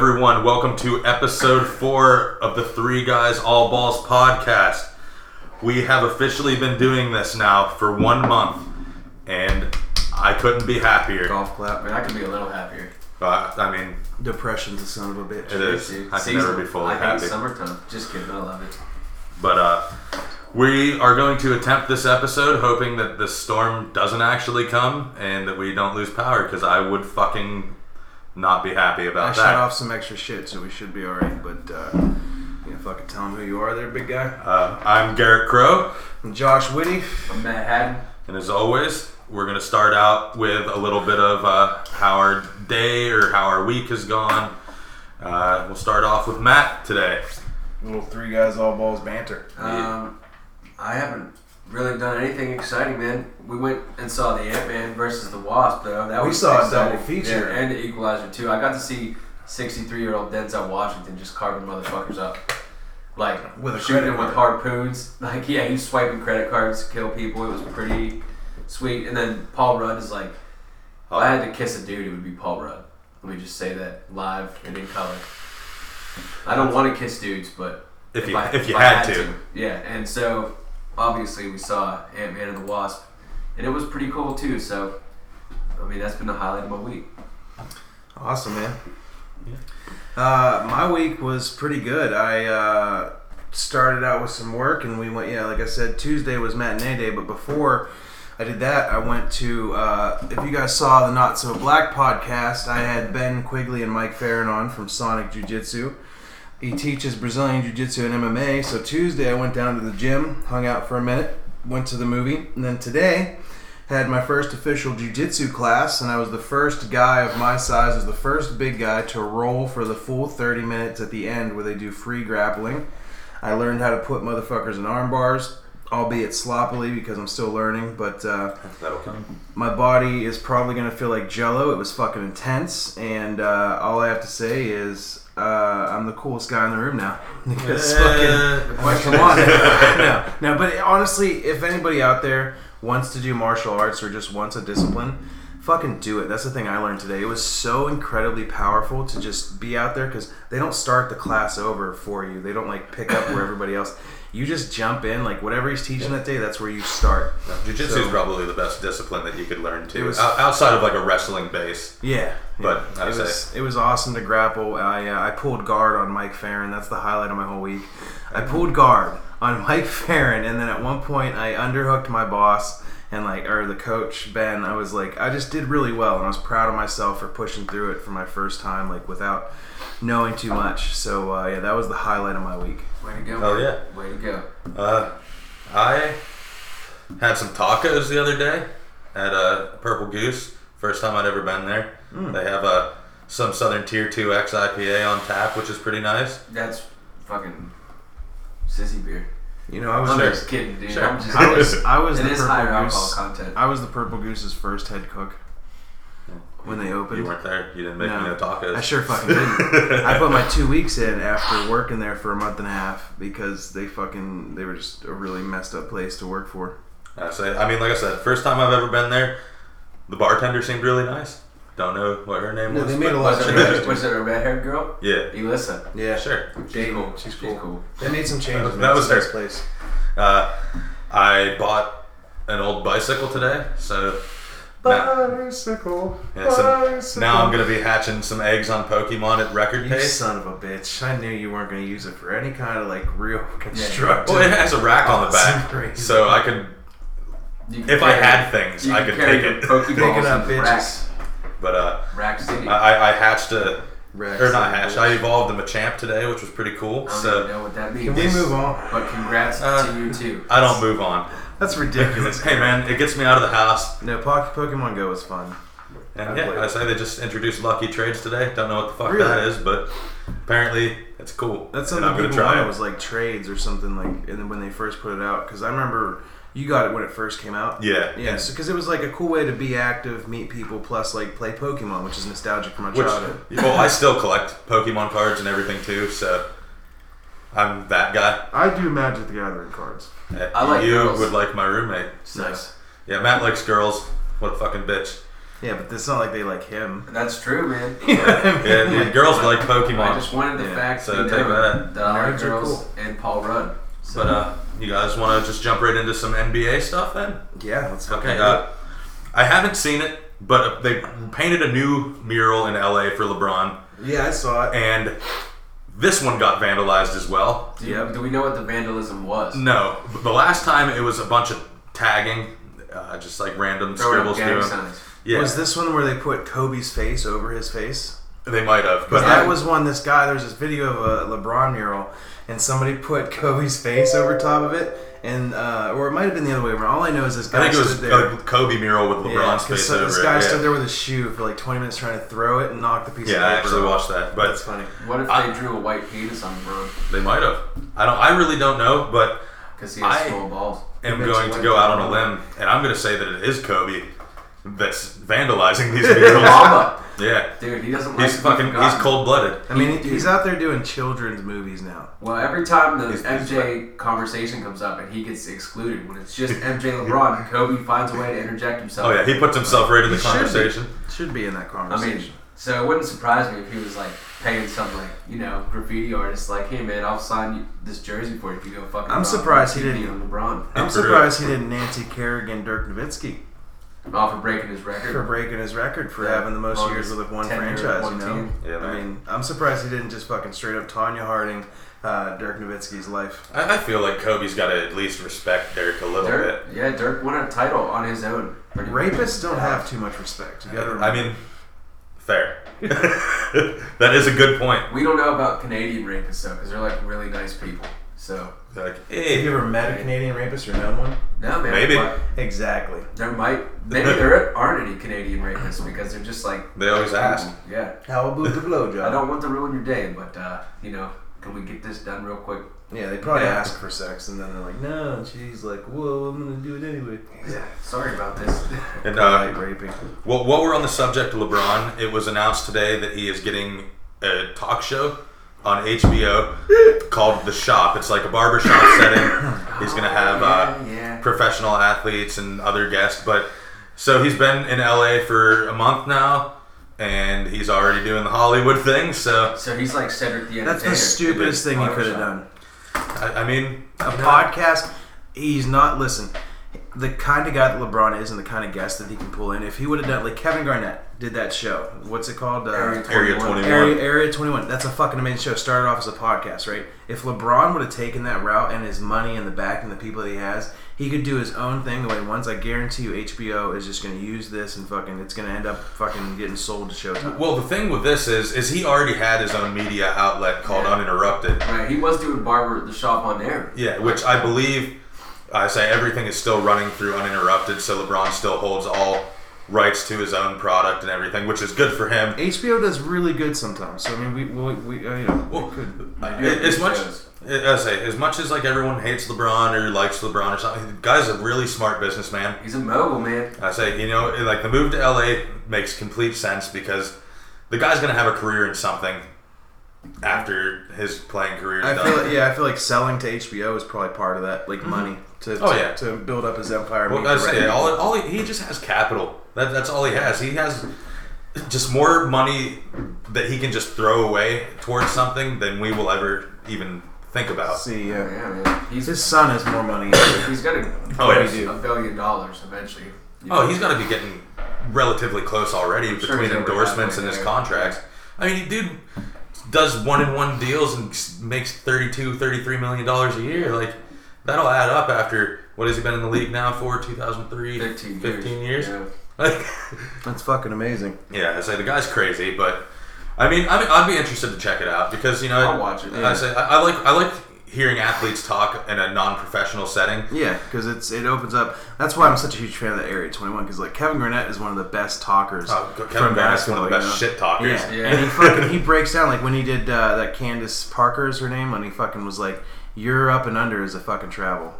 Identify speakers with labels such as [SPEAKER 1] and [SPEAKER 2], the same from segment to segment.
[SPEAKER 1] Welcome to episode four of the Three Guys All Balls podcast. We have officially been doing this now for one month, and I couldn't be happier.
[SPEAKER 2] Golf clap, but I could be a little happier.
[SPEAKER 1] Uh, I mean,
[SPEAKER 3] Depression's a son of a bitch.
[SPEAKER 1] it is.
[SPEAKER 2] Dude,
[SPEAKER 1] I can
[SPEAKER 2] season-
[SPEAKER 1] never be fully
[SPEAKER 2] I hate
[SPEAKER 1] happy.
[SPEAKER 2] summertime. Just kidding, I love it.
[SPEAKER 1] But uh, we are going to attempt this episode, hoping that this storm doesn't actually come and that we don't lose power. Because I would fucking not be happy
[SPEAKER 3] I
[SPEAKER 1] about
[SPEAKER 3] shot
[SPEAKER 1] that.
[SPEAKER 3] off some extra shit, so we should be alright. But uh, you know, fucking tell them who you are, there, big guy.
[SPEAKER 1] Uh, I'm Garrett Crow,
[SPEAKER 3] I'm Josh Whitty.
[SPEAKER 2] I'm Matt Haddon.
[SPEAKER 1] and as always, we're gonna start out with a little bit of uh, how our day or how our week has gone. Uh, we'll start off with Matt today.
[SPEAKER 3] Little three guys, all balls banter.
[SPEAKER 2] Um, I haven't really done anything exciting, man. We went and saw the Ant Man versus the Wasp, though. That
[SPEAKER 3] We
[SPEAKER 2] was
[SPEAKER 3] saw a
[SPEAKER 2] exciting.
[SPEAKER 3] double feature.
[SPEAKER 2] yeah, and the Equalizer too. I got to see 63 year old Denzel Washington just carving motherfuckers up, like
[SPEAKER 3] With a
[SPEAKER 2] shooting
[SPEAKER 3] credit
[SPEAKER 2] them with harpoons. Like yeah, he's swiping credit cards to kill people. It was pretty sweet. And then Paul Rudd is like, if I had to kiss a dude, it would be Paul Rudd. Let me just say that live and in color. I don't want to kiss dudes, but
[SPEAKER 1] If you
[SPEAKER 2] I-
[SPEAKER 1] if you
[SPEAKER 2] I
[SPEAKER 1] had to,
[SPEAKER 2] Yeah, and so obviously we saw Ant Man and the Wasp, and it was pretty cool too. So, I mean, that's been the highlight of my week.
[SPEAKER 3] Awesome, man. Uh, my week was pretty good. I uh, started out with some work, and we went. Yeah, like I said, Tuesday was matinee day, but before I did that, I went to. Uh, if you guys saw the Not So Black podcast, I had Ben Quigley and Mike Farron on from Sonic Jiu Jitsu. He teaches Brazilian Jiu Jitsu and MMA. So Tuesday, I went down to the gym, hung out for a minute, went to the movie, and then today had my first official jiu-jitsu class and i was the first guy of my size was the first big guy to roll for the full 30 minutes at the end where they do free grappling i learned how to put motherfuckers in arm bars albeit sloppily because i'm still learning but uh,
[SPEAKER 1] that'll come.
[SPEAKER 3] my body is probably going to feel like jello it was fucking intense and uh, all i have to say is uh, i'm the coolest guy in the room now Because fucking-
[SPEAKER 2] Question
[SPEAKER 3] on
[SPEAKER 2] one.
[SPEAKER 3] no, no, but honestly, if anybody out there wants to do martial arts or just wants a discipline, fucking do it. That's the thing I learned today. It was so incredibly powerful to just be out there because they don't start the class over for you. They don't like pick up where everybody else. You just jump in, like whatever he's teaching that day, that's where you start.
[SPEAKER 1] Jiu-jitsu is
[SPEAKER 3] So-
[SPEAKER 1] probably the best discipline that you could learn too,
[SPEAKER 3] It was-
[SPEAKER 1] Out- outside of like a wrestling base.
[SPEAKER 3] Yeah,
[SPEAKER 1] But
[SPEAKER 3] yeah.
[SPEAKER 1] I
[SPEAKER 3] it
[SPEAKER 1] say-
[SPEAKER 3] was it was awesome to grapple. I uh, I pulled guard on Mike Farron. That's the highlight of my whole week. I pulled guard on Mike Farron, and then at one point I underhooked my boss and like or the coach Ben. I was like, I just did really well, and I was proud of myself for pushing through it for my first time, like without knowing too much. So uh, yeah, that was the highlight of my week.
[SPEAKER 2] Way to go.
[SPEAKER 1] Hell
[SPEAKER 2] man.
[SPEAKER 1] Oh, yeah.
[SPEAKER 2] Way to go.
[SPEAKER 1] Uh, I had some tacos the other day at uh, Purple Goose. First time I'd ever been there.
[SPEAKER 3] Hmm.
[SPEAKER 1] They have uh, some Southern Tier 2 X IPA on tap, which is pretty nice.
[SPEAKER 2] That's fucking sissy beer.
[SPEAKER 3] You know, I was
[SPEAKER 2] I'm
[SPEAKER 1] Sure.
[SPEAKER 2] just kidding, dude.
[SPEAKER 1] Sure.
[SPEAKER 2] I'm just
[SPEAKER 3] I was I was
[SPEAKER 2] it
[SPEAKER 3] the
[SPEAKER 2] is
[SPEAKER 3] Purple
[SPEAKER 2] higher alcohol
[SPEAKER 3] Goose.
[SPEAKER 2] content.
[SPEAKER 3] I was the Purple Goose's first head cook when they opened.
[SPEAKER 1] You weren't there. You didn't make
[SPEAKER 3] No.
[SPEAKER 1] me no tacos.
[SPEAKER 3] I sure fucking didn't. I put my two weeks in after working there for a month and a half because they fucking they were just a really messed up place to work for.
[SPEAKER 1] I say, I mean, like I said, first time I've ever been there. The bartender seemed really nice. Don't know what her name
[SPEAKER 3] No,
[SPEAKER 1] was.
[SPEAKER 3] they made
[SPEAKER 1] but-
[SPEAKER 3] a lot
[SPEAKER 2] Was
[SPEAKER 3] of
[SPEAKER 2] it,
[SPEAKER 3] changes.
[SPEAKER 2] was it a red haired girl?
[SPEAKER 1] Yeah.
[SPEAKER 2] Elissa.
[SPEAKER 3] Yeah,
[SPEAKER 1] Sure.
[SPEAKER 2] She's cool.
[SPEAKER 3] She's
[SPEAKER 2] She's
[SPEAKER 3] cool.
[SPEAKER 2] cool.
[SPEAKER 3] They made some changes.
[SPEAKER 1] That was
[SPEAKER 3] It's a nice
[SPEAKER 1] her.
[SPEAKER 3] place.
[SPEAKER 1] Uh, I bought an old bicycle today, so. Now,
[SPEAKER 3] Bicycle.
[SPEAKER 1] yeah, so now I'm gonna be hatching some eggs on Pokemon at record
[SPEAKER 3] You
[SPEAKER 1] pace.
[SPEAKER 3] son of a bitch! I knew you weren't gonna use it for any kind of like real constructive.
[SPEAKER 1] Well, it has a rack on the
[SPEAKER 3] That's
[SPEAKER 1] back,
[SPEAKER 3] crazy.
[SPEAKER 1] so I could,
[SPEAKER 2] You can
[SPEAKER 1] if I
[SPEAKER 2] carry-
[SPEAKER 1] had things,
[SPEAKER 2] you
[SPEAKER 1] I
[SPEAKER 2] can
[SPEAKER 1] could
[SPEAKER 2] carry
[SPEAKER 1] take
[SPEAKER 2] your
[SPEAKER 1] it.
[SPEAKER 2] Pokeballs
[SPEAKER 3] Picking up
[SPEAKER 2] into
[SPEAKER 3] bitches.
[SPEAKER 2] Rack,
[SPEAKER 1] But uh,
[SPEAKER 2] rack City.
[SPEAKER 1] I, I I hatched a,
[SPEAKER 3] Rex
[SPEAKER 1] or not
[SPEAKER 3] and
[SPEAKER 1] hatched.
[SPEAKER 3] bitch.
[SPEAKER 1] I evolved a Machamp today, which was pretty cool.
[SPEAKER 2] I don't even
[SPEAKER 1] So
[SPEAKER 2] know what that means.
[SPEAKER 3] Can we move on?
[SPEAKER 2] But congrats
[SPEAKER 1] Uh,
[SPEAKER 2] to you too.
[SPEAKER 1] I don't move on.
[SPEAKER 3] That's ridiculous.
[SPEAKER 1] hey man, it gets me out of the house.
[SPEAKER 3] No, Poc- Pokemon Go was fun.
[SPEAKER 1] And
[SPEAKER 3] I
[SPEAKER 1] yeah,
[SPEAKER 3] played.
[SPEAKER 1] I say they just introduced lucky trades today. Don't know what the fuck
[SPEAKER 3] Really?
[SPEAKER 1] that is, but apparently it's cool.
[SPEAKER 3] That's
[SPEAKER 1] and
[SPEAKER 3] something
[SPEAKER 1] I'm gonna
[SPEAKER 3] people wanted
[SPEAKER 1] try it.
[SPEAKER 3] was like trades or something like, and then when they first put it out, because I remember you got it when it first came out.
[SPEAKER 1] Yeah,
[SPEAKER 3] Yeah, because it was like a cool way to be active, meet people, plus like play Pokemon, which is nostalgic for my
[SPEAKER 1] Which,
[SPEAKER 3] childhood.
[SPEAKER 1] well, I still collect Pokemon cards and everything too, so I'm that guy.
[SPEAKER 3] I do Magic the Gathering cards.
[SPEAKER 1] Uh,
[SPEAKER 2] I like
[SPEAKER 1] you
[SPEAKER 2] girls.
[SPEAKER 1] would like my roommate.
[SPEAKER 2] So,
[SPEAKER 3] Nice.
[SPEAKER 1] Yeah, Matt likes girls. What a fucking bitch.
[SPEAKER 3] Yeah, but it's not like they like him.
[SPEAKER 2] That's true, man.
[SPEAKER 3] You know what I mean?
[SPEAKER 1] Yeah, dude, girls like
[SPEAKER 2] I
[SPEAKER 1] Pokemon.
[SPEAKER 2] just wanted the
[SPEAKER 3] Yeah,
[SPEAKER 2] facts
[SPEAKER 1] so
[SPEAKER 2] to
[SPEAKER 1] take
[SPEAKER 2] know
[SPEAKER 1] that.
[SPEAKER 2] that I like
[SPEAKER 3] Nerds are
[SPEAKER 2] girls
[SPEAKER 3] cool.
[SPEAKER 2] and Paul Rudd. So
[SPEAKER 1] But uh, you guys want to just jump right into some NBA stuff then?
[SPEAKER 3] yeah, let's fucking
[SPEAKER 1] Okay.
[SPEAKER 3] do
[SPEAKER 1] Uh, I haven't seen it, but they painted a new mural in LA for LeBron,
[SPEAKER 3] it. yeah, I saw it.
[SPEAKER 1] and this one got vandalized as well.
[SPEAKER 2] do,
[SPEAKER 3] yeah.
[SPEAKER 2] do we know what the vandalism was?
[SPEAKER 1] No, but the last time it was a bunch of tagging, uh, just like random
[SPEAKER 2] Throwing up
[SPEAKER 1] scribbles
[SPEAKER 2] gang
[SPEAKER 1] through. him.
[SPEAKER 2] signs.
[SPEAKER 1] Yeah,
[SPEAKER 3] Was this one where they put Kobe's face over his face?
[SPEAKER 1] they might have, but
[SPEAKER 3] But that
[SPEAKER 1] I-
[SPEAKER 3] was one. This guy, there was this video of a LeBron mural, and somebody put Kobe's face over top of it, and uh, or it might have been the other way around. All I know is this guy
[SPEAKER 1] I think it was
[SPEAKER 3] stood there.
[SPEAKER 1] a Kobe mural with
[SPEAKER 3] yeah,
[SPEAKER 1] LeBron's
[SPEAKER 3] 'cause
[SPEAKER 1] face
[SPEAKER 3] so-
[SPEAKER 1] over
[SPEAKER 3] this
[SPEAKER 1] it.
[SPEAKER 3] guy
[SPEAKER 1] yeah.
[SPEAKER 3] stood there with his shoe for like 20 minutes trying to throw it and knock the piece.
[SPEAKER 1] Yeah,
[SPEAKER 3] of
[SPEAKER 1] I
[SPEAKER 3] paper
[SPEAKER 1] actually
[SPEAKER 3] off.
[SPEAKER 1] watched that, but
[SPEAKER 3] That's funny.
[SPEAKER 2] What if
[SPEAKER 1] I-
[SPEAKER 2] they drew a white penis on LeBron
[SPEAKER 1] they might have. I don't. I really don't know, but
[SPEAKER 2] because he has
[SPEAKER 1] I-
[SPEAKER 2] small balls?
[SPEAKER 1] am
[SPEAKER 3] makes
[SPEAKER 1] going
[SPEAKER 3] you
[SPEAKER 1] to
[SPEAKER 3] like
[SPEAKER 1] go out on a
[SPEAKER 3] LeBron.
[SPEAKER 1] limb, and I'm going to say that it is Kobe that's vandalizing these murals.
[SPEAKER 2] Mama,
[SPEAKER 1] yeah,
[SPEAKER 2] dude, he doesn't like.
[SPEAKER 1] he's
[SPEAKER 2] to be
[SPEAKER 1] fucking. He's
[SPEAKER 2] forgotten.
[SPEAKER 1] cold blooded.
[SPEAKER 3] I mean,
[SPEAKER 2] He-
[SPEAKER 3] he- he's out there doing children's movies now.
[SPEAKER 2] Well, every time the
[SPEAKER 1] He's- he's
[SPEAKER 2] MJ conversation comes up and he gets excluded, when it's just MJ LeBron, Kobe finds a way to interject himself.
[SPEAKER 1] Oh yeah, he puts himself right in the
[SPEAKER 3] He should be.
[SPEAKER 1] conversation.
[SPEAKER 3] Should be in that
[SPEAKER 2] I mean,
[SPEAKER 3] conversation.
[SPEAKER 2] so it wouldn't surprise me if he was like paying some like you know graffiti artist like, hey man, I'll sign you this jersey for you if you go fucking.
[SPEAKER 3] I'm
[SPEAKER 2] LeBron
[SPEAKER 3] surprised he
[SPEAKER 2] TV
[SPEAKER 3] didn't-
[SPEAKER 2] on LeBron
[SPEAKER 3] I'm
[SPEAKER 1] Hey, for
[SPEAKER 3] surprised he didn't Nancy Kerrigan Dirk Nowitzki
[SPEAKER 2] off of breaking his record.
[SPEAKER 3] for breaking his record for
[SPEAKER 2] Yeah.
[SPEAKER 3] having the most
[SPEAKER 2] Longest
[SPEAKER 3] years with one
[SPEAKER 2] tenure at
[SPEAKER 3] franchise.
[SPEAKER 2] one
[SPEAKER 3] you know,
[SPEAKER 2] team.
[SPEAKER 1] Yeah,
[SPEAKER 3] I
[SPEAKER 1] man.
[SPEAKER 3] mean, I'm surprised he didn't just fucking straight up Tanya Harding uh, Dirk Nowitzki's life.
[SPEAKER 1] I, I feel like Kobe's got to at least respect Derek a little
[SPEAKER 2] Dirk, yeah, Dirk won a title on his own. pretty much.
[SPEAKER 3] Rapists don't have too much respect. You
[SPEAKER 1] bit.
[SPEAKER 3] gotta
[SPEAKER 1] I
[SPEAKER 3] remember.
[SPEAKER 1] mean, fair. that is a good point.
[SPEAKER 2] We don't know about Canadian rapists though, because they're like really nice people. So
[SPEAKER 1] Like, eh,
[SPEAKER 3] have
[SPEAKER 1] hey,
[SPEAKER 3] you ever met a Canadian rapist or known one?
[SPEAKER 2] no man,
[SPEAKER 1] Maybe.
[SPEAKER 2] but
[SPEAKER 3] Exactly.
[SPEAKER 2] there might maybe there aren't any Canadian rapists because they're just like
[SPEAKER 1] they always ask.
[SPEAKER 2] yeah.
[SPEAKER 3] How about the blowjob?
[SPEAKER 2] I don't want to ruin your day, but uh, you know, can we get this done real quick?
[SPEAKER 3] Yeah, they probably
[SPEAKER 1] Yeah.
[SPEAKER 3] ask for sex and then they're like, no. And she's like, whoa, I'm gonna do it anyway.
[SPEAKER 2] Sorry about this.
[SPEAKER 1] And uh,
[SPEAKER 3] Like raping.
[SPEAKER 1] Well, while we're on the subject of LeBron, it was announced today that he is getting a talk show on HBO called The Shop. It's like a barbershop setting. He's going to have uh,
[SPEAKER 2] yeah, yeah.
[SPEAKER 1] professional athletes and other guests. But so he's been in LA for a month now, and he's already doing the Hollywood thing. So
[SPEAKER 2] So he's like Cedric the Entertainer.
[SPEAKER 3] That's the stupidest thing he could have done.
[SPEAKER 1] I, I mean,
[SPEAKER 3] a
[SPEAKER 1] you know,
[SPEAKER 3] podcast. He's not listen. The kind of guy that LeBron is, and the kind of guest that he can pull in. If he would have done like Kevin Garnett did that show, what's it called? Uh,
[SPEAKER 2] Area
[SPEAKER 1] Area
[SPEAKER 2] 21.
[SPEAKER 1] 21.
[SPEAKER 3] Area, Area 21. That's a fucking amazing show. Started off as a podcast, right? If LeBron would have taken that route and his money and the back and the people that he has, he could do his own thing the way once. I guarantee you, HBO is just going to use this and fucking, it's going to end up fucking getting sold to Showtime.
[SPEAKER 1] Well, the thing with this is, is he already had his own media outlet called
[SPEAKER 2] Yeah.
[SPEAKER 1] Uninterrupted.
[SPEAKER 2] Right, he was doing barber at the shop on air.
[SPEAKER 1] Yeah, which I believe I say everything is still running through uninterrupted, so LeBron still holds all rights to his own product and everything, which is good for him.
[SPEAKER 3] HBO does really good sometimes. So I mean, we we, we uh, you know,
[SPEAKER 1] Well,
[SPEAKER 2] They do have
[SPEAKER 1] as
[SPEAKER 2] good
[SPEAKER 1] much
[SPEAKER 2] shows.
[SPEAKER 1] I say, as much as like everyone hates LeBron or likes LeBron or something, the guy's a really smart businessman.
[SPEAKER 2] He's a mogul, man.
[SPEAKER 1] I say, you know, like the move to LA makes complete sense because the guy's gonna have a career in something after his playing career is
[SPEAKER 3] I
[SPEAKER 1] done.
[SPEAKER 3] feel like, yeah, I feel like selling to HBO is probably part of that, like money to
[SPEAKER 1] Oh,
[SPEAKER 3] to,
[SPEAKER 1] yeah.
[SPEAKER 3] to build up his empire. and
[SPEAKER 1] Well,
[SPEAKER 3] make
[SPEAKER 1] that's
[SPEAKER 3] the
[SPEAKER 1] it.
[SPEAKER 3] right-
[SPEAKER 1] All, all he, he just has capital. That, that's all he has. He has just more money that he can just throw away towards something than we will ever even think about.
[SPEAKER 3] See,
[SPEAKER 2] Yeah,
[SPEAKER 3] yeah.
[SPEAKER 2] man. He's
[SPEAKER 3] His son has more money.
[SPEAKER 2] he's gonna
[SPEAKER 1] Oh, yeah.
[SPEAKER 2] raise a billion dollars eventually. You
[SPEAKER 1] Oh,
[SPEAKER 2] know,
[SPEAKER 1] he's got to be getting relatively close already
[SPEAKER 2] sure
[SPEAKER 1] between
[SPEAKER 2] he's over
[SPEAKER 1] endorsements
[SPEAKER 2] halfway
[SPEAKER 1] and his
[SPEAKER 2] there.
[SPEAKER 1] contracts. I mean, dude does one in one deals and s- makes 32 33 million dollars a year like that'll add up after what has he been in the league now for 2003
[SPEAKER 2] fifteen years.
[SPEAKER 1] 15 years
[SPEAKER 2] Yeah.
[SPEAKER 1] like
[SPEAKER 3] That's fucking amazing.
[SPEAKER 1] Yeah, I say the guy's crazy, but I mean, I mean, I'd be interested to check it out because you know,
[SPEAKER 2] I'll watch it,
[SPEAKER 1] I say I, I like I like hearing athletes talk in a non-professional setting.
[SPEAKER 3] Yeah, because it's it opens up. That's why I'm such a huge fan of that Area 21. Because like Kevin Garnett is one of the best talkers
[SPEAKER 1] Uh, Kevin
[SPEAKER 3] from
[SPEAKER 1] Garnett's one of
[SPEAKER 3] basketball.
[SPEAKER 1] the best
[SPEAKER 3] you know?
[SPEAKER 1] shit talkers.
[SPEAKER 3] Yeah.
[SPEAKER 2] Yeah.
[SPEAKER 3] and he fucking he breaks down like when he did uh, that. Candace Parker is her name. When he fucking was like, "You're up and under is a fucking travel,"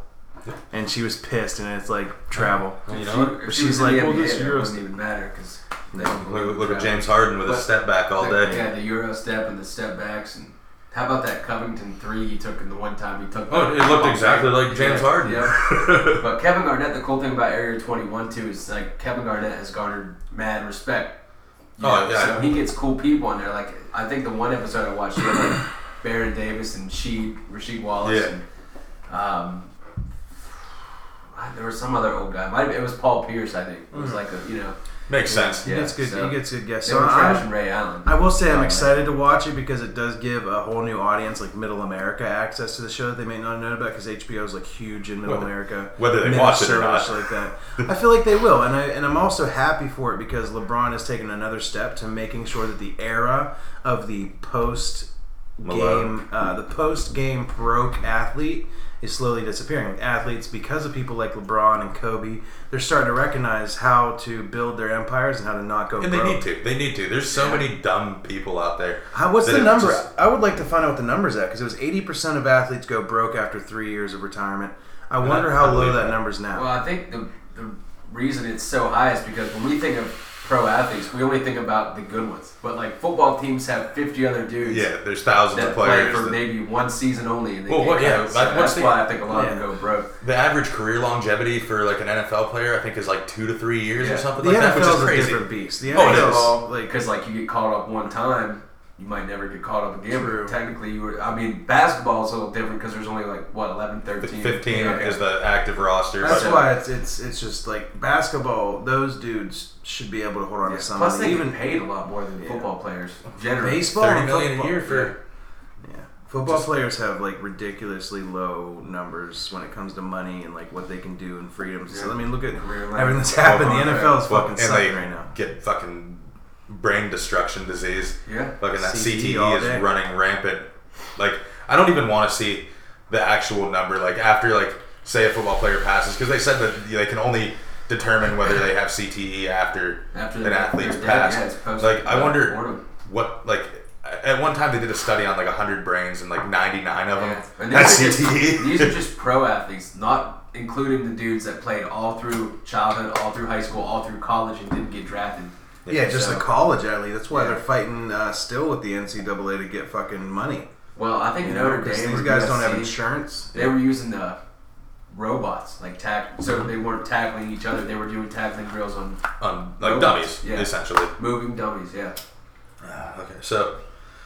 [SPEAKER 3] and she was pissed, and it's like travel.
[SPEAKER 1] You
[SPEAKER 2] If
[SPEAKER 1] know
[SPEAKER 2] she-
[SPEAKER 1] what?
[SPEAKER 2] if
[SPEAKER 3] But
[SPEAKER 2] she
[SPEAKER 3] she's
[SPEAKER 2] was in
[SPEAKER 3] like,
[SPEAKER 2] the
[SPEAKER 3] well,
[SPEAKER 2] NBA,
[SPEAKER 3] this
[SPEAKER 2] it
[SPEAKER 3] Euro-
[SPEAKER 2] doesn't even matter because
[SPEAKER 1] Look, look at James Harden with a
[SPEAKER 2] But-
[SPEAKER 1] step back all
[SPEAKER 2] Like,
[SPEAKER 1] day.
[SPEAKER 2] Yeah, the Euro step and the step backs and How about that Covington three he took in the one time he took?
[SPEAKER 1] Oh, it looked exactly like James Harden.
[SPEAKER 2] Yeah. but Kevin Garnett, the cool thing about Area 21 too is like Kevin Garnett has garnered mad respect. You
[SPEAKER 1] Oh,
[SPEAKER 2] know,
[SPEAKER 1] yeah.
[SPEAKER 2] So he gets cool people in there. Like I think the one episode I watched, he had, like Baron Davis and Sheed, Rasheed Wallace,
[SPEAKER 1] Yeah.
[SPEAKER 2] and um, I- there was some other old guy. Might have, it was Paul Pierce, I think. It was
[SPEAKER 1] Mm-hmm.
[SPEAKER 2] like a you know
[SPEAKER 1] Makes sense.
[SPEAKER 3] He
[SPEAKER 2] Yeah,
[SPEAKER 3] gets good.
[SPEAKER 2] so-
[SPEAKER 3] he gets good guests.
[SPEAKER 2] they
[SPEAKER 3] So
[SPEAKER 2] were
[SPEAKER 3] I'm-
[SPEAKER 2] trashing Ray Allen.
[SPEAKER 3] I will say I'm
[SPEAKER 2] Right.
[SPEAKER 3] excited to watch it because it does give a whole new audience, like Middle America, access to the show that they may not have known about because HBO is like huge in Middle
[SPEAKER 1] Whether-
[SPEAKER 3] America.
[SPEAKER 1] whether they
[SPEAKER 3] Minute
[SPEAKER 1] watch it or
[SPEAKER 3] service
[SPEAKER 1] not.
[SPEAKER 3] like that. I feel like they will, and I and I'm also happy for it because LeBron has taken another step to making sure that the era of the post
[SPEAKER 1] Malone.
[SPEAKER 3] game, uh, the post game broke athlete is slowly disappearing. Like, athletes, because of people like LeBron and Kobe, they're starting to recognize how to build their empires and how to not go
[SPEAKER 1] And they
[SPEAKER 3] broke.
[SPEAKER 1] need to. They need to. There's so many dumb people out there.
[SPEAKER 3] How, Uh, what's
[SPEAKER 1] that
[SPEAKER 3] the
[SPEAKER 1] have
[SPEAKER 3] number?
[SPEAKER 1] just-
[SPEAKER 3] I would like to find out what the number's at because it was 80% of athletes go broke after three years of retirement. I wonder
[SPEAKER 1] I
[SPEAKER 3] how low
[SPEAKER 1] believe
[SPEAKER 3] that
[SPEAKER 1] that.
[SPEAKER 3] number's now.
[SPEAKER 2] Well, I think the, the reason it's so high is because when we think of pro athletes, we only think about the good ones. But like football teams have 50 other dudes
[SPEAKER 1] Yeah, there's thousands
[SPEAKER 2] that
[SPEAKER 1] of
[SPEAKER 2] play
[SPEAKER 1] players.
[SPEAKER 2] for
[SPEAKER 1] that-
[SPEAKER 2] maybe one season only. And they
[SPEAKER 1] Well,
[SPEAKER 2] get
[SPEAKER 1] what- yeah,
[SPEAKER 2] cut. So
[SPEAKER 1] like, what's
[SPEAKER 2] that's
[SPEAKER 1] the-
[SPEAKER 2] why I think a lot of them
[SPEAKER 3] Yeah.
[SPEAKER 2] go broke.
[SPEAKER 1] the average career longevity for like an NFL player, I think, is like two to three years
[SPEAKER 2] Yeah.
[SPEAKER 1] or something
[SPEAKER 3] the
[SPEAKER 1] like that,
[SPEAKER 3] NFL
[SPEAKER 1] which is
[SPEAKER 3] is a
[SPEAKER 1] crazy.
[SPEAKER 3] different beast. The
[SPEAKER 1] Oh, it
[SPEAKER 3] NFL,
[SPEAKER 1] is.
[SPEAKER 3] like,
[SPEAKER 2] Because like you get caught up one time, you might never get caught up again.
[SPEAKER 3] True.
[SPEAKER 2] But technically, you were. I mean, basketball's a little different because there's only like what 11, 13,
[SPEAKER 1] 15
[SPEAKER 2] Yeah.
[SPEAKER 1] is the active roster.
[SPEAKER 3] that's
[SPEAKER 1] but-
[SPEAKER 3] why it's it's it's just like basketball. Those dudes should be able to hold on
[SPEAKER 2] Yeah.
[SPEAKER 3] to
[SPEAKER 2] Plus,
[SPEAKER 3] something.
[SPEAKER 2] they
[SPEAKER 3] Even
[SPEAKER 2] even paid a lot more than
[SPEAKER 3] Yeah.
[SPEAKER 2] football players. Generally,
[SPEAKER 3] baseball,
[SPEAKER 1] thirty
[SPEAKER 3] and
[SPEAKER 1] million a
[SPEAKER 3] football-
[SPEAKER 1] year for.
[SPEAKER 3] yeah. Football players have like ridiculously low numbers when it comes to money and like what they can do and freedoms. So
[SPEAKER 2] Yeah.
[SPEAKER 3] I mean, look at
[SPEAKER 2] Career length.
[SPEAKER 3] everything that's happened. The
[SPEAKER 2] Well,
[SPEAKER 3] NFL is
[SPEAKER 1] Well,
[SPEAKER 3] fucking
[SPEAKER 1] and
[SPEAKER 3] sucking
[SPEAKER 1] they
[SPEAKER 3] right now.
[SPEAKER 1] get fucking brain destruction disease.
[SPEAKER 2] Yeah.
[SPEAKER 1] Fucking that
[SPEAKER 3] CTE
[SPEAKER 1] CTE
[SPEAKER 3] all
[SPEAKER 1] is
[SPEAKER 3] day.
[SPEAKER 1] running rampant. Like I don't even want to see the actual number. Like after like say a football player passes because they said that they can only determine whether they have CTE after,
[SPEAKER 2] After
[SPEAKER 1] an
[SPEAKER 2] they're-
[SPEAKER 1] athlete's
[SPEAKER 2] they're dead, yeah,
[SPEAKER 1] passed.
[SPEAKER 2] it's post-
[SPEAKER 1] like I wonder
[SPEAKER 2] mortem.
[SPEAKER 1] what like at one time they did a study on like hundred brains and like ninety nine of them
[SPEAKER 2] And
[SPEAKER 1] had
[SPEAKER 2] these, are just, these are
[SPEAKER 1] CTE.
[SPEAKER 2] just pro athletes, not including the dudes that played all through childhood, all through high school, all through college, and didn't get drafted.
[SPEAKER 3] Yeah, just
[SPEAKER 2] So-
[SPEAKER 3] the college athlete. That's why
[SPEAKER 2] Yeah.
[SPEAKER 3] they're fighting uh, still with the NCAA to get fucking money.
[SPEAKER 2] Well, I think
[SPEAKER 3] You know,
[SPEAKER 2] Notre
[SPEAKER 3] because
[SPEAKER 2] Dame.
[SPEAKER 3] these
[SPEAKER 2] or
[SPEAKER 3] guys don't have
[SPEAKER 2] USC,
[SPEAKER 3] insurance.
[SPEAKER 2] They were using the robots, like tack. So they weren't tackling each other. They were doing tackling drills on
[SPEAKER 1] um, like
[SPEAKER 2] Robots,
[SPEAKER 1] dummies
[SPEAKER 2] yeah.
[SPEAKER 1] essentially.
[SPEAKER 2] moving dummies. Yeah.
[SPEAKER 1] Ah, Okay, so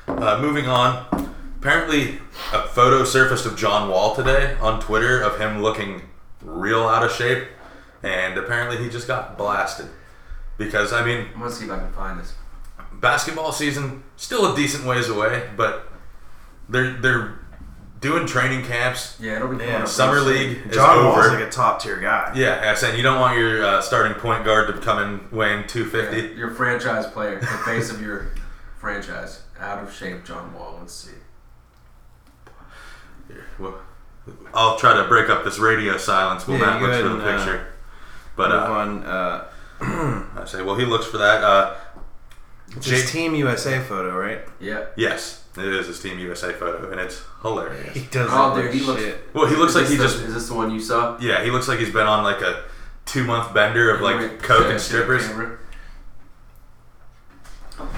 [SPEAKER 1] uh, moving on. Apparently, a photo surfaced of John Wall today on Twitter of him looking real out of shape, and apparently he just got blasted. Because I mean,
[SPEAKER 2] I'm gonna see if I can find this.
[SPEAKER 1] basketball season still a decent ways away, but they're they're doing training camps.
[SPEAKER 2] Yeah, it'll be.
[SPEAKER 3] Yeah,
[SPEAKER 2] coming up
[SPEAKER 1] Summer
[SPEAKER 2] pretty soon.
[SPEAKER 1] league is
[SPEAKER 3] John
[SPEAKER 1] over.
[SPEAKER 3] Wall's like a top tier guy.
[SPEAKER 1] yeah, I said you don't want your uh, starting point guard to come in weighing two fifty.
[SPEAKER 2] Yeah, Your franchise player, the face of your franchise, out of shape, John Wall. Let's see.
[SPEAKER 1] Well, I'll try to break up this radio silence while
[SPEAKER 3] Yeah,
[SPEAKER 1] Matt
[SPEAKER 3] you
[SPEAKER 1] looks
[SPEAKER 3] go
[SPEAKER 1] for
[SPEAKER 3] ahead
[SPEAKER 1] the
[SPEAKER 3] and, uh,
[SPEAKER 1] picture. But
[SPEAKER 3] Move
[SPEAKER 1] uh,
[SPEAKER 3] on. Uh,
[SPEAKER 1] I say, well, he looks for that. Uh,
[SPEAKER 3] it's
[SPEAKER 1] Jake-
[SPEAKER 3] his Team USA photo, right?
[SPEAKER 2] Yeah.
[SPEAKER 1] yes, it is his Team USA photo, and it's hilarious.
[SPEAKER 3] doesn't.
[SPEAKER 2] Oh, dude, he looks.
[SPEAKER 1] Well, he looks
[SPEAKER 2] Is
[SPEAKER 1] like he
[SPEAKER 2] this the-
[SPEAKER 1] just
[SPEAKER 2] Is this the one you saw?
[SPEAKER 1] yeah, he looks like he's been on like a two month bender of like
[SPEAKER 2] Wait,
[SPEAKER 1] coke
[SPEAKER 2] yeah,
[SPEAKER 1] and strippers.
[SPEAKER 2] camera.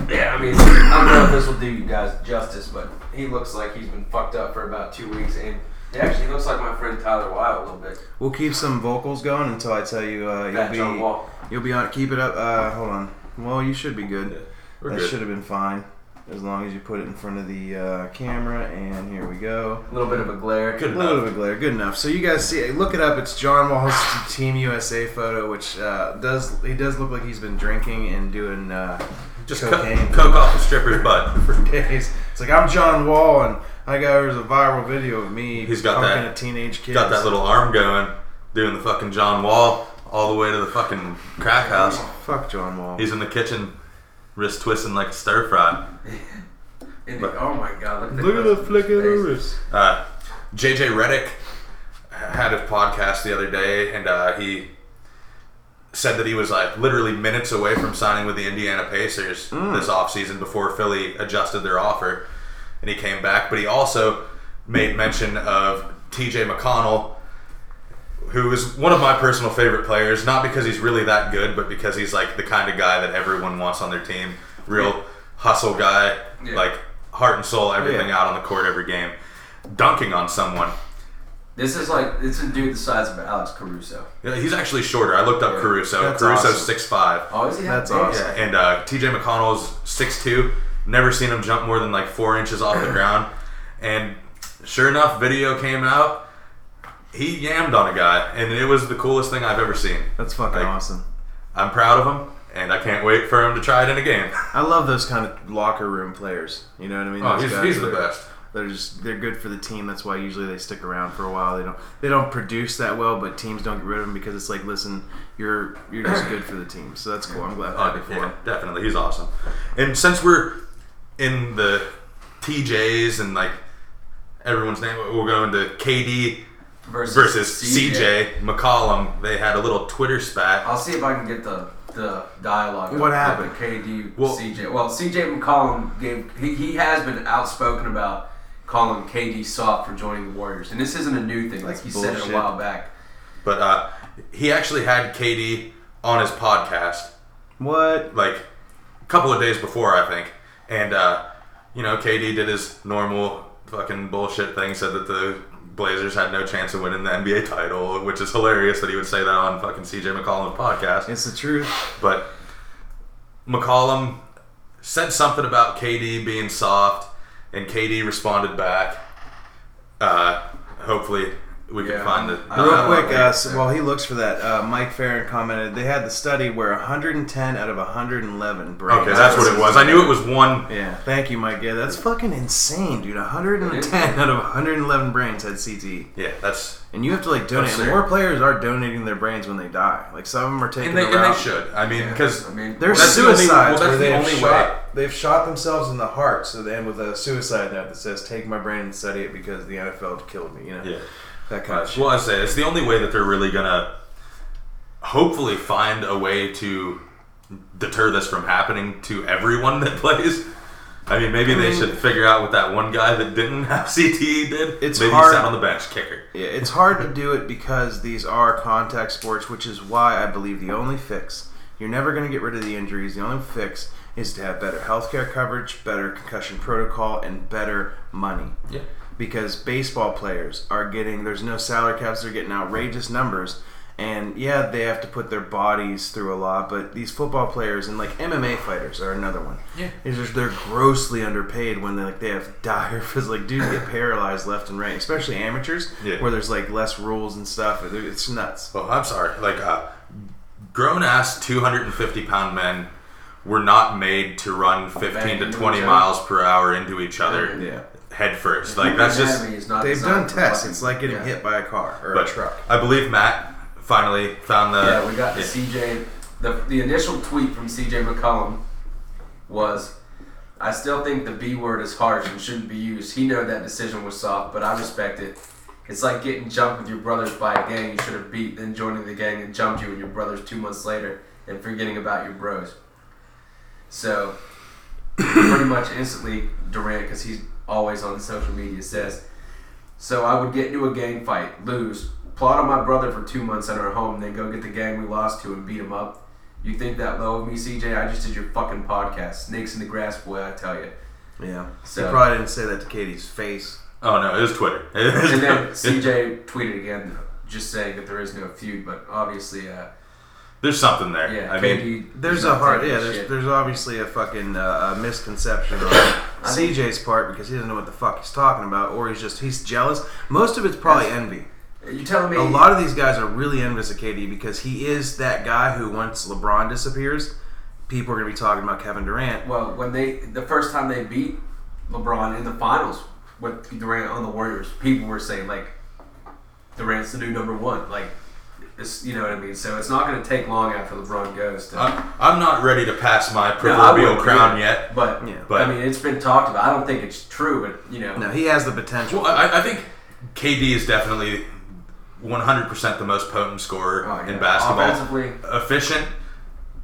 [SPEAKER 2] Yeah, I mean, I don't know if this will do you guys justice, but he looks like he's been fucked up for about two weeks, and he actually looks like my friend Tyler Wilde a little bit.
[SPEAKER 3] We'll keep some vocals going until I tell you uh, you'll
[SPEAKER 2] Fat
[SPEAKER 3] be
[SPEAKER 2] John Wall.
[SPEAKER 3] you'll be on. Keep it up. Uh, hold on. Well, you should be good.
[SPEAKER 1] We're
[SPEAKER 3] that
[SPEAKER 1] good.
[SPEAKER 3] should have been fine as long as you put it in front of the uh, camera. And here we go.
[SPEAKER 2] A little bit of a glare.
[SPEAKER 1] Good
[SPEAKER 3] A little
[SPEAKER 1] enough.
[SPEAKER 3] bit of glare, good enough. So you guys see, look it up. It's John Wall's Team USA photo, which uh, does he does look like he's been drinking and doing uh,
[SPEAKER 1] Just
[SPEAKER 3] cocaine.
[SPEAKER 1] coke, coke off the stripper's butt.
[SPEAKER 3] for days. It's like I'm John Wall, and I got there's a viral video of me.
[SPEAKER 1] He's got
[SPEAKER 3] punking
[SPEAKER 1] that-
[SPEAKER 3] a teenage kid.
[SPEAKER 1] Got that little arm going, doing the fucking John Wall all the way to the fucking crack house.
[SPEAKER 3] Fuck John Wall.
[SPEAKER 1] He's in the kitchen, wrist twisting like a stir fry.
[SPEAKER 2] And it- oh my god, look at
[SPEAKER 3] look at the
[SPEAKER 2] guy's
[SPEAKER 3] flick of the
[SPEAKER 2] face.
[SPEAKER 3] wrist.
[SPEAKER 1] Uh, JJ Reddick had a podcast the other day, and uh, he said that he was like literally minutes away from signing with the Indiana Pacers this offseason before Philly adjusted their offer, and he came back. But he also made mention of TJ McConnell, who is one of my personal favorite players, not because he's really that good, but because he's like the kind of guy that everyone wants on their team. Real hustle guy,
[SPEAKER 2] Yeah.
[SPEAKER 1] like heart and soul, everything out on the court every game, dunking on someone.
[SPEAKER 2] This is like it's a dude the size of Alex Caruso.
[SPEAKER 1] Yeah, He's actually shorter. I looked up Caruso.
[SPEAKER 3] That's
[SPEAKER 1] Caruso's
[SPEAKER 3] awesome.
[SPEAKER 1] six five.
[SPEAKER 2] Oh, is he? that
[SPEAKER 3] That's
[SPEAKER 2] big?
[SPEAKER 3] awesome.
[SPEAKER 1] Yeah, and uh, TJ McConnell's six two. Never seen him jump more than like four inches off the ground. And sure enough, video came out. He yammed on a guy, and it was the coolest thing I've ever seen.
[SPEAKER 3] That's fucking
[SPEAKER 1] Like-
[SPEAKER 3] awesome.
[SPEAKER 1] I'm proud of him, and I can't wait for him to try it in a game.
[SPEAKER 3] I love those kind of locker room players. You know what I mean?
[SPEAKER 1] Oh,
[SPEAKER 3] Those
[SPEAKER 1] he's,
[SPEAKER 3] guys
[SPEAKER 1] he's the
[SPEAKER 3] that are-
[SPEAKER 1] best.
[SPEAKER 3] They're just they're good for the team. That's why usually they stick around for a while. They don't they don't produce that well, but teams don't get rid of them because it's like listen, you're you're just good for the team. So that's cool. I'm glad
[SPEAKER 1] Oh,
[SPEAKER 3] I'm happy for
[SPEAKER 1] yeah,
[SPEAKER 3] him.
[SPEAKER 1] definitely. He's awesome. And since we're in the TJs and like everyone's name, we'll go into KD
[SPEAKER 2] Versus,
[SPEAKER 1] versus CJ McCollum. They had a little Twitter spat.
[SPEAKER 2] I'll see if I can get the the dialogue.
[SPEAKER 3] What
[SPEAKER 2] of
[SPEAKER 3] happened?
[SPEAKER 2] The KD
[SPEAKER 1] Well-
[SPEAKER 2] CJ. Well, CJ McCollum gave he, he has been outspoken about calling KD soft for joining the Warriors, and this isn't a new thing. Like
[SPEAKER 3] That's
[SPEAKER 2] he said it
[SPEAKER 3] bullshit.
[SPEAKER 2] a while back.
[SPEAKER 1] But uh, he actually had KD on his podcast
[SPEAKER 3] What?
[SPEAKER 1] like a couple of days before, I think. And uh, you know, KD did his normal fucking bullshit thing, said that the Blazers had no chance of winning the NBA title, which is hilarious that he would say that on fucking CJ McCollum's podcast.
[SPEAKER 3] It's the truth.
[SPEAKER 1] But McCollum said something about KD being soft, and KD responded back. Uh, hopefully, we
[SPEAKER 2] Yeah.
[SPEAKER 1] can find the.
[SPEAKER 2] I
[SPEAKER 3] Real
[SPEAKER 2] don't know.
[SPEAKER 3] quick, uh, so while he looks for that, uh, Mike Farron commented they had the study where 110 out of 111 brain.
[SPEAKER 1] okay, that's what it was. I knew it was one.
[SPEAKER 3] Yeah, thank you, Mike. Yeah, that's fucking insane, dude. 110 out of 111 brains had CTE,
[SPEAKER 1] Yeah, that's.
[SPEAKER 3] and you have to like donate.
[SPEAKER 1] Absurd.
[SPEAKER 3] More players are donating their brains when they die. Like some of them are taking
[SPEAKER 1] And they,
[SPEAKER 3] the
[SPEAKER 1] and they
[SPEAKER 3] route-
[SPEAKER 1] should. I mean, because.
[SPEAKER 2] I mean,
[SPEAKER 3] There's
[SPEAKER 1] That's the only-
[SPEAKER 3] suicides
[SPEAKER 1] well, that's
[SPEAKER 3] where
[SPEAKER 1] the
[SPEAKER 3] they've
[SPEAKER 1] only
[SPEAKER 3] shot,
[SPEAKER 1] way.
[SPEAKER 3] they've shot themselves in the heart. So they end with a suicide note that says, "Take my brain and study it because the NFL killed me." You know,
[SPEAKER 1] Yeah.
[SPEAKER 3] that kind of shit.
[SPEAKER 1] Well, I say it's the only way that they're really gonna hopefully find a way to deter this from happening to everyone that plays. I mean, maybe they should figure out what that one guy that didn't have CTE did.
[SPEAKER 3] It's
[SPEAKER 1] maybe he
[SPEAKER 3] hard-
[SPEAKER 1] sat on the bench kicker.
[SPEAKER 3] Yeah, it's hard to do it because these are contact sports, which is why I believe the only fix you're never going to get rid of the injuries. The only fix is to have better healthcare coverage, better concussion protocol, and better money.
[SPEAKER 1] Yeah.
[SPEAKER 3] Because baseball players are getting there's no salary caps, they're getting outrageous numbers. And yeah, they have to put their bodies through a lot, but these football players and like MMA fighters are another one.
[SPEAKER 1] Yeah.
[SPEAKER 3] It's just they're grossly underpaid when they like they have dire phys like dudes get paralyzed left and right, especially amateurs
[SPEAKER 1] Yeah.
[SPEAKER 3] where there's like less rules and stuff. It- It's nuts.
[SPEAKER 1] Well, Oh, I'm sorry. Like, uh, grown ass 250 pound men were not made to run 15
[SPEAKER 2] Bang
[SPEAKER 1] to
[SPEAKER 2] into
[SPEAKER 1] 20
[SPEAKER 2] each other.
[SPEAKER 1] miles per hour into each other
[SPEAKER 3] Yeah.
[SPEAKER 1] head first. Like, that's just.
[SPEAKER 2] Anatomy is not
[SPEAKER 3] They've done
[SPEAKER 2] designed for
[SPEAKER 3] tests.
[SPEAKER 2] fucking-
[SPEAKER 3] It's like getting
[SPEAKER 2] yeah.
[SPEAKER 3] hit by a car or
[SPEAKER 1] But
[SPEAKER 3] a truck.
[SPEAKER 1] I believe Matt finally found the.
[SPEAKER 2] Yeah, uh, we got the
[SPEAKER 1] Yeah.
[SPEAKER 2] CJ. The, the initial tweet from CJ McCollum was, "I still think the B word is harsh and shouldn't be used. He know that decision was soft, but I respect it. It's like getting jumped with your brothers by a gang you should have beat, then joining the gang that jumped you and your brothers two months later, and forgetting about your bros." So, pretty much instantly, Durant, because he's always on social media, says. So I would get into a gang fight, lose, plot on my brother for two months at our home, then go get the gang we lost to and beat him up. You think that low of me, CJ? I just did your fucking podcast, Snakes in the Grass, boy. I tell you.
[SPEAKER 3] Yeah.
[SPEAKER 2] So-
[SPEAKER 3] They probably didn't say that to Katie's face.
[SPEAKER 1] Oh no, it was Twitter.
[SPEAKER 2] And then CJ tweeted again, just saying that there is no feud, but obviously, uh,
[SPEAKER 1] There's something there.
[SPEAKER 2] yeah,
[SPEAKER 1] I
[SPEAKER 2] KD
[SPEAKER 1] mean,
[SPEAKER 2] is
[SPEAKER 3] There's
[SPEAKER 2] not
[SPEAKER 3] a hard
[SPEAKER 2] taking
[SPEAKER 3] yeah.
[SPEAKER 2] this
[SPEAKER 3] There's,
[SPEAKER 2] shit.
[SPEAKER 3] there's obviously a fucking uh, a misconception on CJ's part because he doesn't know what the fuck he's talking about, or he's just he's jealous. Most of it's probably envy.
[SPEAKER 2] you telling me
[SPEAKER 3] A lot of these guys are really envious of KD because he is that guy who once LeBron disappears, people are gonna be talking about Kevin Durant.
[SPEAKER 2] Well, when they the first time they beat LeBron in the finals with Durant on the Warriors, people were saying like Durant's the new number one. Like, it's, you know what I mean. So it's not going to take long after LeBron goes. To,
[SPEAKER 1] I, I'm not ready to pass my
[SPEAKER 2] No, I
[SPEAKER 1] proverbial
[SPEAKER 2] wouldn't
[SPEAKER 1] crown
[SPEAKER 2] either.
[SPEAKER 1] yet.
[SPEAKER 2] but
[SPEAKER 3] Yeah.
[SPEAKER 1] But-
[SPEAKER 2] I mean, it's been talked about. I don't think it's true, but you know,
[SPEAKER 3] No, he has the potential.
[SPEAKER 1] Well, I, I think KD is definitely 100% the most potent scorer
[SPEAKER 2] Oh, yeah.
[SPEAKER 1] in basketball.
[SPEAKER 2] Offensively.
[SPEAKER 1] efficient.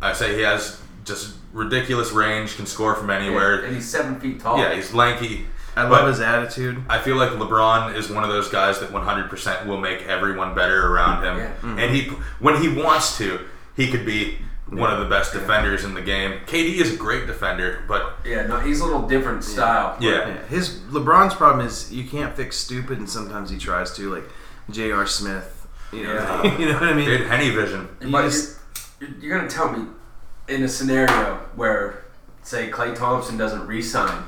[SPEAKER 1] I say he has just ridiculous range, can score from anywhere.
[SPEAKER 2] and
[SPEAKER 1] Yeah,
[SPEAKER 2] he's seven feet tall.
[SPEAKER 1] he's lanky.
[SPEAKER 3] I
[SPEAKER 1] but
[SPEAKER 3] love his attitude.
[SPEAKER 1] I feel like LeBron is one of those guys that 100% will make everyone better around him.
[SPEAKER 2] Yeah.
[SPEAKER 1] And he, when he wants to, he could be one of the best defenders in the game. KD is a great defender, but
[SPEAKER 2] Yeah, no, he's a little different style.
[SPEAKER 1] yeah,
[SPEAKER 3] Yeah, his LeBron's problem is you can't fix stupid, and sometimes he tries to, like J.R. Smith. You know,
[SPEAKER 2] Yeah.
[SPEAKER 3] you know what I mean?
[SPEAKER 1] dude, Henny Vision.
[SPEAKER 3] You
[SPEAKER 2] but
[SPEAKER 3] just-
[SPEAKER 2] you're, you're gonna tell me in a scenario where, say, Clay Thompson doesn't re-sign,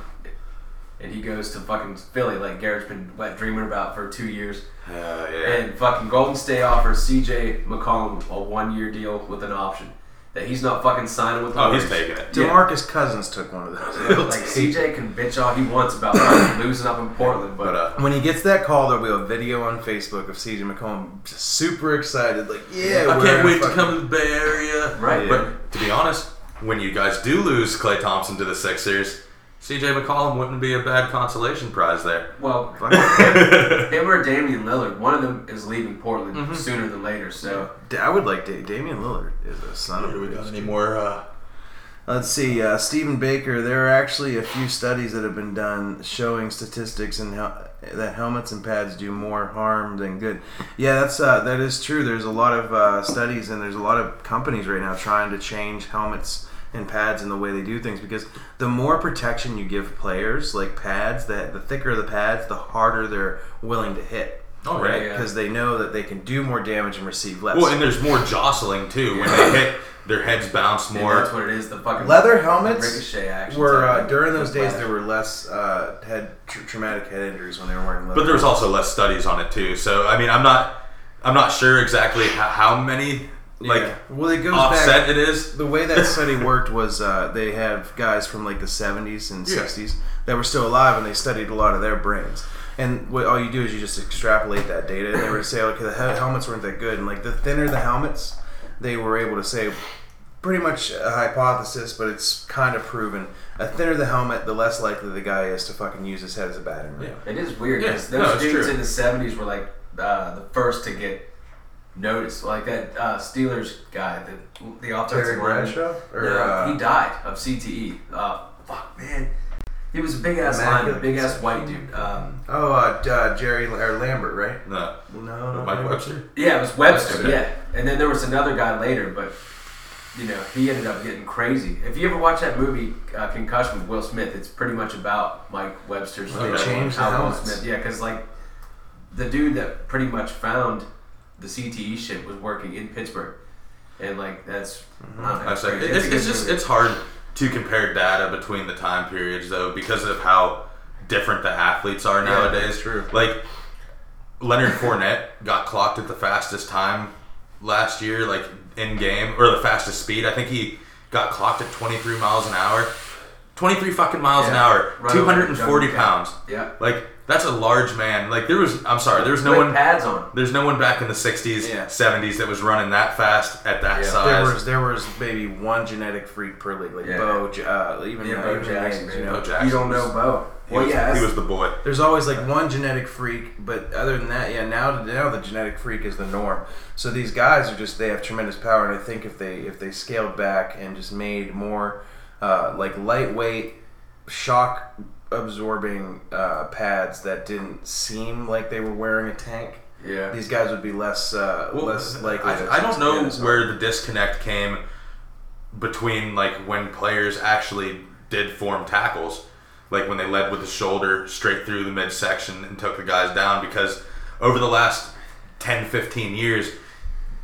[SPEAKER 2] and he goes to fucking Philly, like Garrett's been wet dreaming about for two years,
[SPEAKER 1] Uh, yeah,
[SPEAKER 2] and fucking Golden State offers C.J. McCollum a one-year deal with an option that he's not fucking signing with. The
[SPEAKER 1] oh, he's
[SPEAKER 2] Warriors.
[SPEAKER 1] taking it.
[SPEAKER 3] DeMarcus Cousins took one of those.
[SPEAKER 2] Like CJ can bitch all he wants about fucking losing up in Portland, but
[SPEAKER 1] But uh,
[SPEAKER 3] When he gets that call, there'll be a video on Facebook of CJ McCollum just super excited, like, yeah,
[SPEAKER 1] I
[SPEAKER 3] we're
[SPEAKER 1] can't wait to
[SPEAKER 3] fucking-
[SPEAKER 1] come to the Bay Area.
[SPEAKER 2] Right.
[SPEAKER 1] But to be honest, when you guys do lose Clay Thompson to the Sixers, CJ McCollum wouldn't be a bad consolation prize there.
[SPEAKER 2] well, him or Damian Lillard, one of them is leaving Portland
[SPEAKER 1] Mm-hmm.
[SPEAKER 2] sooner than later. So
[SPEAKER 3] I would like da- Damian Lillard is a son of a bitch.
[SPEAKER 1] any more? Uh,
[SPEAKER 3] Let's see, uh, Stephen Baker. There are actually a few studies that have been done showing statistics and hel- that helmets and pads do more harm than good. Yeah, that's uh, that is true. There's a lot of uh, studies and there's a lot of companies right now trying to change helmets and pads and the way they do things because the more protection you give players, like pads, that the thicker the pads, the harder they're willing to hit.
[SPEAKER 1] Oh, yeah,
[SPEAKER 3] right,
[SPEAKER 2] yeah.
[SPEAKER 3] because they know that they can do more damage and receive less.
[SPEAKER 1] well, and there's more jostling too. When they hit, their heads bounce
[SPEAKER 2] dude,
[SPEAKER 1] more.
[SPEAKER 2] that's what it is. The fucking
[SPEAKER 3] Leather helmets
[SPEAKER 2] ricochet actions
[SPEAKER 3] were
[SPEAKER 2] I
[SPEAKER 3] uh,
[SPEAKER 2] think.
[SPEAKER 3] during those days
[SPEAKER 2] Flash.
[SPEAKER 3] there were less uh, head tr- traumatic head injuries when they were wearing leather.
[SPEAKER 1] But there was also less studies on it too. So I mean, I'm not, I'm not sure exactly how, how many like
[SPEAKER 3] Yeah. well, it goes
[SPEAKER 1] offset
[SPEAKER 3] back.
[SPEAKER 1] it is.
[SPEAKER 3] The way that study worked was uh, they have guys from like the 70s and
[SPEAKER 1] Yeah.
[SPEAKER 3] 60s that were still alive, and they studied a lot of their brains. And what all you do is you just extrapolate that data, and they were to say, okay, the he- helmets weren't that good, and like the thinner the helmets, they were able to say pretty much a hypothesis, but it's kind of proven. The thinner the helmet, the less likely the guy is to fucking use his head as a batting ram.
[SPEAKER 1] Yeah.
[SPEAKER 2] It is weird
[SPEAKER 1] Yeah,
[SPEAKER 2] because
[SPEAKER 1] no,
[SPEAKER 2] those
[SPEAKER 1] it's
[SPEAKER 2] dudes
[SPEAKER 1] true.
[SPEAKER 2] in the '70s were like uh, the first to get noticed. Like that uh, Steelers guy, the the offensive
[SPEAKER 3] Terry
[SPEAKER 2] lineman.
[SPEAKER 3] Bradshaw? Or,
[SPEAKER 2] No,
[SPEAKER 3] uh,
[SPEAKER 2] he died of CTE. Uh, fuck, man. He was a big ass
[SPEAKER 3] Immaculate
[SPEAKER 2] lineman, big ass white dude. Um,
[SPEAKER 3] oh, uh, D- uh, Jerry or Lambert, right?
[SPEAKER 1] No,
[SPEAKER 3] No, no.
[SPEAKER 1] Mike Webster.
[SPEAKER 2] yeah, it was Webster.
[SPEAKER 1] Webster.
[SPEAKER 2] Yeah, and then there was another guy later, but you know he ended up getting crazy. If you ever watch that movie uh, Concussion with Will Smith, it's pretty much about Mike Webster's.
[SPEAKER 1] They
[SPEAKER 2] story,
[SPEAKER 3] changed the
[SPEAKER 2] how Will
[SPEAKER 3] helmets.
[SPEAKER 2] Smith- Yeah, because like the dude that pretty much found the CTE shit was working in Pittsburgh, and like that's. I don't know,
[SPEAKER 1] I
[SPEAKER 2] it's
[SPEAKER 1] say
[SPEAKER 2] crazy.
[SPEAKER 1] it-
[SPEAKER 2] a
[SPEAKER 1] Mm-hmm. it's,
[SPEAKER 2] good
[SPEAKER 1] it's just
[SPEAKER 2] movie.
[SPEAKER 1] it's hard to compare data between the time periods though because of how different the athletes are nowadays.
[SPEAKER 3] true.
[SPEAKER 1] Like Leonard Fournette got clocked at the fastest time last year, like in game or the fastest speed. I think he got clocked at 23 miles an hour. 23 fucking miles an
[SPEAKER 2] Yeah.
[SPEAKER 1] hour,
[SPEAKER 2] Right over the
[SPEAKER 1] 240
[SPEAKER 2] jungle
[SPEAKER 1] pounds.
[SPEAKER 2] yeah.
[SPEAKER 1] Like that's a large man. Like there was, I'm sorry, there was no
[SPEAKER 2] Put
[SPEAKER 1] one.
[SPEAKER 2] pads on.
[SPEAKER 1] There's no one back in the 60s,
[SPEAKER 3] Yeah.
[SPEAKER 1] 70s that was running that fast at that
[SPEAKER 2] Yeah.
[SPEAKER 1] size.
[SPEAKER 3] There was there was maybe one genetic freak per league, like
[SPEAKER 2] Yeah.
[SPEAKER 3] Bo, J- uh, even
[SPEAKER 2] Yeah,
[SPEAKER 3] uh,
[SPEAKER 2] Bo
[SPEAKER 3] even
[SPEAKER 2] Jackson,
[SPEAKER 3] James, you
[SPEAKER 2] man.
[SPEAKER 3] know.
[SPEAKER 1] Bo Jackson
[SPEAKER 2] You don't
[SPEAKER 1] was-
[SPEAKER 2] know Bo.
[SPEAKER 1] He
[SPEAKER 2] Well,
[SPEAKER 1] was-
[SPEAKER 2] yeah,
[SPEAKER 1] he
[SPEAKER 2] that's-
[SPEAKER 1] was the boy.
[SPEAKER 3] There's always like one genetic freak, but other than that, yeah. Now now the genetic freak is the norm. So these guys are just they have tremendous power, and I think if they if they scaled back and just made more uh, like lightweight shock absorbing uh, pads that didn't seem like they were wearing a tank.
[SPEAKER 2] yeah.
[SPEAKER 3] These guys would be less uh,
[SPEAKER 1] Well,
[SPEAKER 3] less likely.
[SPEAKER 1] I,
[SPEAKER 3] to
[SPEAKER 1] I don't know
[SPEAKER 3] Yeah, so-
[SPEAKER 1] where the disconnect came between like when players actually did form tackles, like when they led with the shoulder straight through the midsection and took the guys down because over the last 10, 15 years,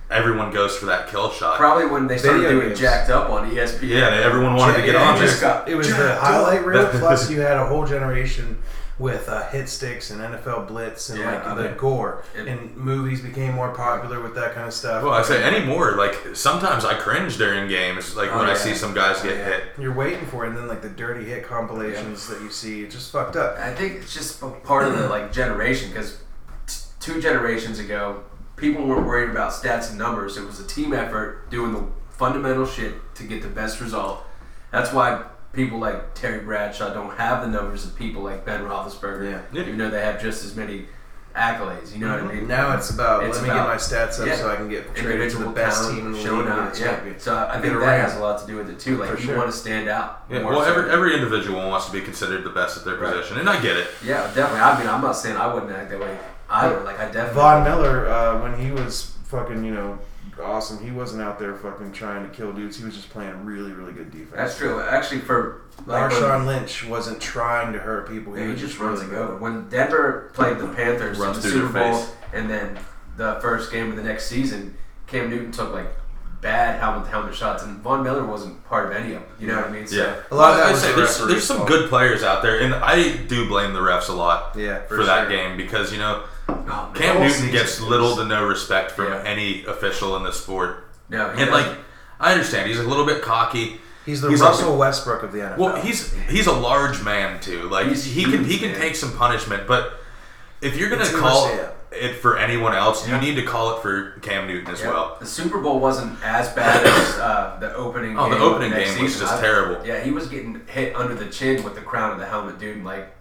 [SPEAKER 1] everyone goes for that kill shot.
[SPEAKER 2] Probably when they started
[SPEAKER 3] Video
[SPEAKER 2] doing
[SPEAKER 3] games.
[SPEAKER 2] jacked up on E ESPN.
[SPEAKER 1] Yeah, they- everyone wanted to get
[SPEAKER 3] Yeah,
[SPEAKER 1] on
[SPEAKER 3] it
[SPEAKER 1] there.
[SPEAKER 3] was- It was the highlight reel. Plus, you had a whole generation with uh, hit sticks and NFL Blitz and
[SPEAKER 2] Yeah,
[SPEAKER 3] like
[SPEAKER 2] I
[SPEAKER 3] the
[SPEAKER 2] mean-
[SPEAKER 3] gore.
[SPEAKER 2] It-
[SPEAKER 3] and movies became more popular with that kind of stuff.
[SPEAKER 1] Well, I say anymore. Like sometimes I cringe during games, like
[SPEAKER 2] Oh,
[SPEAKER 1] when I
[SPEAKER 2] yeah.
[SPEAKER 1] see some guys get
[SPEAKER 2] yeah.
[SPEAKER 1] hit.
[SPEAKER 3] You're waiting for it, and then like the dirty hit compilations that you see, it's just fucked up.
[SPEAKER 2] I think it's just a part of the like generation because t- two generations ago, people weren't worried about stats and numbers. It was a team effort doing the fundamental shit to get the best result. That's why people like Terry Bradshaw don't have the numbers of people like Ben Roethlisberger.
[SPEAKER 1] Yeah.
[SPEAKER 2] Even though they have just as many accolades. You know what I mean?
[SPEAKER 3] Mm-hmm. Now it's about
[SPEAKER 2] It's
[SPEAKER 3] let me
[SPEAKER 2] about-
[SPEAKER 3] get my stats up
[SPEAKER 2] yeah.
[SPEAKER 3] so I can get traded to
[SPEAKER 2] individual
[SPEAKER 3] the best
[SPEAKER 2] talent
[SPEAKER 3] team in the league.
[SPEAKER 2] showing
[SPEAKER 3] and
[SPEAKER 2] out.
[SPEAKER 3] it's
[SPEAKER 2] Yeah.
[SPEAKER 3] champion.
[SPEAKER 2] So I think
[SPEAKER 3] Get
[SPEAKER 2] that
[SPEAKER 3] a ring.
[SPEAKER 2] has a lot to do with it too. Like
[SPEAKER 3] For
[SPEAKER 2] you
[SPEAKER 3] sure.
[SPEAKER 2] want to stand out.
[SPEAKER 1] Yeah,
[SPEAKER 2] more
[SPEAKER 1] well,
[SPEAKER 2] so.
[SPEAKER 1] every, every individual wants to be considered the best at their
[SPEAKER 2] Right.
[SPEAKER 1] position, and I get it.
[SPEAKER 2] yeah, definitely. I mean, I'm not saying I wouldn't act that way either. Like I definitely.
[SPEAKER 3] Von Miller, uh, when he was fucking, you know, awesome. He wasn't out there fucking trying to kill dudes. He was just playing really, really good defense.
[SPEAKER 2] That's true. Actually, for like when-
[SPEAKER 3] Marshawn Lynch wasn't trying to hurt people.
[SPEAKER 2] Yeah, he
[SPEAKER 3] was
[SPEAKER 2] just runs
[SPEAKER 3] really
[SPEAKER 2] it over. When Denver played the Panthers
[SPEAKER 1] Runs
[SPEAKER 2] in the
[SPEAKER 1] through
[SPEAKER 2] Super
[SPEAKER 1] their
[SPEAKER 2] Bowl,
[SPEAKER 1] face.
[SPEAKER 2] and then the first game of the next season, Cam Newton took like bad helmet to helmet shots, and Von Miller wasn't part of any of them. You know what I mean? So,
[SPEAKER 1] Yeah.
[SPEAKER 3] A lot of that
[SPEAKER 1] I'd
[SPEAKER 3] was
[SPEAKER 1] say
[SPEAKER 3] the
[SPEAKER 1] there's,
[SPEAKER 3] referee's
[SPEAKER 1] there's some
[SPEAKER 3] fault.
[SPEAKER 1] good players out there, and I do blame the refs a lot
[SPEAKER 3] Yeah,
[SPEAKER 1] for, that
[SPEAKER 3] sure.
[SPEAKER 1] game because you know
[SPEAKER 2] Oh, man.
[SPEAKER 1] Cam
[SPEAKER 3] whole
[SPEAKER 1] Newton
[SPEAKER 3] season
[SPEAKER 1] gets
[SPEAKER 3] is-
[SPEAKER 1] little to no respect from
[SPEAKER 2] Yeah.
[SPEAKER 1] any official in the sport,
[SPEAKER 2] No, he
[SPEAKER 1] and
[SPEAKER 2] doesn't.
[SPEAKER 1] like I understand he's a little bit cocky.
[SPEAKER 3] He's the
[SPEAKER 1] He's
[SPEAKER 3] Russell Westbrook of the NFL.
[SPEAKER 1] Well, he's he's a large man too. Like
[SPEAKER 2] He's
[SPEAKER 1] he can he
[SPEAKER 2] huge,
[SPEAKER 1] can
[SPEAKER 2] man.
[SPEAKER 1] take some punishment, but if you're gonna
[SPEAKER 3] It's
[SPEAKER 1] call
[SPEAKER 3] USA.
[SPEAKER 1] it for anyone else,
[SPEAKER 2] Yeah.
[SPEAKER 1] you need to call it for Cam Newton as
[SPEAKER 2] Yeah.
[SPEAKER 1] well.
[SPEAKER 2] the Super Bowl wasn't as bad as uh, the opening.
[SPEAKER 1] Oh,
[SPEAKER 2] game
[SPEAKER 1] the
[SPEAKER 2] of
[SPEAKER 1] opening
[SPEAKER 2] next
[SPEAKER 1] game was
[SPEAKER 2] season.
[SPEAKER 1] just
[SPEAKER 2] I-
[SPEAKER 1] terrible.
[SPEAKER 2] Yeah, he was getting hit under the chin with the crown of the helmet, dude. and, Like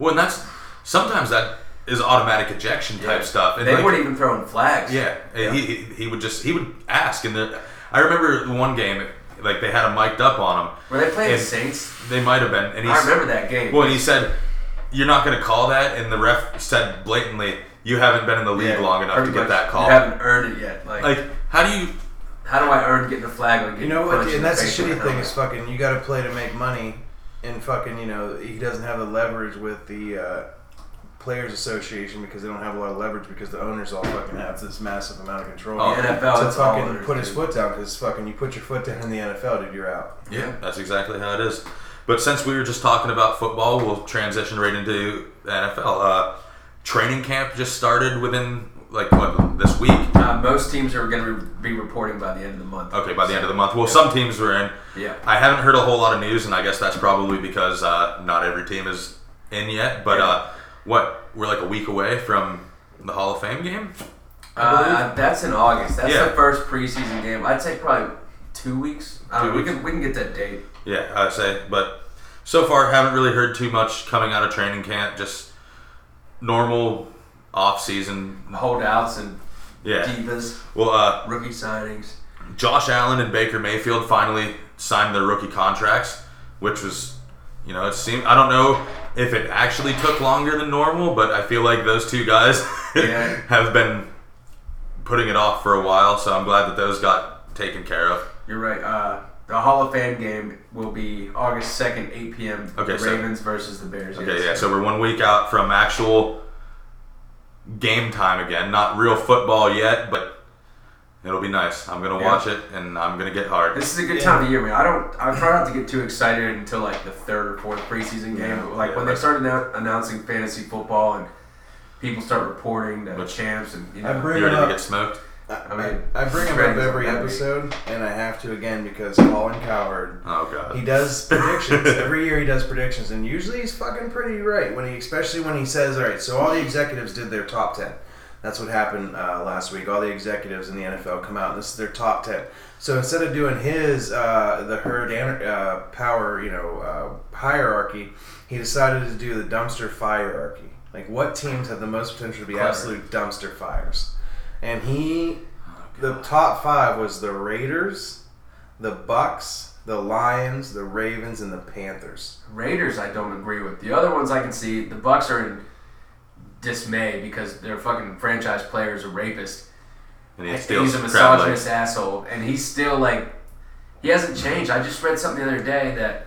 [SPEAKER 1] Well, and that's sometimes that is automatic ejection type
[SPEAKER 2] yeah.
[SPEAKER 1] stuff. And
[SPEAKER 2] They
[SPEAKER 1] like,
[SPEAKER 2] weren't even throwing flags.
[SPEAKER 1] Yeah, and He, he he would just he would ask, and the, I remember the one game like they had him mic'd up on him.
[SPEAKER 2] were they playing the
[SPEAKER 1] And
[SPEAKER 2] Saints?
[SPEAKER 1] They might have been, and he
[SPEAKER 2] I remember that game.
[SPEAKER 1] well, and he said, "You're not going to call that," and the ref said blatantly, "You haven't been in the league
[SPEAKER 3] Yeah,
[SPEAKER 1] long enough
[SPEAKER 2] Pretty
[SPEAKER 1] to get
[SPEAKER 2] much,
[SPEAKER 1] that call."
[SPEAKER 2] You haven't earned it yet. Like,
[SPEAKER 1] Like, how do you?
[SPEAKER 2] how do I earn getting a flag on getting
[SPEAKER 3] You know what?
[SPEAKER 2] punched in
[SPEAKER 3] And that's the
[SPEAKER 2] face with
[SPEAKER 3] shitty
[SPEAKER 2] a
[SPEAKER 3] thing
[SPEAKER 2] helmet?
[SPEAKER 3] is fucking. You got to play to make money, and fucking. You know he doesn't have the leverage with the uh, players association because they don't have a lot of leverage because the owners all fucking have this massive amount of control.
[SPEAKER 1] Oh,
[SPEAKER 2] The NFL
[SPEAKER 3] to
[SPEAKER 2] it's all
[SPEAKER 3] fucking
[SPEAKER 2] owners,
[SPEAKER 3] put his
[SPEAKER 2] dude.
[SPEAKER 3] foot down because fucking you put your foot down in the NFL, dude, you're out.
[SPEAKER 1] Yeah, that's exactly how it is. But since we were just talking about football, we'll transition right into NFL. Uh, training camp just started within like what this week.
[SPEAKER 2] Uh, most teams are going to be reporting by the end of the month.
[SPEAKER 1] Okay, by the end of the month. Well, some teams were in.
[SPEAKER 2] Yeah.
[SPEAKER 1] I haven't heard a whole lot of news, and I guess that's probably because uh, not every team is in yet. But uh, what we're like a week away from the Hall of Fame game.
[SPEAKER 2] Uh, that's in August. That's
[SPEAKER 1] Yeah.
[SPEAKER 2] the first preseason game. I'd say probably two weeks. I don't
[SPEAKER 1] Two
[SPEAKER 2] know, we
[SPEAKER 1] weeks.
[SPEAKER 2] can we can get that date.
[SPEAKER 1] Yeah, I say. But so far, haven't really heard too much coming out of training camp. Just normal off season.
[SPEAKER 2] Holdouts and
[SPEAKER 1] Yeah.
[SPEAKER 2] divas,
[SPEAKER 1] Well, uh,
[SPEAKER 2] rookie signings.
[SPEAKER 1] Josh Allen and Baker Mayfield finally signed their rookie contracts, which was, you know, it seemed. I don't know if it actually took longer than normal, but I feel like those two guys
[SPEAKER 2] Yeah.
[SPEAKER 1] have been putting it off for a while. So I'm glad that those got taken care of.
[SPEAKER 2] You're right. Uh, the Hall of Fame game will be August second, eight p.m.
[SPEAKER 1] Okay,
[SPEAKER 2] the
[SPEAKER 1] so-
[SPEAKER 2] Ravens versus the Bears.
[SPEAKER 1] Okay, yeah. So we're one week out from actual game time again. Not real football yet, but it'll be nice. I'm gonna
[SPEAKER 2] Yeah.
[SPEAKER 1] watch it and I'm gonna get hard.
[SPEAKER 2] This is a good
[SPEAKER 3] Yeah.
[SPEAKER 2] time of year, man. I don't. I try not to get too excited until like the third or fourth preseason game.
[SPEAKER 3] Yeah.
[SPEAKER 2] But like
[SPEAKER 1] Yeah,
[SPEAKER 2] when
[SPEAKER 1] right.
[SPEAKER 2] they started annou- announcing fantasy football and people start reporting the
[SPEAKER 1] Which-
[SPEAKER 2] champs and you
[SPEAKER 3] I
[SPEAKER 2] know,
[SPEAKER 3] bring-
[SPEAKER 1] You ready to
[SPEAKER 3] up.
[SPEAKER 1] get smoked?
[SPEAKER 2] I mean,
[SPEAKER 3] I bring him up
[SPEAKER 2] Brady's
[SPEAKER 3] every
[SPEAKER 2] not that
[SPEAKER 3] episode, and I have to again because Colin Cowherd.
[SPEAKER 1] Oh god.
[SPEAKER 3] He does predictions every year. He does predictions, and usually he's fucking pretty right when he, especially when he says, "All right, so all the executives did their top ten. That's what happened uh, last week. All the executives in the NFL come out. and This is their top ten. So instead of doing his uh, the herd anar- uh, power, you know, uh, hierarchy, he decided to do the dumpster hierarchy. Like what teams have the most potential to be
[SPEAKER 2] Clever.
[SPEAKER 3] absolute dumpster fires? And he, the
[SPEAKER 1] God.
[SPEAKER 3] top five was the Raiders the Bucks, the Lions, the Ravens, and the Panthers.
[SPEAKER 2] Raiders, I don't agree with. The other ones I can see. The Bucks are in dismay because their fucking franchise player is a rapist.
[SPEAKER 1] And he
[SPEAKER 2] And
[SPEAKER 1] steals
[SPEAKER 2] he's a
[SPEAKER 1] crab legs.
[SPEAKER 2] misogynist asshole, and he's still like, he hasn't changed. I just read something the other day that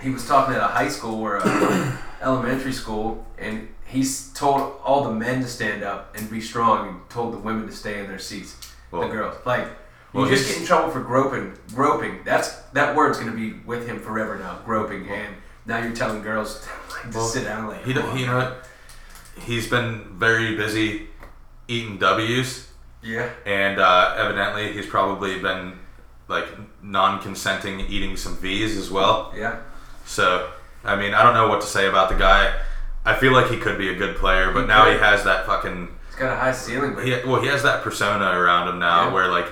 [SPEAKER 2] he was talking at a high school or a elementary school, and he's told all the men to stand up and be strong, and told the women to stay in their seats.
[SPEAKER 1] Well-
[SPEAKER 2] the girls, like, you
[SPEAKER 1] well,
[SPEAKER 2] just
[SPEAKER 1] he's-
[SPEAKER 2] get in trouble for groping. Groping. That's that word's gonna be with him forever now. Groping, and now you're telling girls to, like, to sit down. Like,
[SPEAKER 1] He, don't- he- you know what? He's been very busy eating W's,
[SPEAKER 2] yeah.
[SPEAKER 1] and uh, evidently he's probably been like non-consenting eating some V's as well.
[SPEAKER 2] Yeah,
[SPEAKER 1] So, I mean, I don't know what to say about the guy. I feel like he could be a good player, but now he has that fucking.
[SPEAKER 2] it's got a high ceiling, but
[SPEAKER 1] He, well, he has that persona around him now,
[SPEAKER 2] Yeah.
[SPEAKER 1] where like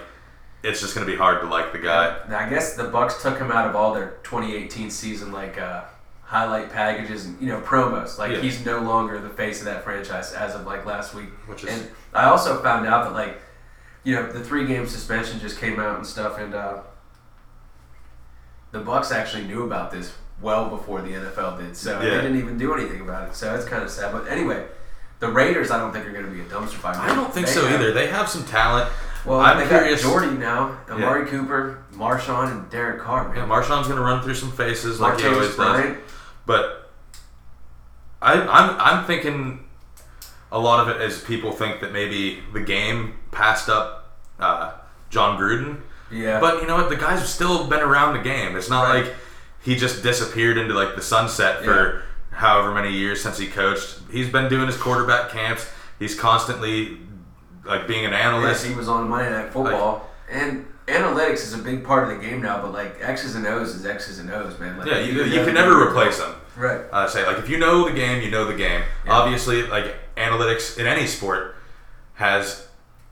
[SPEAKER 1] it's just gonna be hard to like the guy.
[SPEAKER 2] Now, I guess the Bucks took him out of all their 2018 season like uh, highlight packages and you know promos. Like
[SPEAKER 1] Yeah.
[SPEAKER 2] he's no longer the face of that franchise as of like last week.
[SPEAKER 1] Which is-
[SPEAKER 2] and I also found out that like you know the three game suspension just came out and stuff, and uh, the Bucks actually knew about this well before the NFL did, so
[SPEAKER 1] Yeah.
[SPEAKER 2] they didn't even do anything about it. So it's kind of sad. But anyway, the Raiders, I don't think are going to be a dumpster fire.
[SPEAKER 1] I don't think
[SPEAKER 2] They
[SPEAKER 1] so
[SPEAKER 2] have-
[SPEAKER 1] either. They have some talent.
[SPEAKER 2] Well,
[SPEAKER 1] I'm
[SPEAKER 2] they
[SPEAKER 1] curious-
[SPEAKER 2] got Jordy now, Amari
[SPEAKER 1] Yeah.
[SPEAKER 2] Cooper, Marshawn, and Derek Carr.
[SPEAKER 1] Yeah,
[SPEAKER 2] Man.
[SPEAKER 1] Marshawn's gonna run through some faces like he always
[SPEAKER 2] Martavis
[SPEAKER 1] does.
[SPEAKER 2] Bryant.
[SPEAKER 1] But I, I'm I'm thinking a lot of it is people think that maybe the game passed up uh, John Gruden.
[SPEAKER 2] Yeah.
[SPEAKER 1] But you know what? The guy's still been around the game. It's not
[SPEAKER 2] Right.
[SPEAKER 1] like he just disappeared into like the sunset for however many years since he coached. He's been doing his quarterback camps. He's constantly like being an
[SPEAKER 2] unless
[SPEAKER 1] analyst.
[SPEAKER 2] he was on Monday Night Football. and analytics is a big part of the game now, but like X's and O's is X's and O's, man. Like,
[SPEAKER 1] Yeah, you, you
[SPEAKER 2] never
[SPEAKER 1] can
[SPEAKER 2] know.
[SPEAKER 1] never replace him.
[SPEAKER 2] Right.
[SPEAKER 1] uh, say like if you know the game, you know the game.
[SPEAKER 2] Yeah.
[SPEAKER 1] Obviously, like analytics in any sport has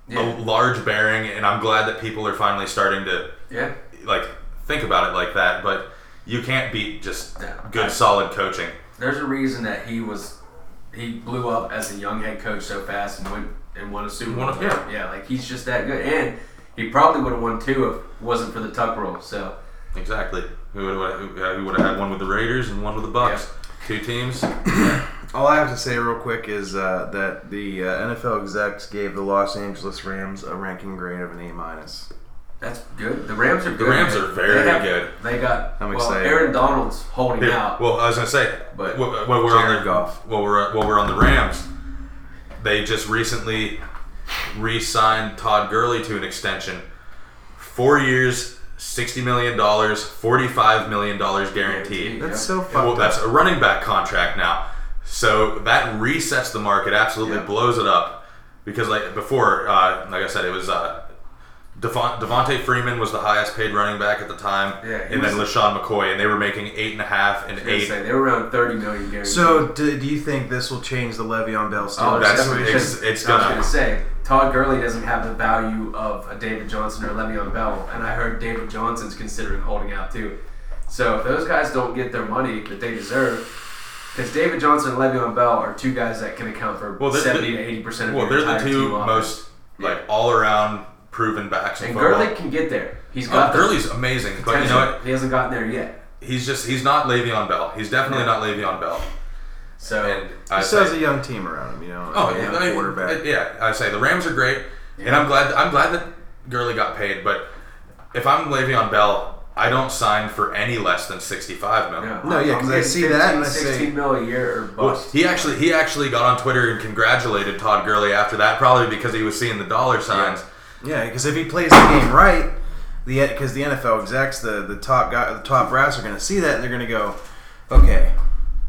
[SPEAKER 2] Yeah.
[SPEAKER 1] a large bearing, and I'm glad that people are finally starting to
[SPEAKER 2] Yeah.
[SPEAKER 1] like think about it like that. But you can't beat just
[SPEAKER 2] No.
[SPEAKER 1] good, solid coaching.
[SPEAKER 2] There's a reason that he was he blew up as a young head coach so fast and went and won a Super
[SPEAKER 1] Won
[SPEAKER 2] Bowl.
[SPEAKER 1] a- yeah.
[SPEAKER 2] yeah, like he's just that good. And he probably would have won two if it wasn't for the tuck rule. So
[SPEAKER 1] Exactly. Who would uh, who would have had one with the Raiders and one with the Bucks? Two teams.
[SPEAKER 3] All I have to say real quick is uh, that the uh, NFL execs gave the Los Angeles Rams a ranking grade of an A minus.
[SPEAKER 2] that's good. The Rams are good.
[SPEAKER 1] The Rams are very
[SPEAKER 2] they have-
[SPEAKER 1] good.
[SPEAKER 2] They got
[SPEAKER 3] I'm
[SPEAKER 2] well,
[SPEAKER 3] excited.
[SPEAKER 2] Aaron Donald's holding
[SPEAKER 1] Yeah,
[SPEAKER 2] out.
[SPEAKER 1] Well, I was gonna say,
[SPEAKER 2] But
[SPEAKER 1] but while we're on
[SPEAKER 3] Jared
[SPEAKER 1] the
[SPEAKER 3] Goff.
[SPEAKER 1] while we're while we're on the Rams, they just recently re-signed Todd Gurley to an extension, four years, sixty million dollars, forty-five million dollars guaranteed.
[SPEAKER 2] Guaranteed.
[SPEAKER 3] That's
[SPEAKER 2] Yeah.
[SPEAKER 3] so fucked
[SPEAKER 1] Well,
[SPEAKER 3] up.
[SPEAKER 1] that's a running back contract now, so that resets the market. Absolutely
[SPEAKER 2] Yeah.
[SPEAKER 1] blows it up because like before, uh, like I said, it was. Uh, Devon, Devontae Freeman was the highest paid running back at the time,
[SPEAKER 2] Yeah, he
[SPEAKER 1] and then
[SPEAKER 2] was-
[SPEAKER 1] LaShawn McCoy, and they were making eight and a half and
[SPEAKER 2] I was gonna
[SPEAKER 1] eight
[SPEAKER 2] say, they were around thirty million guaranteed.
[SPEAKER 3] So, do, do you think this will change the Le'Veon Bell
[SPEAKER 2] Oh,
[SPEAKER 3] status?
[SPEAKER 1] that's-
[SPEAKER 2] definitely
[SPEAKER 1] it's-
[SPEAKER 2] because
[SPEAKER 1] it's
[SPEAKER 2] I was
[SPEAKER 1] gonna-
[SPEAKER 2] gonna say Todd Gurley doesn't have the value of a David Johnson or Le'Veon Bell, and I heard David Johnson's considering holding out too. So if those guys don't get their money that they deserve, because David Johnson and Le'Veon Bell are two guys that can account for
[SPEAKER 1] Well, they're the-
[SPEAKER 2] seventy to eighty percent of
[SPEAKER 1] Well,
[SPEAKER 2] your
[SPEAKER 1] they're the
[SPEAKER 2] entire
[SPEAKER 1] two
[SPEAKER 2] team offense.
[SPEAKER 1] most like all-around proven backs in
[SPEAKER 2] And
[SPEAKER 1] football.
[SPEAKER 2] Gurley can get there. He's
[SPEAKER 1] Oh,
[SPEAKER 2] got the
[SPEAKER 1] Gurley's amazing, but you
[SPEAKER 2] potential.
[SPEAKER 1] know
[SPEAKER 2] he hasn't gotten there yet.
[SPEAKER 1] what? He's just—he's not Le'Veon Bell. He's definitely not Le'Veon Bell.
[SPEAKER 2] So
[SPEAKER 1] And uh, I
[SPEAKER 3] He still has
[SPEAKER 1] say-
[SPEAKER 3] a young team around him, you know.
[SPEAKER 1] oh
[SPEAKER 3] a
[SPEAKER 1] yeah,
[SPEAKER 3] young
[SPEAKER 1] I-
[SPEAKER 3] quarterback.
[SPEAKER 1] it- yeah. I say the Rams are great, and I'm glad. I'm glad that Gurley got paid. But if I'm Le'Veon Bell, I don't sign for any less than sixty-five million.
[SPEAKER 3] No, yeah, 'cause I see that and I say-
[SPEAKER 2] 16 mil a year or
[SPEAKER 1] Well,
[SPEAKER 2] bust.
[SPEAKER 1] he actually he actually got on Twitter and congratulated Todd Gurley after that, probably because he was seeing the dollar signs.
[SPEAKER 3] Yeah, because if he plays the game right, the because the NFL execs, the the top guy, the top brass are going to see that and they're going to go, okay,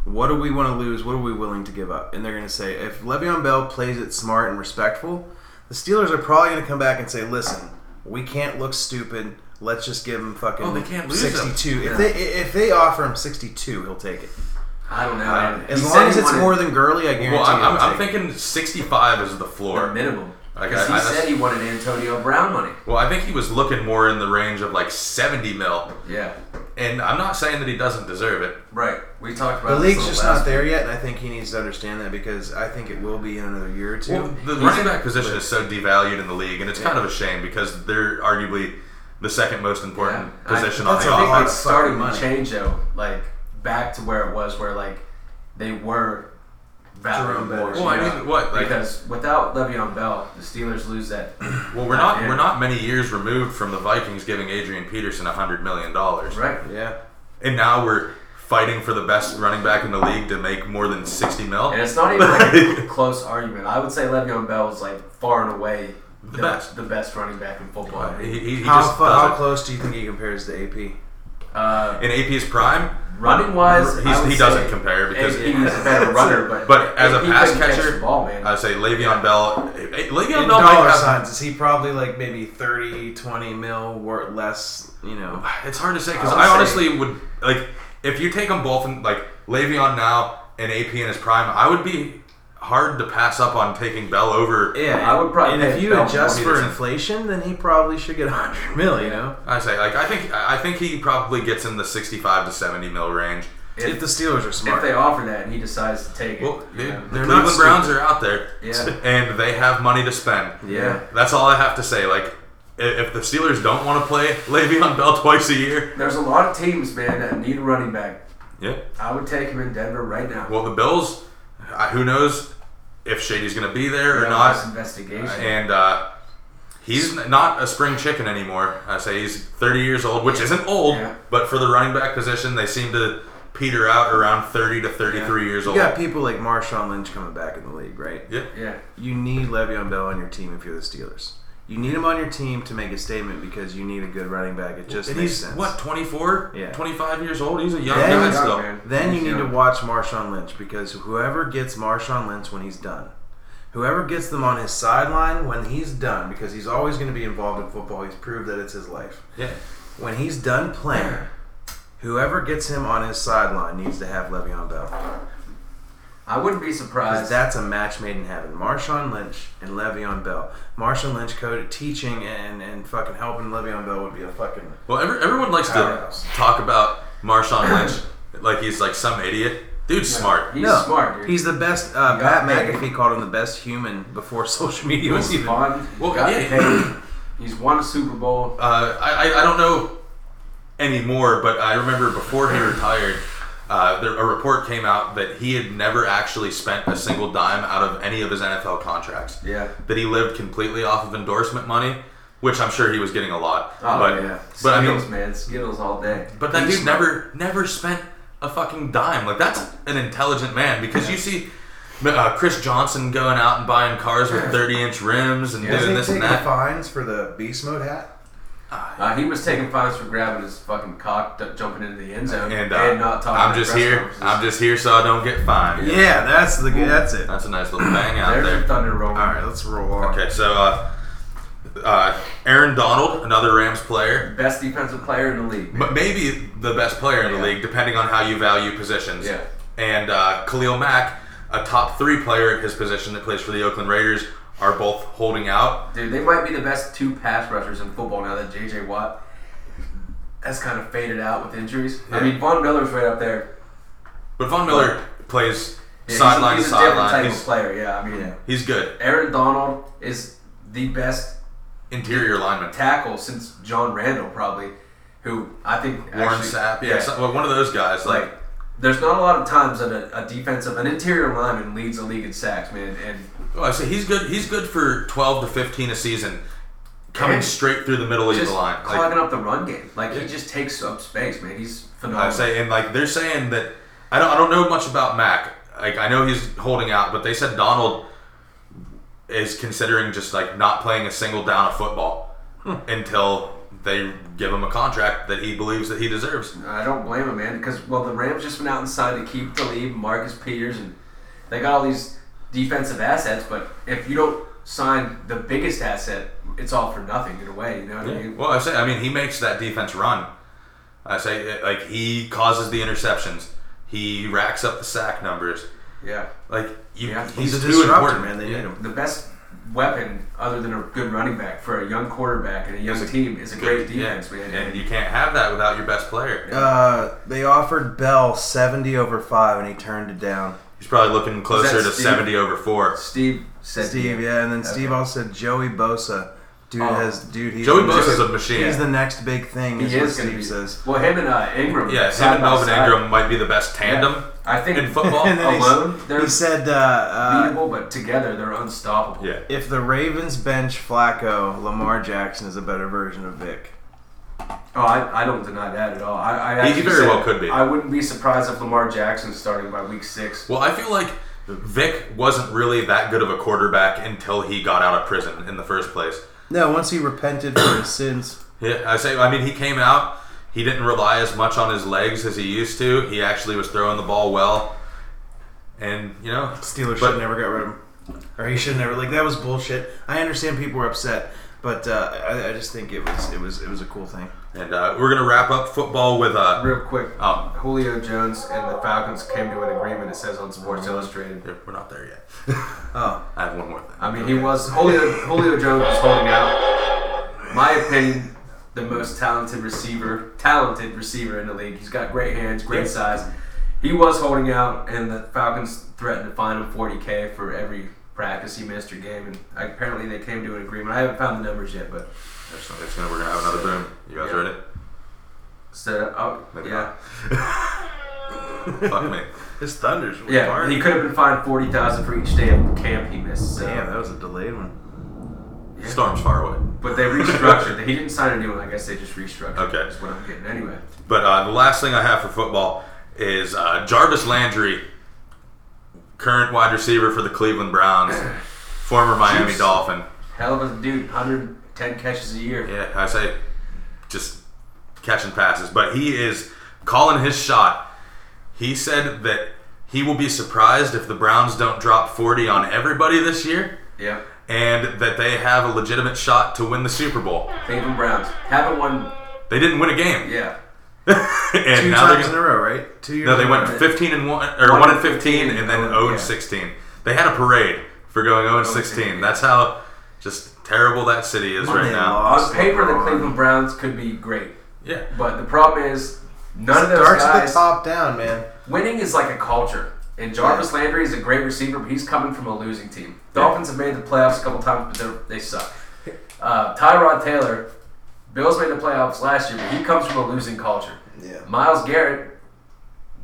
[SPEAKER 3] what do we want to lose? What are we willing to give up? And they're going to say, if Le'Veon Bell plays it smart and respectful, the Steelers are probably going to come back and say, listen, we can't look stupid. Let's just give him fucking
[SPEAKER 1] Oh, they can't lose him.
[SPEAKER 3] sixty-two.
[SPEAKER 2] Yeah.
[SPEAKER 3] If they if they offer him sixty-two, he'll take it.
[SPEAKER 2] I don't know.
[SPEAKER 1] I don't-
[SPEAKER 2] man.
[SPEAKER 3] uh, As
[SPEAKER 2] He
[SPEAKER 3] long
[SPEAKER 2] said
[SPEAKER 3] as
[SPEAKER 2] he
[SPEAKER 3] it's
[SPEAKER 2] wanted-
[SPEAKER 3] more than Gurley, I guarantee.
[SPEAKER 1] Well, I'm, I'm,
[SPEAKER 3] he'll
[SPEAKER 1] I'm
[SPEAKER 3] take it.
[SPEAKER 1] thinking sixty-five is the floor.
[SPEAKER 2] the minimum.
[SPEAKER 1] Like,
[SPEAKER 2] Because
[SPEAKER 1] I- I-
[SPEAKER 2] he said he wanted Antonio Brown money.
[SPEAKER 1] Well, I think he was looking more in the range of like 70 mil.
[SPEAKER 2] Yeah,
[SPEAKER 1] And I'm not saying that he doesn't deserve it.
[SPEAKER 2] right. We talked about
[SPEAKER 3] The
[SPEAKER 2] this
[SPEAKER 3] league's
[SPEAKER 2] on
[SPEAKER 3] just
[SPEAKER 2] last-
[SPEAKER 3] not there yet, and I think he needs to understand that because I think it will be in another year or two.
[SPEAKER 1] Well, the running back position is so devalued in the league, and it's kind of a shame because they're arguably the second most important
[SPEAKER 2] Yeah. I-
[SPEAKER 1] position on
[SPEAKER 3] that's
[SPEAKER 1] the
[SPEAKER 3] a
[SPEAKER 2] I think
[SPEAKER 3] lot
[SPEAKER 1] offense.
[SPEAKER 3] of
[SPEAKER 2] like starting
[SPEAKER 3] fucking
[SPEAKER 2] to
[SPEAKER 3] money.
[SPEAKER 2] change though, like back to where it was, where like they were valued
[SPEAKER 3] Jerome
[SPEAKER 2] more.
[SPEAKER 3] Bettis.
[SPEAKER 1] Well, I
[SPEAKER 2] you
[SPEAKER 1] mean,
[SPEAKER 2] know?
[SPEAKER 1] what, like-
[SPEAKER 2] because without Le'Veon Bell, the Steelers lose that.
[SPEAKER 1] Well, we're not
[SPEAKER 2] Yeah.
[SPEAKER 1] we're not many years removed from the Vikings giving Adrian Peterson 100 million dollars,
[SPEAKER 2] Right.
[SPEAKER 3] yeah.
[SPEAKER 1] and now we're fighting for the best running back in the league to make more than 60 mil.
[SPEAKER 2] And it's not even like a close argument. I would say Le'Veon Bell is like far and away
[SPEAKER 1] The best.
[SPEAKER 2] the best running back in football.
[SPEAKER 1] He, he, he
[SPEAKER 3] how
[SPEAKER 1] just
[SPEAKER 3] fu- how
[SPEAKER 1] does it.
[SPEAKER 3] close do you think he compares to AP?
[SPEAKER 2] Uh,
[SPEAKER 1] In AP's prime,
[SPEAKER 2] running wise,
[SPEAKER 1] He's- he doesn't compare because-
[SPEAKER 2] he was a better runner, but
[SPEAKER 1] But as a
[SPEAKER 2] he
[SPEAKER 1] pass
[SPEAKER 2] couldn't catch
[SPEAKER 1] catcher,
[SPEAKER 2] the ball man,
[SPEAKER 1] I say Le'Veon Bell. eh, Le'Veon
[SPEAKER 3] In
[SPEAKER 1] Bell might
[SPEAKER 3] dollar
[SPEAKER 1] have
[SPEAKER 3] signs, is he probably like maybe 30, 20 mil wor- less, you know?
[SPEAKER 1] It's hard to say because I,
[SPEAKER 2] I would
[SPEAKER 1] honestly would like if you take them both and like Le'Veon now and AP in his prime. I would be hard to pass up on taking Bell over.
[SPEAKER 3] Yeah,
[SPEAKER 2] I would probably
[SPEAKER 3] And
[SPEAKER 2] pay
[SPEAKER 3] if you
[SPEAKER 2] Bell
[SPEAKER 3] adjust
[SPEAKER 1] more.
[SPEAKER 3] for inflation, then he probably should get 100 mil, you know?
[SPEAKER 1] I say like I think I think he probably gets in the sixty-five to seventy mil range.
[SPEAKER 2] If-
[SPEAKER 3] If, the Steelers are smart.
[SPEAKER 2] if they offer that and he decides to take it.
[SPEAKER 1] Well,
[SPEAKER 2] you
[SPEAKER 1] dude,
[SPEAKER 2] know.
[SPEAKER 1] the
[SPEAKER 3] They're not
[SPEAKER 1] Cleveland
[SPEAKER 3] stupid.
[SPEAKER 1] Browns are out there,
[SPEAKER 2] Yeah.
[SPEAKER 1] and they have money to spend.
[SPEAKER 3] yeah.
[SPEAKER 1] That's all I have to say. Like i- if the Steelers don't want to play Le'Veon Bell twice a year,
[SPEAKER 2] There's a lot of teams, man, that need a running back.
[SPEAKER 1] yeah.
[SPEAKER 2] I would take him in Denver right now.
[SPEAKER 1] Well, the Bills, uh, who knows if Shady's going to be there or
[SPEAKER 2] Without
[SPEAKER 1] not.
[SPEAKER 2] this investigation.
[SPEAKER 1] And uh, He's n- not a spring chicken anymore. I say he's 30 years old, which isn't old,
[SPEAKER 2] Yeah.
[SPEAKER 1] but for the running back position, they seem to peter out around 30 to 33 years
[SPEAKER 3] You
[SPEAKER 1] old.
[SPEAKER 3] got people like Marshawn Lynch coming back in the league, right?
[SPEAKER 1] Yeah.
[SPEAKER 2] Yeah.
[SPEAKER 3] You need Le'Veon Bell on your team if you're the Steelers. You need him on your team to make a statement because you need a good running back. It just
[SPEAKER 1] and
[SPEAKER 3] makes
[SPEAKER 1] he's
[SPEAKER 3] sense.
[SPEAKER 1] what 24,
[SPEAKER 3] Yeah.
[SPEAKER 1] 25 years old. He's a young
[SPEAKER 3] Yeah,
[SPEAKER 1] guy
[SPEAKER 3] he's young,
[SPEAKER 1] still.
[SPEAKER 2] man.
[SPEAKER 3] Then you
[SPEAKER 2] He's
[SPEAKER 3] need to
[SPEAKER 2] young.
[SPEAKER 3] watch Marshawn Lynch because whoever gets Marshawn Lynch when he's done, whoever gets them on his sideline when he's done, because he's always going to be involved in football. He's proved that it's his life.
[SPEAKER 1] Yeah,
[SPEAKER 3] When he's done playing, whoever gets him on his sideline needs to have Le'Veon Bell
[SPEAKER 2] I wouldn't be surprised.
[SPEAKER 3] because that's a match made in heaven. Marshawn Lynch and Le'Veon Bell. Marshawn Lynch code teaching and and fucking helping Le'Veon Bell would be a fucking
[SPEAKER 1] Well, every, everyone likes to
[SPEAKER 3] Powerhouse.
[SPEAKER 1] talk about Marshawn Lynch like he's like some idiot. Dude's smart.
[SPEAKER 2] He's smart, dude.
[SPEAKER 3] He's the best. Uh,
[SPEAKER 2] He
[SPEAKER 3] Pat
[SPEAKER 2] got
[SPEAKER 3] McAfee called him the best human before social media was even.
[SPEAKER 2] Vaughn
[SPEAKER 1] Well,
[SPEAKER 2] got
[SPEAKER 1] yeah.
[SPEAKER 2] paid. He's won a Super Bowl.
[SPEAKER 1] Uh, I, I I don't know anymore, but I remember before he retired, uh, there, a report came out that he had never actually spent a single dime out of any of his NFL contracts.
[SPEAKER 2] Yeah.
[SPEAKER 1] That he lived completely off of endorsement money, which I'm sure he was getting a lot.
[SPEAKER 2] Oh,
[SPEAKER 1] but,
[SPEAKER 3] yeah.
[SPEAKER 1] But I mean,
[SPEAKER 2] Skittles, man, Skittles all day.
[SPEAKER 1] But that
[SPEAKER 3] He's
[SPEAKER 1] dude
[SPEAKER 3] smart.
[SPEAKER 1] never never spent a fucking dime. Like that's an intelligent man because you see uh, Chris Johnson going out and buying cars with thirty inch rims and
[SPEAKER 2] Wasn't
[SPEAKER 1] doing
[SPEAKER 3] Doesn't he
[SPEAKER 1] this and
[SPEAKER 3] take the
[SPEAKER 1] that.
[SPEAKER 3] fines for the beast mode hat?
[SPEAKER 1] Ah,
[SPEAKER 2] Uh, he was taking fines for grabbing his fucking cock, d- jumping into the end zone,
[SPEAKER 1] And,
[SPEAKER 2] and,
[SPEAKER 1] uh,
[SPEAKER 2] not talking.
[SPEAKER 1] I'm
[SPEAKER 2] at
[SPEAKER 1] just
[SPEAKER 2] press
[SPEAKER 1] here.
[SPEAKER 2] conferences.
[SPEAKER 1] I'm just here so I don't get fined.
[SPEAKER 3] Yeah, that's the that's it. All
[SPEAKER 1] That's a nice little bang out
[SPEAKER 2] There's your
[SPEAKER 1] there.
[SPEAKER 2] thunder rolling.
[SPEAKER 3] right, let's roll on.
[SPEAKER 1] Okay, so uh, uh, Aaron Donald, another Rams player,
[SPEAKER 2] Best defensive player in the league.
[SPEAKER 1] m- maybe the best player in the
[SPEAKER 2] Yeah.
[SPEAKER 1] league, depending on how you value positions.
[SPEAKER 2] Yeah.
[SPEAKER 1] and uh, Khalil Mack, a top three player at his position that plays for the Oakland Raiders, are both holding out.
[SPEAKER 2] Dude, they might be the best two pass rushers in football now that J.J. Watt has kind of faded out with injuries. I
[SPEAKER 1] Yeah.
[SPEAKER 2] mean, Von Miller's right up there.
[SPEAKER 1] But Von Miller plays
[SPEAKER 2] Yeah, he's a-
[SPEAKER 1] sideline to
[SPEAKER 2] he's a different
[SPEAKER 1] sideline.
[SPEAKER 2] type of
[SPEAKER 1] He's,
[SPEAKER 2] player. Yeah, I mean,
[SPEAKER 1] he's good.
[SPEAKER 2] Aaron Donald is the best
[SPEAKER 1] Interior lineman.
[SPEAKER 2] tackle since John Randall, probably, who I think
[SPEAKER 1] Warren
[SPEAKER 2] actually,
[SPEAKER 1] Sapp. Yeah, so- well, one of those guys. Like,
[SPEAKER 2] like there's not a lot of times that a, a defensive an interior lineman leads the league in sacks, man. And
[SPEAKER 1] well, Oh, I say he's good. He's good for 12 to 15 a season, coming
[SPEAKER 2] And
[SPEAKER 1] straight through the middle of the
[SPEAKER 2] just
[SPEAKER 1] line. Like,
[SPEAKER 2] clogging up the run game. Like he just takes up space, man. He's phenomenal.
[SPEAKER 1] I say, and like they're saying that I don't I don't know much about Mac. Like I know he's holding out, but they said Donald is considering just like not playing a single down of football
[SPEAKER 2] Hmm.
[SPEAKER 1] until they give him a contract that he believes that he deserves.
[SPEAKER 2] I don't blame him, man. Because well, the Rams just went out and signed Akeem Talib, Marcus Peters, and they got all these defensive assets. But if you don't sign the biggest asset, it's all for nothing in a way. You know what I mean?
[SPEAKER 1] Well, I say, I mean, he makes that defense run. I say, like he causes the interceptions. He racks up the sack numbers.
[SPEAKER 2] Yeah.
[SPEAKER 1] Like you,
[SPEAKER 2] Yeah.
[SPEAKER 1] he's,
[SPEAKER 3] He's, a
[SPEAKER 1] too
[SPEAKER 3] disruptor,
[SPEAKER 1] important.
[SPEAKER 3] man. They
[SPEAKER 1] Yeah.
[SPEAKER 3] need him.
[SPEAKER 2] The best weapon, other than a good running back, for a young quarterback and a young
[SPEAKER 1] Is a
[SPEAKER 2] team, is a
[SPEAKER 1] Good-
[SPEAKER 2] great defense,
[SPEAKER 1] yeah.
[SPEAKER 2] man.
[SPEAKER 1] and you can't have that without your best player.
[SPEAKER 3] Uh, they offered Bell seventy over five, and he turned it down.
[SPEAKER 1] He's probably looking closer to
[SPEAKER 2] Steve?
[SPEAKER 1] 70 over 4.
[SPEAKER 2] Steve said
[SPEAKER 3] Steve, yeah, and then Steve also said Joey Bosa. Dude
[SPEAKER 2] Oh.
[SPEAKER 3] has dude. He's
[SPEAKER 1] Joey
[SPEAKER 3] the
[SPEAKER 1] Bosa's
[SPEAKER 3] next-
[SPEAKER 1] a machine.
[SPEAKER 3] He's the next big thing.
[SPEAKER 2] He
[SPEAKER 3] is what
[SPEAKER 2] is going to
[SPEAKER 3] Steve
[SPEAKER 2] be.
[SPEAKER 3] says.
[SPEAKER 2] Well, him and uh, Ingram.
[SPEAKER 1] yeah, him
[SPEAKER 2] side
[SPEAKER 1] and
[SPEAKER 2] by
[SPEAKER 1] Melvin
[SPEAKER 2] side.
[SPEAKER 1] Ingram might be the best tandem
[SPEAKER 2] I think
[SPEAKER 1] in football.
[SPEAKER 3] And then he's-
[SPEAKER 2] alone, they're
[SPEAKER 3] He said, uh, uh,
[SPEAKER 2] beatable, but together they're unstoppable.
[SPEAKER 1] yeah.
[SPEAKER 3] if the Ravens bench Flacco, Lamar Jackson is a better version of Vic.
[SPEAKER 2] Oh, I, I don't deny that at all. I, I actually
[SPEAKER 1] very
[SPEAKER 2] said
[SPEAKER 1] well could be.
[SPEAKER 2] I wouldn't be surprised if Lamar Jackson's starting by week six.
[SPEAKER 1] Well, I feel like Vic wasn't really that good of a quarterback until he got out of prison in the first place.
[SPEAKER 3] No, once he repented for his sins.
[SPEAKER 1] Yeah, I say. I mean, he came out. He didn't rely as much on his legs as he used to. He actually was throwing the ball well, and you know,
[SPEAKER 3] Steelers
[SPEAKER 1] But-
[SPEAKER 3] should never got rid of him, or he should never. Like that was bullshit. I understand people were upset, but uh, I, I just think it was it was it was a cool thing.
[SPEAKER 1] and uh, we're gonna wrap up football with uh,
[SPEAKER 2] Real quick,
[SPEAKER 1] oh,
[SPEAKER 2] Julio Jones and the Falcons came to an agreement. It says on Sports Illustrated.
[SPEAKER 1] we're not there yet.
[SPEAKER 3] Oh,
[SPEAKER 1] I have one more thing.
[SPEAKER 2] I mean, he was Julio, Julio Jones was holding out. My opinion, the most talented receiver, talented receiver in the league. He's got great hands, great size. He was holding out, and the Falcons threatened to fine him 40k for every practice he missed or game. And apparently, they came to an agreement. I haven't found the numbers yet, but
[SPEAKER 1] That's, that's gonna, we're gonna have another boom. You guys
[SPEAKER 2] Yeah.
[SPEAKER 1] ready?
[SPEAKER 2] so oh
[SPEAKER 1] Maybe
[SPEAKER 2] yeah,
[SPEAKER 1] not. Fuck me.
[SPEAKER 3] his thunders. Were
[SPEAKER 2] yeah.
[SPEAKER 3] hard.
[SPEAKER 2] He could have been fined forty thousand for each day of camp he missed. So.
[SPEAKER 3] Damn, that was a delayed one.
[SPEAKER 1] Storm's far away.
[SPEAKER 2] But they restructured. he didn't sign a new one. I guess they just restructured.
[SPEAKER 1] Okay.
[SPEAKER 2] Is what I'm getting. Anyway,
[SPEAKER 1] But uh, the last thing I have for football is uh, Jarvis Landry, current wide receiver for the Cleveland Browns, former Miami
[SPEAKER 2] Jeez.
[SPEAKER 1] Dolphin.
[SPEAKER 2] hell of a dude. 110 catches a year.
[SPEAKER 1] Yeah, I say just catching passes, but he is calling his shot. He said that he will be surprised if the Browns don't drop 40 on everybody this year
[SPEAKER 2] Yeah.
[SPEAKER 1] and that they have a legitimate shot to win the Super Bowl.
[SPEAKER 2] Cleveland Browns haven't won.
[SPEAKER 1] They didn't win a game.
[SPEAKER 2] Yeah.
[SPEAKER 1] and
[SPEAKER 3] Two
[SPEAKER 1] now they're
[SPEAKER 3] times
[SPEAKER 1] gonna-
[SPEAKER 3] in a row, right? Two years.
[SPEAKER 1] No, they
[SPEAKER 3] in a
[SPEAKER 1] went
[SPEAKER 3] row.
[SPEAKER 1] 15 and one, or
[SPEAKER 2] One
[SPEAKER 1] one and
[SPEAKER 2] and
[SPEAKER 1] 15,
[SPEAKER 2] 15,
[SPEAKER 1] and then 0
[SPEAKER 2] oh, yeah. Oh
[SPEAKER 1] and 16. They had a parade for going 0 and 16. That's how just terrible that city is
[SPEAKER 3] Monday
[SPEAKER 1] right now.
[SPEAKER 3] lost
[SPEAKER 2] On paper, the
[SPEAKER 3] LeBron.
[SPEAKER 2] Cleveland Browns could be great,
[SPEAKER 1] Yeah,
[SPEAKER 2] but the problem is none of those
[SPEAKER 3] Starts at the
[SPEAKER 2] guys.
[SPEAKER 3] top down, man.
[SPEAKER 2] Winning is like a culture, and Jarvis Landry is a great receiver, but he's coming from a losing team. Dolphins have made the playoffs a couple times, but they're- they suck. Uh, Tyrod Taylor, Bills made the playoffs last year, but he comes from a losing culture.
[SPEAKER 3] Yeah.
[SPEAKER 2] Miles Garrett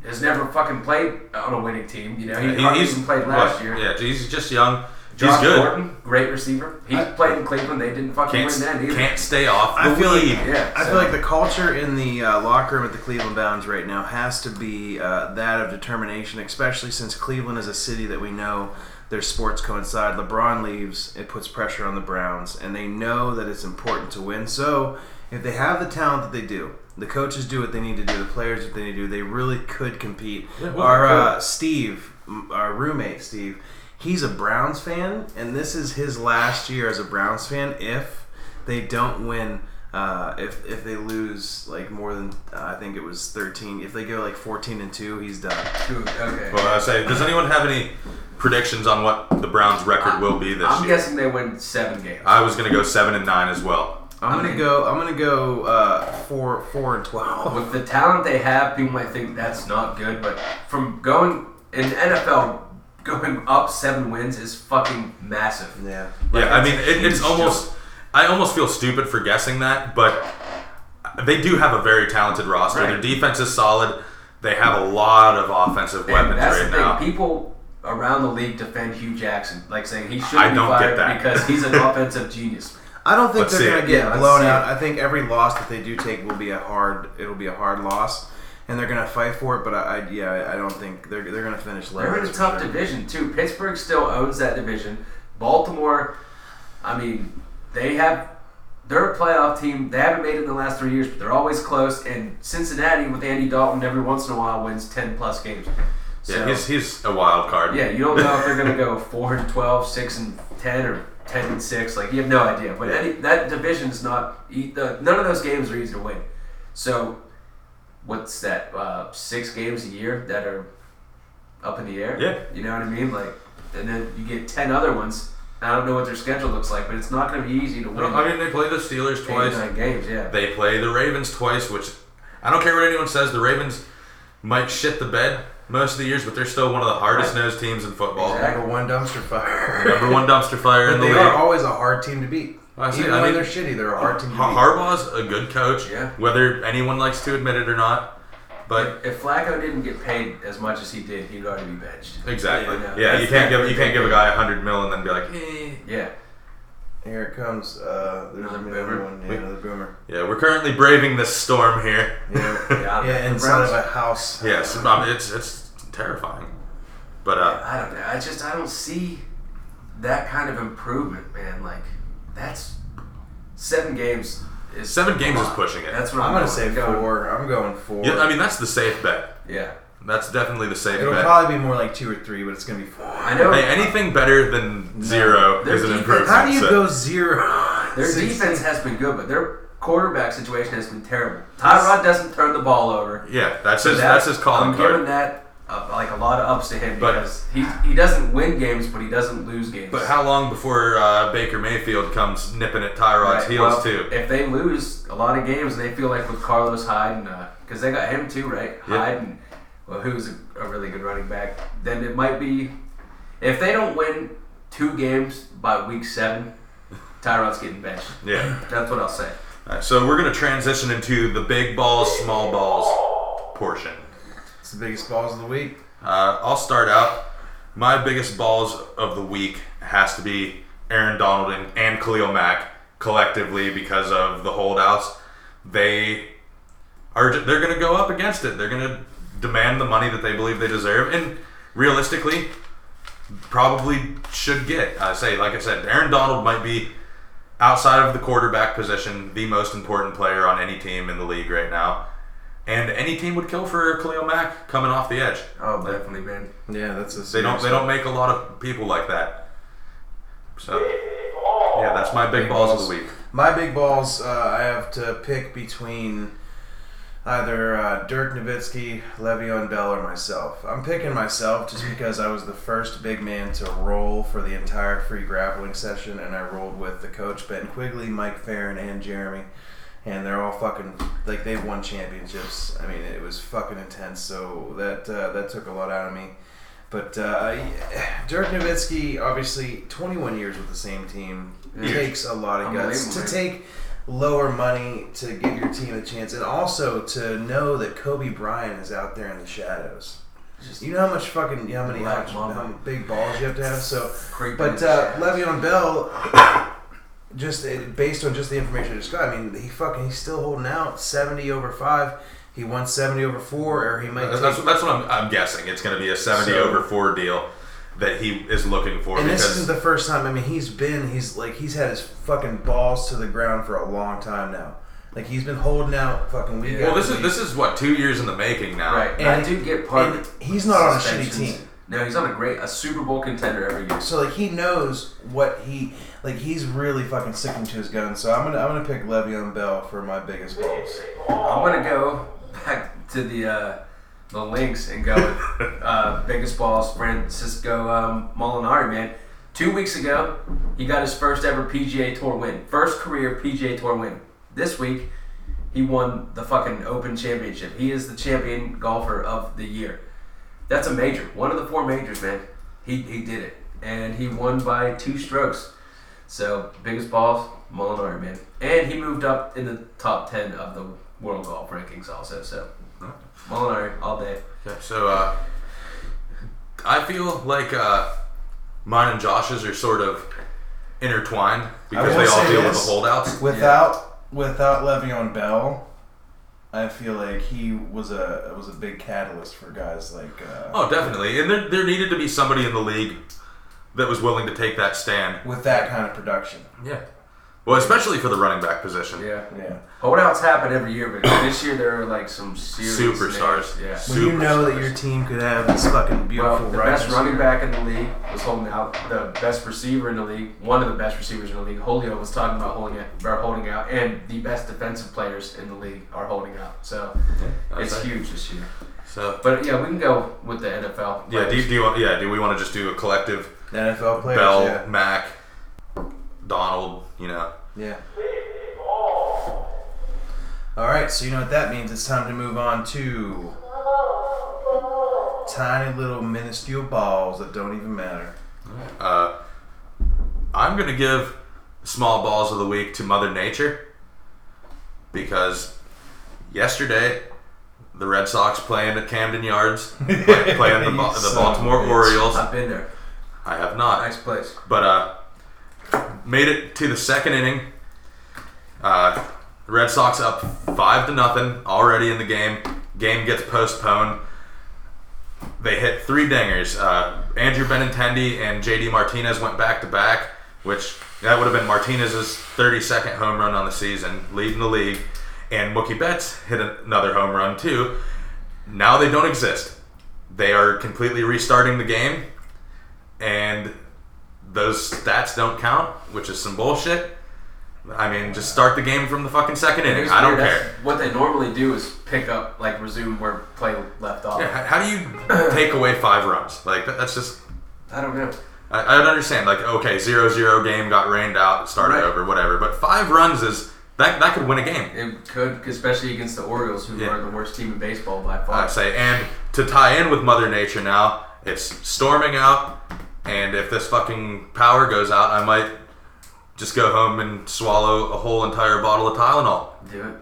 [SPEAKER 2] has never fucking played on a winning team. You know, he, hardly even played last
[SPEAKER 1] what?
[SPEAKER 2] year.
[SPEAKER 1] Yeah, he's just young.
[SPEAKER 2] Josh
[SPEAKER 1] he's good.
[SPEAKER 2] Gordon, great receiver. He
[SPEAKER 3] I-
[SPEAKER 2] played in Cleveland. They didn't fucking
[SPEAKER 1] Can't
[SPEAKER 2] win then either.
[SPEAKER 1] can't stay off. The
[SPEAKER 3] I feel like-
[SPEAKER 1] lead.
[SPEAKER 2] Yeah,
[SPEAKER 3] I
[SPEAKER 2] so-
[SPEAKER 3] feel like the culture in the uh, locker room at the Cleveland Browns right now has to be uh, that of determination, especially since Cleveland is a city that we know their sports coincide. LeBron leaves, it puts pressure on the Browns, and they know that it's important to win. So, if they have the talent that they do, the coaches do what they need to do, the players do what they need to do, they really could compete.
[SPEAKER 1] well,
[SPEAKER 3] Our
[SPEAKER 1] they could.
[SPEAKER 3] uh, Steve, m- our roommate Steve, he's a Browns fan, and this is his last year as a Browns fan if they don't win. Uh, if if they lose like more than uh, I think it was thirteen, if they go like fourteen and two, he's done.
[SPEAKER 2] Dude, okay.
[SPEAKER 1] Well, I say, does anyone have any predictions on what the Browns' record will be this
[SPEAKER 2] I'm
[SPEAKER 1] year?
[SPEAKER 2] guessing they win seven games.
[SPEAKER 1] I was gonna go seven and nine as well.
[SPEAKER 3] I'm
[SPEAKER 2] I
[SPEAKER 3] gonna
[SPEAKER 2] mean-
[SPEAKER 3] go. I'm gonna go uh, four four and twelve.
[SPEAKER 2] With the talent they have, people might think that's not good, but from going in the NFL, going up seven wins is fucking massive.
[SPEAKER 3] Yeah.
[SPEAKER 2] Like,
[SPEAKER 1] yeah, I
[SPEAKER 2] that's
[SPEAKER 1] mean,
[SPEAKER 2] a
[SPEAKER 1] it,
[SPEAKER 2] huge
[SPEAKER 1] it's almost. I almost feel stupid for guessing that, but they do have a very talented roster.
[SPEAKER 2] Right.
[SPEAKER 1] Their defense is solid. They have a lot of offensive
[SPEAKER 2] jump.
[SPEAKER 1] weapons
[SPEAKER 2] And that's
[SPEAKER 1] right
[SPEAKER 2] the thing.
[SPEAKER 1] now.
[SPEAKER 2] People around the league defend Hugh Jackson, like saying he should
[SPEAKER 1] I
[SPEAKER 2] be
[SPEAKER 1] don't get
[SPEAKER 2] fired
[SPEAKER 1] that.
[SPEAKER 2] because he's an offensive genius.
[SPEAKER 3] I don't think
[SPEAKER 1] Let's see
[SPEAKER 3] they're
[SPEAKER 1] it.
[SPEAKER 3] gonna get
[SPEAKER 2] Yeah, let's
[SPEAKER 3] blown
[SPEAKER 2] see
[SPEAKER 3] out. I think every loss that they do take will be a hard. It'll be a hard loss, and they're gonna fight for it. But I, I yeah, I- I don't think they're they're gonna finish low.
[SPEAKER 2] They're in a
[SPEAKER 3] that's for
[SPEAKER 2] tough
[SPEAKER 3] sure.
[SPEAKER 2] division too. Pittsburgh still owns that division. Baltimore, I mean, they have they're a playoff team. They haven't made it in the last three years, but they're always close. And Cincinnati with Andy Dalton every once in a while wins ten plus games. So
[SPEAKER 1] Yeah,
[SPEAKER 2] yeah,
[SPEAKER 1] he's, he's a wild card.
[SPEAKER 2] you don't know if they're gonna go four and 12, 6 and ten, or ten and six. Like you have no idea. But any, that division's not e- the, none of those games are easy to win. So what's that? Uh, six games a year that are up in the air.
[SPEAKER 1] Yeah.
[SPEAKER 2] You know what I mean? Like, and then you get ten other ones. I don't know what their schedule looks like, but it's not going to be easy to win.
[SPEAKER 1] I mean, they play the Steelers
[SPEAKER 2] eight,
[SPEAKER 1] twice.
[SPEAKER 2] nine games. Yeah.
[SPEAKER 1] They play the Ravens twice, which I don't care what anyone says. The Ravens might shit the bed most of the years, but they're still one of the hardest nosed teams in football.
[SPEAKER 2] Exactly.
[SPEAKER 3] Number one dumpster fire.
[SPEAKER 1] Number one dumpster fire in the
[SPEAKER 3] they
[SPEAKER 1] league.
[SPEAKER 3] are always a hard team to beat.
[SPEAKER 1] I see,
[SPEAKER 3] Even
[SPEAKER 1] I
[SPEAKER 3] when
[SPEAKER 1] mean-
[SPEAKER 3] they're shitty, they're a hard team to beat.
[SPEAKER 1] Har- Harbaugh's a good coach,
[SPEAKER 2] Yeah.
[SPEAKER 1] whether anyone likes to admit it or not. But
[SPEAKER 2] If Flacco didn't get paid as much as he did, he'd already be benched.
[SPEAKER 1] exactly,
[SPEAKER 2] Yeah,
[SPEAKER 1] yeah,
[SPEAKER 2] yeah. That's
[SPEAKER 1] you can't
[SPEAKER 2] that-
[SPEAKER 1] give you can't give a guy a hundred mil and then be like, eh.
[SPEAKER 2] Yeah.
[SPEAKER 3] Here it comes. Uh, there's
[SPEAKER 2] Another
[SPEAKER 3] another
[SPEAKER 2] boomer.
[SPEAKER 3] one. Yeah,
[SPEAKER 1] Wait.
[SPEAKER 3] another boomer.
[SPEAKER 1] yeah, we're currently braving this storm here.
[SPEAKER 3] Yeah.
[SPEAKER 2] Yeah.
[SPEAKER 3] yeah,
[SPEAKER 2] the
[SPEAKER 3] inside
[SPEAKER 2] Browns-
[SPEAKER 3] of a house.
[SPEAKER 1] Yes, um, it's it's terrifying. But uh,
[SPEAKER 2] I don't know. I just I don't see that kind of improvement, man. Like that's seven games is
[SPEAKER 1] Seven games
[SPEAKER 2] a
[SPEAKER 1] is
[SPEAKER 2] lot.
[SPEAKER 1] pushing it.
[SPEAKER 2] That's what I'm,
[SPEAKER 3] I'm gonna
[SPEAKER 2] going.
[SPEAKER 3] say
[SPEAKER 2] Going-
[SPEAKER 3] four. I'm going four.
[SPEAKER 1] yeah, I mean that's the safe bet.
[SPEAKER 2] Yeah,
[SPEAKER 1] That's definitely the safe
[SPEAKER 3] it'll
[SPEAKER 1] bet.
[SPEAKER 3] probably be more like two or three, but it's gonna be four.
[SPEAKER 2] I know.
[SPEAKER 1] Hey, anything better than zero
[SPEAKER 2] Their
[SPEAKER 1] is an
[SPEAKER 2] defense-
[SPEAKER 1] improvement.
[SPEAKER 3] How do you
[SPEAKER 1] so-
[SPEAKER 3] go zero?
[SPEAKER 2] Their defense has been good, but their quarterback situation has been terrible. Tyrod doesn't turn the ball over.
[SPEAKER 1] Yeah, that's his.
[SPEAKER 2] That-
[SPEAKER 1] That's his calling
[SPEAKER 2] I'm giving
[SPEAKER 1] card.
[SPEAKER 2] that uh, like a lot of ups to him
[SPEAKER 1] But-
[SPEAKER 2] because he he doesn't win games, but he doesn't lose games.
[SPEAKER 1] But how long before uh, Baker Mayfield comes nipping at Tyrod's
[SPEAKER 2] Right,
[SPEAKER 1] heels
[SPEAKER 2] well,
[SPEAKER 1] too?
[SPEAKER 2] If they lose a lot of games, they feel like with Carlos Hyde and because they got him too, right?
[SPEAKER 1] Yeah.
[SPEAKER 2] Hyde and well, who's a, a really good running back? Then it might be if they don't win two games by week seven, Tyrod's getting benched.
[SPEAKER 1] Yeah.
[SPEAKER 2] That's what I'll say.
[SPEAKER 1] All right, so we're gonna transition into the big balls, small balls portion.
[SPEAKER 3] It's the biggest balls of the week.
[SPEAKER 1] Uh, I'll start out. My biggest balls of the week has to be Aaron Donald and, and Khalil Mack collectively because of the holdouts, they are ju- they're going to go up against it. They're going to demand the money that they believe they deserve, and realistically, probably should get. I say, like I said, Aaron Donald might be outside of the quarterback position the most important player on any team in the league right now. And any team would kill for Khalil Mack coming off the edge.
[SPEAKER 2] Oh, definitely, man.
[SPEAKER 3] Yeah, that's a
[SPEAKER 1] They don't.
[SPEAKER 3] serious-
[SPEAKER 1] They don't make a lot of people like that. So, yeah, that's my big,
[SPEAKER 3] Big
[SPEAKER 1] balls,
[SPEAKER 3] balls.
[SPEAKER 1] of the week.
[SPEAKER 3] My big balls, uh, I have to pick between either uh, Dirk Nowitzki, Le'Veon Bell, or myself. I'm picking myself just because I was the first big man to roll for the entire free grappling session, and I rolled with the coach Ben Quigley, Mike Farron, and Jeremy. And they're all fucking like they've won championships. I mean, it was fucking intense. So that uh, that took a lot out of me. But uh, Dirk Nowitzki, obviously, 21 years with the same team
[SPEAKER 2] Yeah.
[SPEAKER 3] takes a lot of guts to
[SPEAKER 2] Unbelievable,
[SPEAKER 3] take lower money to give your team a chance, and also to know that Kobe Bryant is out there in the shadows.
[SPEAKER 2] Just
[SPEAKER 3] You know how much fucking how many
[SPEAKER 2] Black
[SPEAKER 3] how, much,
[SPEAKER 2] mamba.
[SPEAKER 3] how many big balls you have to have. So,
[SPEAKER 2] creeping
[SPEAKER 3] but
[SPEAKER 2] and
[SPEAKER 3] uh,
[SPEAKER 2] shit.
[SPEAKER 3] Le'Veon Bell, just uh, based on just the information I just got, I mean, he fucking he's still holding out seventy over five. He won seventy over four, or he might.
[SPEAKER 1] That's,
[SPEAKER 3] take-
[SPEAKER 1] that's, that's what I'm, I'm guessing. It's going to be a seventy
[SPEAKER 3] So-
[SPEAKER 1] over four deal that he is looking for
[SPEAKER 3] And this
[SPEAKER 1] because
[SPEAKER 3] isn't the first time. I mean, he's been he's like he's had his fucking balls to the ground for a long time now. Like he's been holding out fucking week.
[SPEAKER 2] Yeah.
[SPEAKER 1] well,
[SPEAKER 3] after
[SPEAKER 1] this is
[SPEAKER 3] week.
[SPEAKER 1] this is what two years in the making now.
[SPEAKER 2] right. And I
[SPEAKER 3] and-
[SPEAKER 2] do get part.
[SPEAKER 3] And
[SPEAKER 2] of
[SPEAKER 3] he's not on a shitty
[SPEAKER 2] suspensions.
[SPEAKER 3] team,
[SPEAKER 2] No, he's on a great, a Super Bowl contender every year.
[SPEAKER 3] so like he knows what he like. He's really fucking sticking to his gun. So I'm gonna I'm gonna pick Le'Veon Bell for my biggest balls.
[SPEAKER 2] I'm gonna go back to the uh, the links and go with uh, biggest balls Francisco um, Molinari, man. Two weeks ago, he got his first ever PGA Tour win, first career PGA Tour win. This week, he won the fucking Open Championship. He is the champion golfer of the year. That's a major, one of the four majors, man. He he did it, and he won by two strokes. So biggest balls, Molinari, man, and he moved up in the top ten of the world golf rankings also. So Molinari all day.
[SPEAKER 1] Yeah, so uh, I feel like uh, mine and Josh's are sort of intertwined because
[SPEAKER 3] will
[SPEAKER 1] they all
[SPEAKER 3] say
[SPEAKER 1] deal with
[SPEAKER 3] this.
[SPEAKER 1] the holdouts.
[SPEAKER 3] Without without Le'Veon Bell, I feel like he was a was a big catalyst for guys like. Uh,
[SPEAKER 1] Oh, definitely. And there, there needed to be somebody in the league that was willing to take that stand.
[SPEAKER 3] With that kind of production,
[SPEAKER 1] Yeah. Well, especially for the running back position.
[SPEAKER 2] Yeah,
[SPEAKER 3] yeah.
[SPEAKER 2] holdouts happen every year, but this year there are like some serious
[SPEAKER 1] Superstars.
[SPEAKER 2] names. Yeah.
[SPEAKER 3] When you know that
[SPEAKER 1] Superstars.
[SPEAKER 3] your team could have this fucking beautiful
[SPEAKER 2] Well, the
[SPEAKER 3] runners
[SPEAKER 2] best running back in the league was holding out. The best receiver in the league, one of the best receivers in the league, Holio was talking about holding out, about holding out, and the best defensive players in the league are holding out. So
[SPEAKER 1] That's
[SPEAKER 2] it's
[SPEAKER 1] right.
[SPEAKER 2] huge this year.
[SPEAKER 1] So
[SPEAKER 2] But yeah, we can go with the NFL.
[SPEAKER 1] yeah, do,
[SPEAKER 2] players.
[SPEAKER 1] you- do you want, yeah, do we want to just do a collective
[SPEAKER 3] NFL players.
[SPEAKER 1] Bell,
[SPEAKER 3] yeah.
[SPEAKER 1] Mac, Donald, you know?
[SPEAKER 3] yeah. All right, so you know what that means. It's time to move on to tiny little minuscule balls that don't even matter.
[SPEAKER 1] Uh, I'm going to give small balls of the week to Mother Nature because yesterday the Red Sox playing at Camden Yards, play- playing the, Ba- the
[SPEAKER 3] You son of a
[SPEAKER 1] Baltimore
[SPEAKER 3] bitch.
[SPEAKER 1] Orioles.
[SPEAKER 2] I've been there.
[SPEAKER 1] I have not.
[SPEAKER 2] Nice place.
[SPEAKER 1] but uh, made it to the second inning. Uh, Red Sox up five to nothing already in the game. Game gets postponed. They hit three dingers. Uh, Andrew Benintendi and JD Martinez went back to back, which that would have been Martinez's 32nd home run on the season, leading the league. And Mookie Betts hit another home run too. Now they don't exist. They are completely restarting the game, and those stats don't count, which is some bullshit. I mean, just start the game from the fucking second inning. I don't
[SPEAKER 2] That's-
[SPEAKER 1] care.
[SPEAKER 2] What they normally do is pick up, like, resume where play left off.
[SPEAKER 1] Yeah, h- How do you take away five runs? Like that- that's just
[SPEAKER 2] I don't know.
[SPEAKER 1] I, I don't understand. Like okay, zero zero game got rained out, started
[SPEAKER 2] Right.
[SPEAKER 1] over, whatever. But five runs is that that could win a game.
[SPEAKER 2] It could, especially against the Orioles, who
[SPEAKER 1] Yeah.
[SPEAKER 2] are the worst team in baseball by far.
[SPEAKER 1] I say, and to tie in with Mother Nature now, it's storming out, and if this fucking power goes out, I might just go home and swallow a whole entire bottle of Tylenol.
[SPEAKER 2] do it.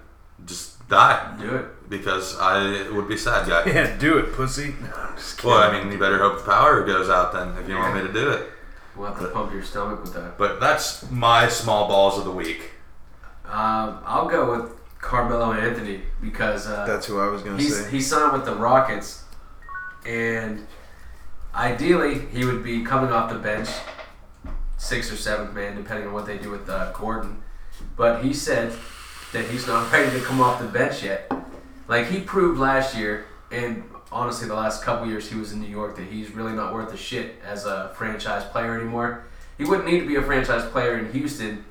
[SPEAKER 1] Just die.
[SPEAKER 2] Do it.
[SPEAKER 1] because I would be sad guy.
[SPEAKER 3] Yeah, do it, pussy. No, I'm just kidding.
[SPEAKER 1] Well, I mean, you better hope the power goes out then if you want me to do it.
[SPEAKER 2] We'll have to pump your stomach with that.
[SPEAKER 1] But that's my small balls of the week.
[SPEAKER 2] Um, I'll go with Carmelo Anthony because uh,
[SPEAKER 3] That's who I was gonna
[SPEAKER 2] he's
[SPEAKER 3] say.
[SPEAKER 2] he signed with the Rockets, and ideally he would be coming off the bench, sixth or seventh man, depending on what they do with uh, Gordon. But he said that he's not ready to come off the bench yet. Like he proved last year, and honestly, the last couple years he was in New York, that he's really not worth a shit as a franchise player anymore. He wouldn't need to be a franchise player in Houston,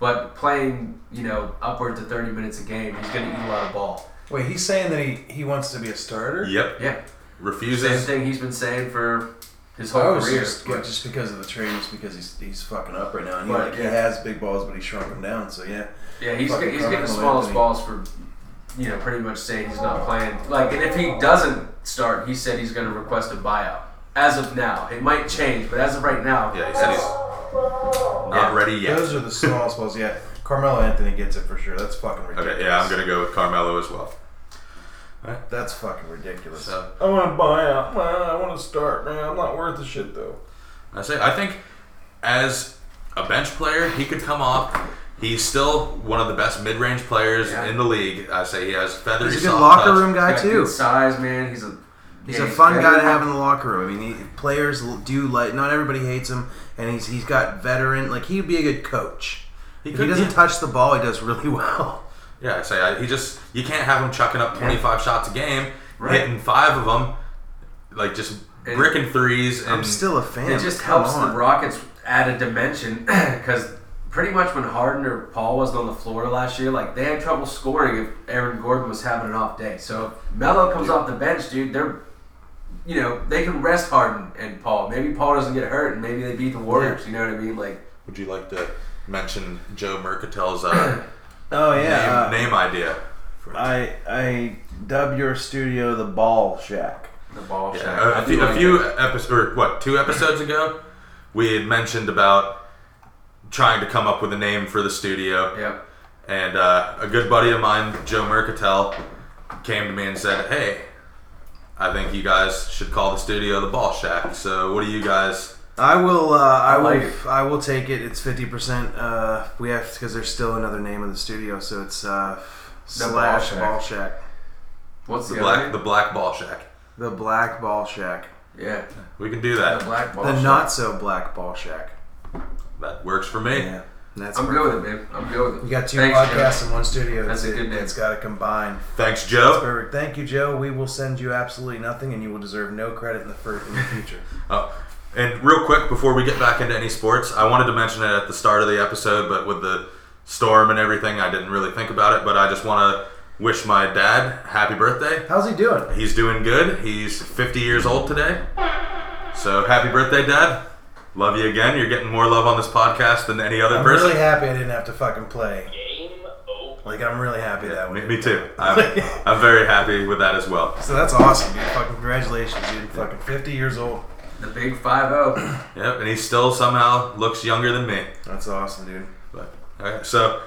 [SPEAKER 2] but playing, you know, upwards of 30 minutes a game, he's going to eat a lot of ball.
[SPEAKER 3] Wait, he's saying that he, he wants to be a starter.
[SPEAKER 1] Yep.
[SPEAKER 2] Yeah, Same
[SPEAKER 1] Refuses.
[SPEAKER 2] thing he's been saying for his
[SPEAKER 3] I
[SPEAKER 2] whole
[SPEAKER 3] was
[SPEAKER 2] career.
[SPEAKER 3] just yeah, just because of the trade, just because he's he's fucking up right now, and he,
[SPEAKER 2] Right,
[SPEAKER 3] like, he
[SPEAKER 2] yeah.
[SPEAKER 3] has big balls, but he shrunk them down. So yeah,
[SPEAKER 2] yeah, he's,
[SPEAKER 3] fucking
[SPEAKER 2] get- he's getting the
[SPEAKER 3] Carmelo
[SPEAKER 2] smallest
[SPEAKER 3] Anthony.
[SPEAKER 2] balls for, you know, pretty much saying he's
[SPEAKER 3] Oh.
[SPEAKER 2] not playing. Like, and if he doesn't start, he said he's going to request a buyout. As of now, it might change, but as of right now,
[SPEAKER 1] Yeah, he said he's not ready yet.
[SPEAKER 3] those are the smallest balls. Yeah, Carmelo Anthony gets it for sure. That's fucking ridiculous.
[SPEAKER 1] Okay, yeah, I'm gonna go with Carmelo as well.
[SPEAKER 3] That's fucking ridiculous.
[SPEAKER 1] So
[SPEAKER 3] I want to buy out. "Uh, I want to start, man. I'm not worth the shit though.
[SPEAKER 1] I say I think as a bench player, he could come off. He's still one of the best mid-range players
[SPEAKER 2] Yeah.
[SPEAKER 1] in the league. I say he has feathery
[SPEAKER 3] He's a good
[SPEAKER 1] soft
[SPEAKER 3] locker
[SPEAKER 1] touch.
[SPEAKER 3] room guy
[SPEAKER 2] he's got good
[SPEAKER 3] too.
[SPEAKER 2] size, man. He's a
[SPEAKER 3] He's
[SPEAKER 2] yeah,
[SPEAKER 3] a fun
[SPEAKER 2] very-
[SPEAKER 3] guy to have in the locker room. I mean, he, players l- do like. Not everybody hates him, and he's he's got veteran. Like he'd be a good coach.
[SPEAKER 1] He
[SPEAKER 3] If
[SPEAKER 1] could-
[SPEAKER 3] he doesn't
[SPEAKER 1] yeah.
[SPEAKER 3] touch the ball, he does really well.
[SPEAKER 1] Yeah, I say I, he just you can't have him chucking up 25 shots a game,
[SPEAKER 2] Right.
[SPEAKER 1] hitting five of them, like just
[SPEAKER 2] And-
[SPEAKER 1] bricking threes. And
[SPEAKER 3] I'm still a fan.
[SPEAKER 2] It just
[SPEAKER 3] but come
[SPEAKER 2] helps the
[SPEAKER 3] on.
[SPEAKER 2] Rockets add a dimension because pretty much when Harden or Paul wasn't on the floor last year, like they had trouble scoring if Aaron Gordon was having an off day. So if Melo comes off the bench, dude, they're you know they can rest Harden and Paul. Maybe Paul doesn't get hurt, and maybe they beat the Warriors. You know what I mean? Like
[SPEAKER 1] Would you like to mention Joe Mercatel's uh,
[SPEAKER 3] Oh yeah. uh,
[SPEAKER 1] name, name idea?
[SPEAKER 3] I I dub your studio the Ball Shack.
[SPEAKER 2] the ball. shot.
[SPEAKER 1] Yeah, a,
[SPEAKER 2] I
[SPEAKER 1] few,
[SPEAKER 2] do
[SPEAKER 1] a
[SPEAKER 2] like
[SPEAKER 1] few
[SPEAKER 2] that.
[SPEAKER 1] epis or what, two episodes ago, we had mentioned about trying to come up with a name for the studio.
[SPEAKER 2] Yeah.
[SPEAKER 1] And uh, a good buddy of mine, Joe Mercatel, came to me and said, Hey, I think you guys should call the studio the Ball Shack. So, what do you guys.
[SPEAKER 3] I will. Uh, I, will.
[SPEAKER 2] like it.
[SPEAKER 3] I will take it. It's fifty percent. Uh, we have because there's still another name of the studio, so it's uh,
[SPEAKER 2] Ball
[SPEAKER 3] slash
[SPEAKER 2] Shack.
[SPEAKER 3] Ball Shack.
[SPEAKER 2] What's
[SPEAKER 1] The
[SPEAKER 2] the,
[SPEAKER 1] black,
[SPEAKER 2] other
[SPEAKER 1] the black Ball Shack.
[SPEAKER 3] The Black Ball Shack.
[SPEAKER 2] name? Yeah,
[SPEAKER 1] We can do
[SPEAKER 2] the
[SPEAKER 1] that.
[SPEAKER 2] black ball.
[SPEAKER 3] the
[SPEAKER 2] shot.
[SPEAKER 3] not so Black Ball Shack.
[SPEAKER 1] That works for me.
[SPEAKER 3] Yeah, that's.
[SPEAKER 2] I'm
[SPEAKER 3] perfect.
[SPEAKER 2] good with it, man. I'm good with
[SPEAKER 3] We
[SPEAKER 2] it.
[SPEAKER 3] got two
[SPEAKER 2] Thanks,
[SPEAKER 3] podcasts in one studio.
[SPEAKER 2] That's a
[SPEAKER 3] it.
[SPEAKER 2] good name.
[SPEAKER 3] It's got to combine.
[SPEAKER 1] Thanks, Joe.
[SPEAKER 3] Perfect. Thank you, Joe. We will send you absolutely nothing, and you will deserve no credit in the first in the future.
[SPEAKER 1] Oh, and real quick before we get back into any sports, I wanted to mention it at the start of the episode, but with the storm and everything, I didn't really think about it. But I just want to wish my dad happy birthday.
[SPEAKER 3] How's he doing?
[SPEAKER 1] He's doing good. He's 50 years old today. So happy birthday, Dad. Love you again. You're getting more love on this podcast than any other
[SPEAKER 3] I'm
[SPEAKER 1] person.
[SPEAKER 3] really happy I didn't have to fucking play.
[SPEAKER 4] Game over.
[SPEAKER 3] Like I'm really happy that way.
[SPEAKER 1] me, me too. I'm, I'm very happy with that as well.
[SPEAKER 3] So that's awesome, dude. Fucking congratulations, dude. Fucking 50 years old.
[SPEAKER 2] The big five oh. zero.
[SPEAKER 1] Yep, and he still somehow looks younger than me.
[SPEAKER 3] That's awesome, dude.
[SPEAKER 1] But, all right, so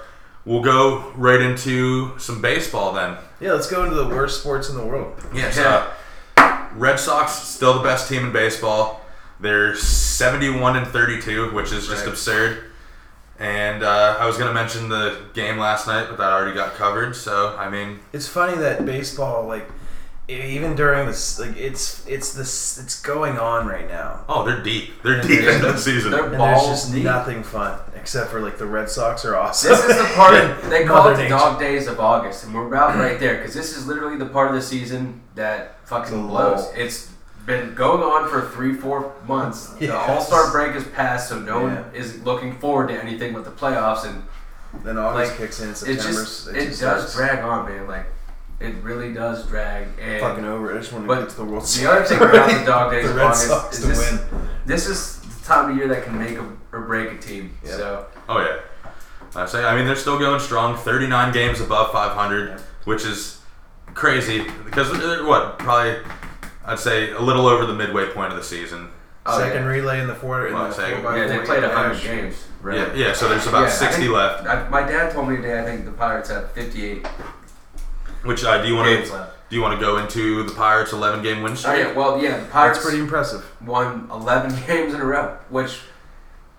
[SPEAKER 1] we'll go right into some baseball then.
[SPEAKER 3] Yeah, let's go into the worst sports in the world.
[SPEAKER 1] Yeah,
[SPEAKER 2] Yeah.
[SPEAKER 1] so Red Sox still the best team in baseball. They're 71 and 32, which is just
[SPEAKER 2] Right.
[SPEAKER 1] absurd. And uh, I was going to mention the game last night, but that already got covered. So, I mean,
[SPEAKER 3] It's funny that baseball, like, e- even during this, like, it's it's this it's going on right now,
[SPEAKER 1] oh, they're deep. They're
[SPEAKER 3] And
[SPEAKER 1] deep
[SPEAKER 2] they're-
[SPEAKER 1] in the season.
[SPEAKER 2] they're-
[SPEAKER 3] and
[SPEAKER 2] Balls
[SPEAKER 3] there's just
[SPEAKER 2] deep.
[SPEAKER 3] nothing fun except for like the Red Sox are awesome.
[SPEAKER 2] This is the part
[SPEAKER 3] And
[SPEAKER 2] they call
[SPEAKER 3] Mother
[SPEAKER 2] it the
[SPEAKER 3] Nature.
[SPEAKER 2] dog days of August, and we're about right there because this is literally the part of the season that
[SPEAKER 3] The
[SPEAKER 2] fucking
[SPEAKER 3] lull.
[SPEAKER 2] blows. It's been going on for three, four months.
[SPEAKER 3] Yes.
[SPEAKER 2] The All Star break is passed, so no one
[SPEAKER 3] Yeah.
[SPEAKER 2] is looking forward to anything but the playoffs, and
[SPEAKER 3] Then August
[SPEAKER 2] like,
[SPEAKER 3] kicks in.
[SPEAKER 2] it
[SPEAKER 3] September's
[SPEAKER 2] just it, does
[SPEAKER 3] starts.
[SPEAKER 2] drag on, man. Like it really does drag. And
[SPEAKER 3] Fucking over. it. I just want to
[SPEAKER 2] But
[SPEAKER 3] get to the World
[SPEAKER 2] the other thing about the dog days
[SPEAKER 3] the
[SPEAKER 2] of
[SPEAKER 3] Red
[SPEAKER 2] August
[SPEAKER 3] Sox
[SPEAKER 2] is
[SPEAKER 3] to
[SPEAKER 2] this,
[SPEAKER 3] win.
[SPEAKER 2] this is the time of year that can make a, or break a team.
[SPEAKER 3] Yep.
[SPEAKER 2] So
[SPEAKER 1] oh, yeah. I say, I mean, they're still going strong. 39 games above 500,
[SPEAKER 3] Yeah.
[SPEAKER 1] which is crazy because they're, what? Probably, I'd say, a little over the midway point of the season.
[SPEAKER 2] oh,
[SPEAKER 3] Second
[SPEAKER 2] yeah.
[SPEAKER 3] relay in the four. In
[SPEAKER 1] Well,
[SPEAKER 3] the
[SPEAKER 1] second-
[SPEAKER 3] four by
[SPEAKER 2] yeah, they
[SPEAKER 3] four,
[SPEAKER 2] played
[SPEAKER 3] yeah.
[SPEAKER 2] hundred games. Right?
[SPEAKER 1] Yeah, yeah, so there's about
[SPEAKER 2] Yeah, I
[SPEAKER 1] 60
[SPEAKER 2] think-
[SPEAKER 1] left.
[SPEAKER 2] I, my dad told me today. I think the Pirates have 58
[SPEAKER 1] Which uh, do you want
[SPEAKER 2] games
[SPEAKER 1] to
[SPEAKER 2] left.
[SPEAKER 1] do you want to go into the Pirates' eleven game win
[SPEAKER 2] Oh
[SPEAKER 1] streak?
[SPEAKER 2] yeah, well yeah, the
[SPEAKER 3] That's
[SPEAKER 2] Pirates
[SPEAKER 3] pretty impressive.
[SPEAKER 2] won 11 games in a row, which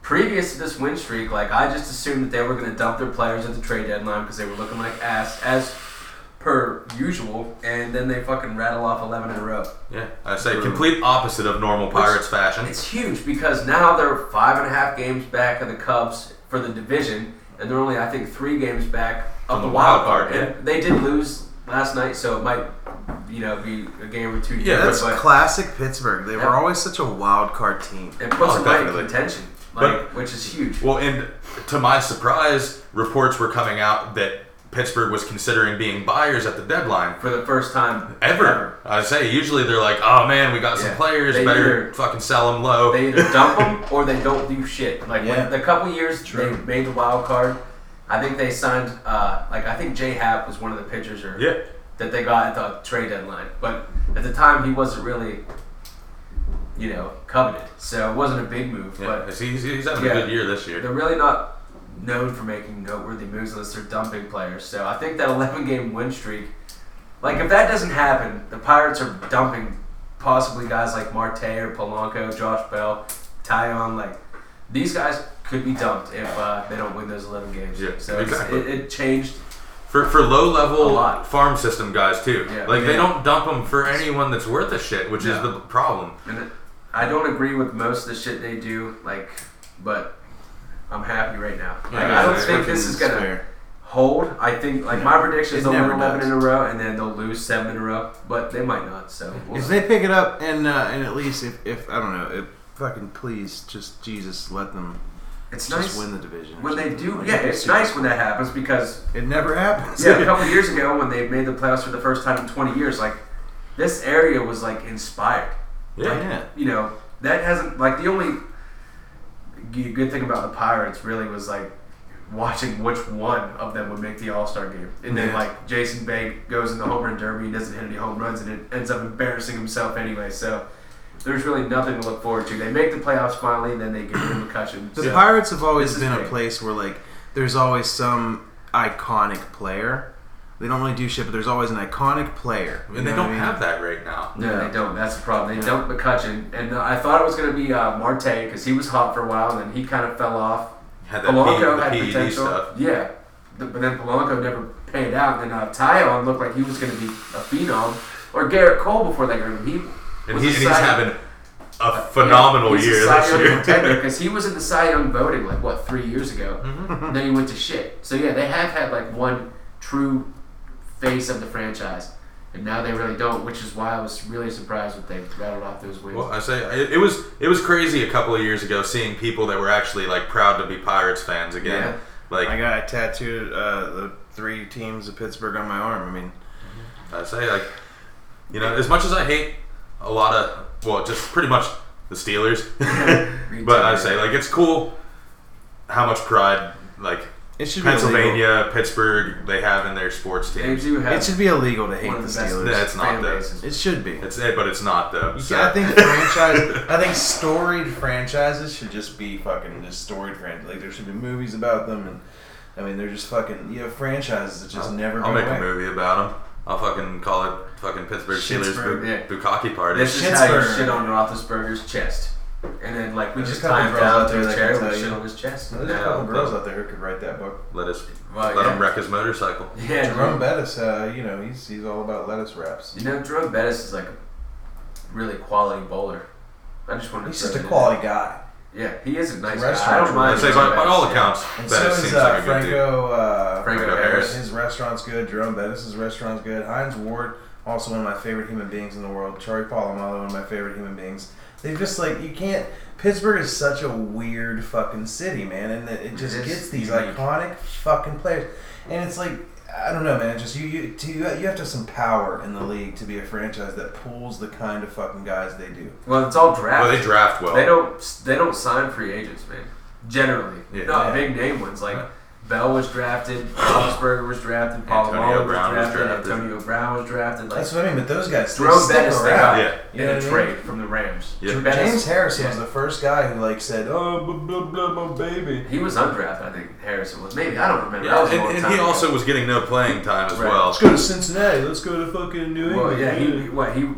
[SPEAKER 2] previous to this win streak, like I just assumed that they were going to dump their players at the trade deadline because they were looking like ass as per usual, and then they fucking rattle off 11 in a row.
[SPEAKER 1] Yeah, I say complete opposite of normal Pirates fashion.
[SPEAKER 2] It's huge because now they're five and a half games back of the Cubs for the division, and they're only I think three games back of
[SPEAKER 1] From
[SPEAKER 2] the wild card. And they did lose last night, so it might you know be a game or two.
[SPEAKER 1] Yeah,
[SPEAKER 2] different,
[SPEAKER 3] That's
[SPEAKER 2] but
[SPEAKER 3] classic Pittsburgh. They
[SPEAKER 2] Yeah.
[SPEAKER 3] were always such a wild card team.
[SPEAKER 2] it puts
[SPEAKER 1] Oh,
[SPEAKER 2] them right in
[SPEAKER 1] definitely.
[SPEAKER 2] contention, like,
[SPEAKER 1] But-
[SPEAKER 2] which is huge.
[SPEAKER 1] Well, and to my surprise, reports were coming out that Pittsburgh was considering being buyers at the deadline.
[SPEAKER 2] For the first time
[SPEAKER 1] Ever. I say, usually they're like, oh man, we got some
[SPEAKER 2] Yeah.
[SPEAKER 1] players,
[SPEAKER 2] They
[SPEAKER 1] better
[SPEAKER 2] either-
[SPEAKER 1] fucking sell them low.
[SPEAKER 2] They either dump them or they don't do shit. Like
[SPEAKER 3] Yeah.
[SPEAKER 2] when, the couple years
[SPEAKER 3] True.
[SPEAKER 2] they made the wild card, I think they signed. Uh, like I think Jay Happ was one of the pitchers or
[SPEAKER 1] yeah.
[SPEAKER 2] that they got at the trade deadline. But at the time, he wasn't really, you know, coveted, so it wasn't a big move.
[SPEAKER 1] yeah. He's, he's having
[SPEAKER 2] Yeah.
[SPEAKER 1] a good year this
[SPEAKER 2] But
[SPEAKER 1] year.
[SPEAKER 2] they're really not known for making noteworthy moves unless they're dumping players. So I think that 11 game win streak, like if that doesn't happen, the Pirates are dumping possibly guys like Marte or Polanco, Josh Bell, Tyon, like. These guys could be dumped if uh, they don't win those 11 games.
[SPEAKER 1] Yeah,
[SPEAKER 2] so it's-
[SPEAKER 1] exactly.
[SPEAKER 2] it, it changed
[SPEAKER 1] For, for low
[SPEAKER 2] A
[SPEAKER 1] level
[SPEAKER 2] lot.
[SPEAKER 1] farm system guys, too.
[SPEAKER 2] Yeah.
[SPEAKER 1] Like, they
[SPEAKER 3] Yeah.
[SPEAKER 1] don't dump them for anyone that's worth a shit, which is
[SPEAKER 2] No.
[SPEAKER 1] the problem.
[SPEAKER 2] And it- I don't agree with most of the shit they do, like, but I'm happy right now. Like,
[SPEAKER 1] Yeah,
[SPEAKER 2] I don't
[SPEAKER 1] it's
[SPEAKER 2] think this is gonna
[SPEAKER 3] Fair.
[SPEAKER 2] hold. I think, like, my prediction
[SPEAKER 3] It
[SPEAKER 2] is they'll win
[SPEAKER 3] never
[SPEAKER 2] 11
[SPEAKER 3] does.
[SPEAKER 2] in a row, and then they'll lose seven in a row, but they might not. So we'll
[SPEAKER 3] If
[SPEAKER 2] see.
[SPEAKER 3] they pick it up and uh, and at least if, if I don't know if fucking please just Jesus let them
[SPEAKER 2] it's
[SPEAKER 3] just
[SPEAKER 2] nice
[SPEAKER 3] win the division. or
[SPEAKER 2] when they
[SPEAKER 3] something.
[SPEAKER 2] do.
[SPEAKER 3] Like,
[SPEAKER 2] Yeah, it's nice when that happens because
[SPEAKER 3] It never happens.
[SPEAKER 2] yeah, a couple years ago when they made the playoffs for the first time in 20 years, like this area was like inspired.
[SPEAKER 1] Yeah.
[SPEAKER 2] you know, that hasn't like the only g- good thing about the Pirates really was like watching which one of them would make the All Star game, and then
[SPEAKER 3] Yeah.
[SPEAKER 2] like Jason Bank goes in the home run derby, he doesn't hit any home runs, and it ends up embarrassing himself anyway. So there's really nothing to look forward to. They make the playoffs finally, and then they get rid of McCutcheon.
[SPEAKER 3] The
[SPEAKER 2] So,
[SPEAKER 3] Pirates have always
[SPEAKER 2] This is
[SPEAKER 3] been a
[SPEAKER 2] big.
[SPEAKER 3] place where like there's always some iconic player. They don't really do shit, but there's always an iconic player. you
[SPEAKER 1] And they
[SPEAKER 3] know what
[SPEAKER 1] don't
[SPEAKER 3] I mean?
[SPEAKER 1] have that right now.
[SPEAKER 2] no,
[SPEAKER 3] Yeah.
[SPEAKER 2] they don't. That's the problem. They dumped McCutcheon, and uh, I thought it was going to be uh, Marte because he was hot for a while, and then he kind of fell off.
[SPEAKER 1] Had that P,
[SPEAKER 2] Polanco
[SPEAKER 1] the
[SPEAKER 2] had
[SPEAKER 1] PED
[SPEAKER 2] potential.
[SPEAKER 1] stuff.
[SPEAKER 2] Yeah, Th- but then Polanco never panned out. And then uh, Tyon looked like he was going to be a phenom, or Garrett Cole before they got him. He
[SPEAKER 1] And,
[SPEAKER 2] was
[SPEAKER 1] he,
[SPEAKER 2] a
[SPEAKER 1] and he's
[SPEAKER 2] Cy-
[SPEAKER 1] having a phenomenal
[SPEAKER 2] he's a
[SPEAKER 1] year
[SPEAKER 2] Cy
[SPEAKER 1] this
[SPEAKER 2] Young
[SPEAKER 1] year.
[SPEAKER 2] contender, because he was in the Cy Young voting like what three years ago.
[SPEAKER 1] Mm-hmm.
[SPEAKER 2] And then he went to shit. So yeah, they have had like one true face of the franchise. And now they really don't, which is why I was really surprised that they rattled off those wins.
[SPEAKER 1] Well, I say it, it was it was crazy a couple of years ago seeing people that were actually like proud to be Pirates fans again.
[SPEAKER 3] I
[SPEAKER 2] Yeah.
[SPEAKER 1] Like
[SPEAKER 3] got I tattooed uh, the three teams of Pittsburgh on my arm. I mean,
[SPEAKER 1] I say, like you know, as much as I hate a lot of well, just pretty much the Steelers,
[SPEAKER 2] Me
[SPEAKER 1] but
[SPEAKER 2] too.
[SPEAKER 1] I say like it's cool how much pride like
[SPEAKER 3] it should be illegal.
[SPEAKER 1] Pennsylvania, Pittsburgh they have in their sports
[SPEAKER 2] they
[SPEAKER 1] teams.
[SPEAKER 2] do have
[SPEAKER 3] It should be illegal to hate
[SPEAKER 2] one
[SPEAKER 3] the
[SPEAKER 2] of the best
[SPEAKER 3] Steelers.
[SPEAKER 1] Yeah, it's not
[SPEAKER 2] fan
[SPEAKER 1] that.
[SPEAKER 2] bases.
[SPEAKER 3] It should be.
[SPEAKER 1] It's it, but it's not though. so-
[SPEAKER 3] Yeah, I think franchise. I think storied franchises should just be fucking just storied franchises. Like there should be movies about them, and I mean they're just fucking. You have franchises that just
[SPEAKER 1] I'll,
[SPEAKER 3] never.
[SPEAKER 1] I'll
[SPEAKER 3] go
[SPEAKER 1] make
[SPEAKER 3] away.
[SPEAKER 1] a movie about them. I'll fucking call it fucking Pittsburgh Steelers
[SPEAKER 3] Shittsburg,
[SPEAKER 1] Bu-
[SPEAKER 2] yeah.
[SPEAKER 1] Bukkake party.
[SPEAKER 2] This is how you
[SPEAKER 3] Shitsburg.
[SPEAKER 2] shit on Roethlisberger's chest. And then, like, we
[SPEAKER 3] There's
[SPEAKER 2] just
[SPEAKER 3] a couple
[SPEAKER 2] climbed
[SPEAKER 3] girls
[SPEAKER 2] down
[SPEAKER 3] out
[SPEAKER 2] to
[SPEAKER 3] there
[SPEAKER 2] a
[SPEAKER 3] that
[SPEAKER 2] chair
[SPEAKER 3] can
[SPEAKER 2] and
[SPEAKER 3] tell
[SPEAKER 2] shit
[SPEAKER 3] you.
[SPEAKER 2] on his chest.
[SPEAKER 3] There's
[SPEAKER 1] Yeah,
[SPEAKER 3] a couple
[SPEAKER 1] but-
[SPEAKER 3] girls out there who could write that book.
[SPEAKER 1] let us
[SPEAKER 2] Well,
[SPEAKER 1] let
[SPEAKER 2] yeah.
[SPEAKER 1] him wreck his motorcycle.
[SPEAKER 2] Yeah,
[SPEAKER 3] Jerome
[SPEAKER 1] Mm-hmm.
[SPEAKER 2] Jerome
[SPEAKER 3] Bettis, uh, you know, he's he's all about lettuce wraps.
[SPEAKER 2] You know, Jerome Bettis is, like, a really quality bowler. I just wanted
[SPEAKER 3] He's
[SPEAKER 2] to
[SPEAKER 3] just
[SPEAKER 2] throw
[SPEAKER 3] a
[SPEAKER 2] that
[SPEAKER 3] quality guy.
[SPEAKER 2] in. Yeah, he is a nice guy. I
[SPEAKER 3] Restaurant
[SPEAKER 2] don't mind.
[SPEAKER 1] I'd say
[SPEAKER 2] Jerome
[SPEAKER 1] by, by all
[SPEAKER 2] Bettis, yeah.
[SPEAKER 1] accounts,
[SPEAKER 3] And
[SPEAKER 1] Bettis
[SPEAKER 3] so is
[SPEAKER 1] seems
[SPEAKER 3] uh,
[SPEAKER 1] like a good dude.
[SPEAKER 3] Franco. Uh,
[SPEAKER 2] Franco
[SPEAKER 1] Franco
[SPEAKER 2] Harris.
[SPEAKER 1] Harris.
[SPEAKER 3] His restaurant's good. Jerome Bettis' restaurant's good. Heinz Ward, also one of my favorite human beings in the world. Charlie Palomalo, one of my favorite human beings. They've just like you can't. Pittsburgh is such a weird fucking city, man, and it, it just
[SPEAKER 2] It is
[SPEAKER 3] gets these
[SPEAKER 2] unique.
[SPEAKER 3] iconic fucking players, and it's like. I don't know, man. Just you, you, to, you have to have some power in the league to be a franchise that pulls the kind of fucking guys they do.
[SPEAKER 2] Well, it's all draft.
[SPEAKER 1] Well, they draft well.
[SPEAKER 2] They don't. They don't sign free agents, man. Generally,
[SPEAKER 1] Yeah.
[SPEAKER 2] no
[SPEAKER 3] Yeah.
[SPEAKER 2] big name ones like
[SPEAKER 1] Yeah.
[SPEAKER 2] Bell was drafted, Roethlisberger was drafted, Paul
[SPEAKER 1] Antonio
[SPEAKER 2] Wall was
[SPEAKER 1] Brown was
[SPEAKER 2] drafted,
[SPEAKER 1] drafted.
[SPEAKER 2] Antonio Brown was drafted. Like
[SPEAKER 3] That's what I mean. But those guys, they
[SPEAKER 2] Jerome
[SPEAKER 3] stick
[SPEAKER 2] Bettis, they
[SPEAKER 3] around.
[SPEAKER 2] got
[SPEAKER 1] Yeah.
[SPEAKER 3] You know
[SPEAKER 2] in
[SPEAKER 3] what
[SPEAKER 2] a
[SPEAKER 3] I mean?
[SPEAKER 2] trade from the Rams.
[SPEAKER 1] Yeah.
[SPEAKER 2] Jerome Bettis-
[SPEAKER 3] James Harrison was
[SPEAKER 2] yeah.
[SPEAKER 3] the first guy who like said, "Oh, blah blah blah, my baby."
[SPEAKER 2] He was undrafted, I think. Harrison was. Maybe I don't remember. That
[SPEAKER 1] Yeah,
[SPEAKER 2] was a long
[SPEAKER 1] and, and
[SPEAKER 2] time
[SPEAKER 1] he
[SPEAKER 2] ago.
[SPEAKER 1] also was getting no playing time as
[SPEAKER 2] Right.
[SPEAKER 1] well.
[SPEAKER 3] Let's go to Cincinnati. Let's go to fucking New England.
[SPEAKER 2] Well, yeah. He what he